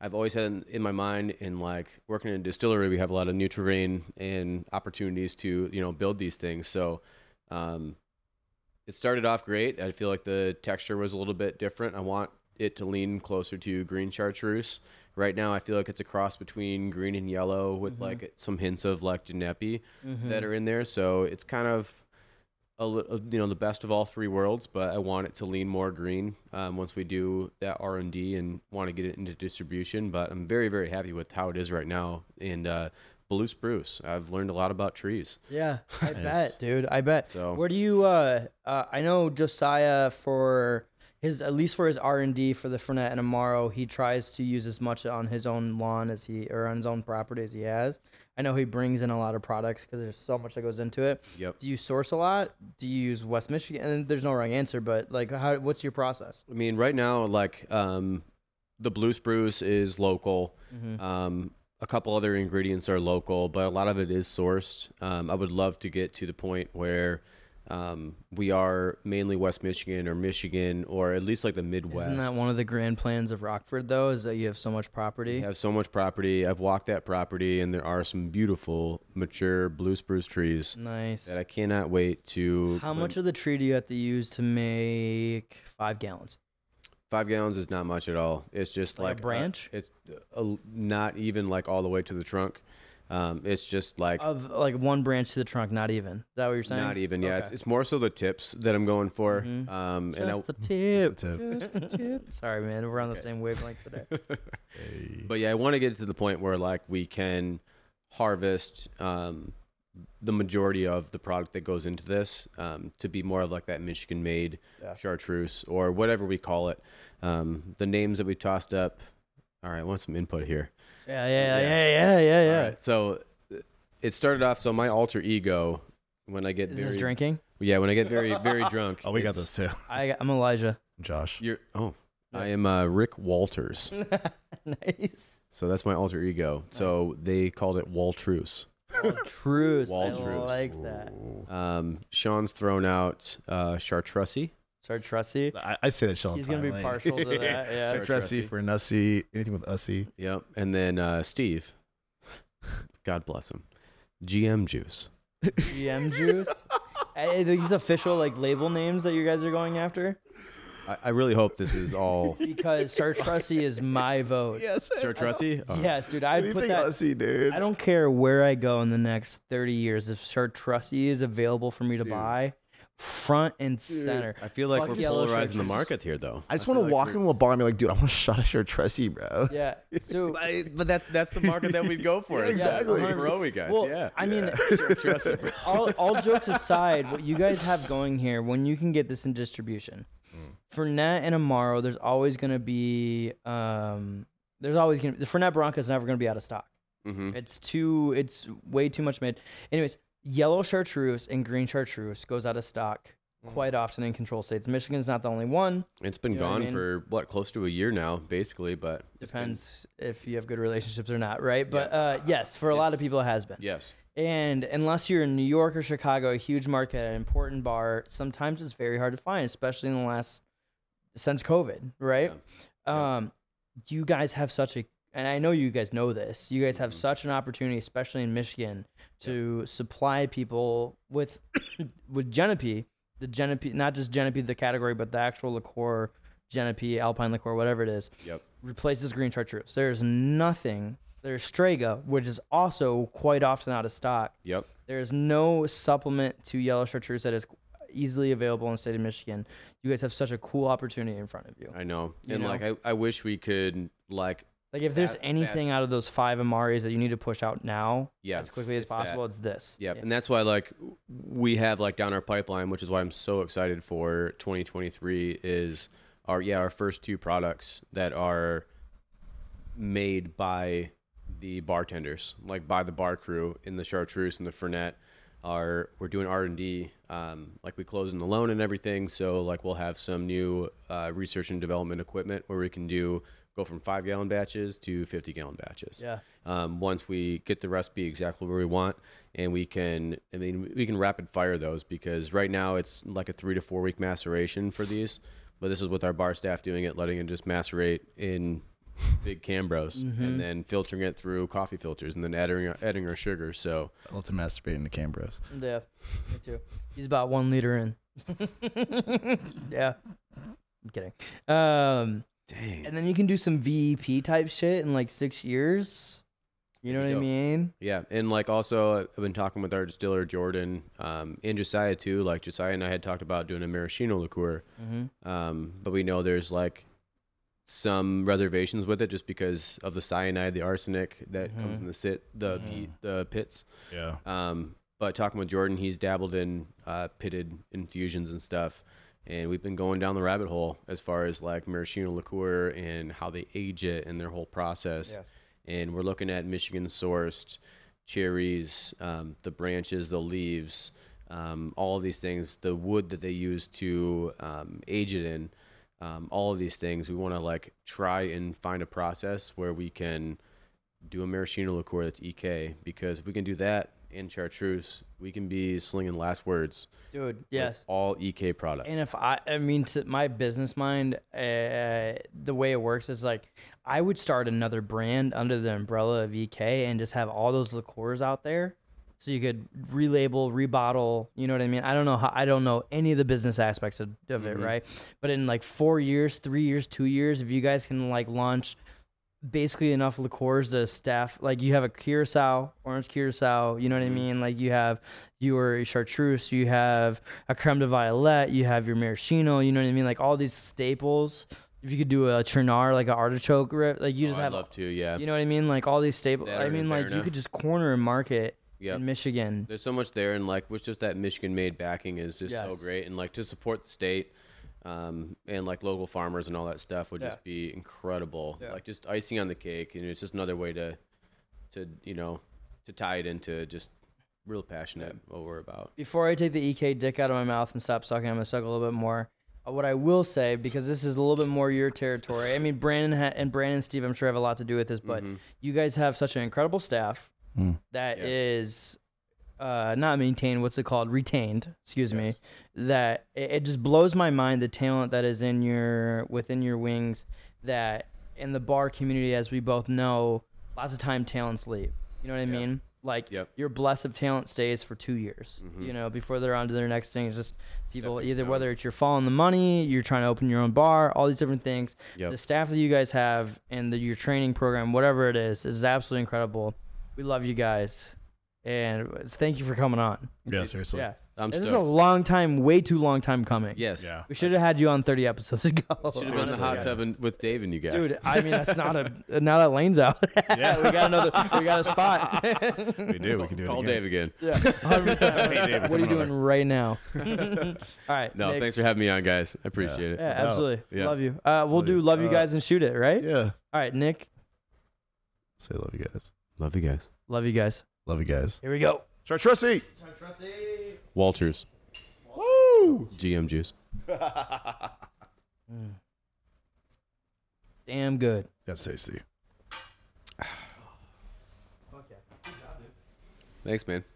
I've always had in- in my mind, in like working in a distillery, we have a lot of new terrain and opportunities to you know build these things. So, um, it started off great. I feel like the texture was a little bit different. I want it to lean closer to green chartreuse. Right now, I feel like it's a cross between green and yellow with like some hints of like Genepi that are in there. So it's kind of a li- uh, you know the best of all three worlds, but I want it to lean more green um, once we do that R and D and want to get it into distribution. But I'm very very happy with how it is right now. And uh, blue spruce, I've learned a lot about trees. *laughs* Yeah, I bet, dude. I bet. So- where do you? Uh, uh, I know Josiah for his at least for his R and D for the Fernet and Amaro, he tries to use as much on his own lawn as he or on his own property as he has. I know he brings in a lot of products because there's so much that goes into it. Yep. Do you source a lot? Do you use West Michigan? And there's no wrong answer, but like, how? What's your process? I mean, right now, like um, the blue spruce is local. Mm-hmm. Um, a couple other ingredients are local, but a lot of it is sourced. Um, I would love to get to the point where um, we are mainly West Michigan or Michigan or at least like the Midwest. Isn't that one of the grand plans of Rockford though? Is that you have so much property? I have so much property. I've walked that property, and there are some beautiful, mature blue spruce trees Nice. that I cannot wait to. How plant. much of the tree do you have to use to make five gallons? Five gallons is not much at all. It's just Like a like, uh, branch? it's a, not even like all the way to the trunk. Um, it's just like of like one branch to the trunk, not even. Is that what Oh, you're saying? not even. Yeah, Okay. it's, it's more so the tips that I'm going for. Mhm. Um, just and I, the tip. tip. Just *laughs* the tip. Sorry, man. We're on the same wavelength today. but yeah, I want to get to the point where like we can harvest um, the majority of the product that goes into this um, to be more of like that Michigan made chartreuse or whatever we call it. Um, the names that we tossed up. All right, I want some input here. Yeah, yeah, Yeah. yeah, yeah, yeah, All yeah. right, so uh, it started off. So my alter ego, when I get Is very, this drinking? yeah, when I get very very drunk. Oh, we got it's- this too. *laughs* I, I'm *laughs* Elijah. Josh. You're oh, I am uh, Rick Walters. nice. So that's my alter ego. So they called it Waltruce. Truce. I Waltruce. like that. Um, Sean's thrown out uh, Chartreuse. Sartrussy. I, I say that shit all the He's time. gonna be like- partial to *laughs* that. Yeah. Sure. Dressy Chartreuse. for Nussy, anything with Ussy. Yep. And then uh, Steve. *laughs* God bless him. GM Juice. E *laughs* GM juice. Are these official like label names that you guys are going after? I, I really hope this is *laughs* all Because Sartrussy is my Oh, vote. Yes. Chartreuse. Oh, Yes, dude. I'd put Anything that. Ussy, dude. I don't care where I go in the next 30 years. If Chartreuse is available for me to buy, front and *laughs* center. Oh, I feel like Fuck we're yellow polarizing the chartreuse. market here, though. I just want to walk into a bar and be like, dude, I want to shot at your Tressy, bro. Yeah. So, I- but that, that's the market that we'd go *laughs* for. exactly. Yes, Broy guys. well, yeah. I mean, *laughs* Chartreuse. *laughs* all, all jokes aside, what you guys have going here, when you can get this in distribution, Hmm. for Fernet and Amaro, there's always going to be, um, there's always going to the Fernet Bronco is never going to be out of stock. Mhm. It's too, it's way too much made. Anyways, yellow chartreuse and green chartreuse goes out of stock Mm. quite often in control states. Michigan's not the only one. It's been You know what I gone mean? for what close to a year now, basically. But it's been- Depends if you have good relationships or not, right? But uh, yes, for a lot of people, it has been. yes, And unless you're in New York or Chicago, a huge market, an important bar, sometimes it's very hard to find, especially in the last since COVID, right? Um, you guys have such a, and I know you guys know this. You guys have such an opportunity, especially in Michigan, to supply people with *coughs* with Genepi, the Genepi, not just Genepi the category, but the actual liqueur, Genepi, Alpine liqueur, whatever it is yep, replaces green chartreuse. There's nothing. There's Strega, which is also quite often out of stock. yep. There's no supplement to yellow chartreuse that is easily available in the state of Michigan. You guys have such a cool opportunity in front of you. I know. You and know? like, I, I wish we could like Like if there's That- anything out of those five Amaris that you need to push out now, Yeah, as quickly as it's that. possible, it's this. Yep. And that's why like we have like down our pipeline, which is why I'm so excited for 2023 is our yeah, our first two products that are made by the bartenders, like by the bar crew in the chartreuse and the fernet are we're doing R&D um, like we close in the loan and everything so like we'll have some new uh, research and development equipment where we can do go from 5 gallon batches to 50 gallon batches Yeah. um, once we get the recipe exactly where we want and we can i mean we can rapid fire those because right now it's like a three to four week maceration for these but this is with our bar staff doing it letting it just macerate in big cambros and then filtering it through coffee filters and then adding adding our sugar so I love to masturbate in the Cambros. Yeah. uh, Me too. He's about one liter in. *laughs* yeah. I'm kidding. Um dang and then you can do some VEP type shit in like six years. You know There you what I go. mean? Yeah, and like also, I've been talking with our distiller Jordan um, and Josiah too. Like Josiah and I had talked about doing a maraschino liqueur, um, but we know there's like some reservations with it just because of the cyanide, the arsenic that comes in the sit, the the, the pits. Yeah. Um, but talking with Jordan, he's dabbled in uh, pitted infusions and stuff, and we've been going down the rabbit hole as far as like maraschino liqueur and how they age it and their whole process. And we're looking at Michigan sourced cherries, um, the branches, the leaves, um, all of these things, the wood that they use to um, age it in, um, all of these things. We want to like try and find a process where we can do a maraschino liqueur that's EK because if we can do that in chartreuse, we can be slinging last words. Dude, with yes. all E EK products. And if I, I mean, to my business mind, uh, the way it works is like I would start another brand under the umbrella of EK and just have all those liqueurs out there, so you could relabel, rebottle. You know what I mean? I don't know how. I don't know any of the business aspects of, of Mm-hmm. it, right? But in like four years, three years, two years, if you guys can like launch basically enough liqueurs to staff like you have a curacao orange curacao you know what Mm-hmm. i mean like you have your chartreuse you have a creme de violette you have your maraschino you know what i mean like all these staples if you could do a churnar like an artichoke rip like you just Oh, I'd have love to, yeah. you know what i mean like all these staples That i or mean like you Taverna. could just corner and market Yep. in michigan There's so much there, and like, what's just that Michigan made backing is just so Yes. great, and like to support the state, um, and like local farmers and all that stuff would Yeah. just be incredible. Yeah. Like just icing on the cake, and it's just another way to, to you know, to tie it into just real passionate what we're about. before I take the EK dick out of my mouth and stop sucking, I'm gonna suck a little bit more. Uh, What I will say, because this is a little bit more your territory. I mean, Brandon ha- and Brandon and Steve, I'm sure have a lot to do with this, but you guys have such an incredible staff that is Yeah. uh, not maintained. What's it called? Retained. Excuse me. That it, it just blows my mind the talent that is in your within your wings. That in the bar community, as we both know, lots of time talents leave. You know what I mean? Like Yep. Mm-hmm. your bless of talent stays for two years. You know, before they're on to their next thing. It's just people Stepping either stone. whether it's you're following the money, you're trying to open your own bar, all these different things. Yep. The staff that you guys have and the, your training program, whatever it is, is absolutely incredible. We love you guys, and it's- thank you for coming on. Yeah, seriously. Yeah, I'm this is a stoked. long time, way too long time coming. Yes. Yeah. *laughs* we should have had you on 30 episodes ago. Should have been the hot tub and- with Dave and you *laughs* guys. Dude, I mean that's not a now that Lane's out. *laughs* Yeah. we got another we got a spot. We do. We can do it call again. Dave again. yeah. 100%. Hey, David, what are you come on doing over. right now? *laughs* All right. No, Nick. thanks for having me on, guys. I appreciate it. Yeah, absolutely. Yeah. Love you. Uh, we'll do love you guys and shoot it, right? Yeah. All right, Nick. Say love you guys. Love you guys. Love you guys. Love you guys. Here we go. Chartreuse. Walters. Woo! Woo! GM juice. Mm. Damn good. That's tasty. Thanks, man.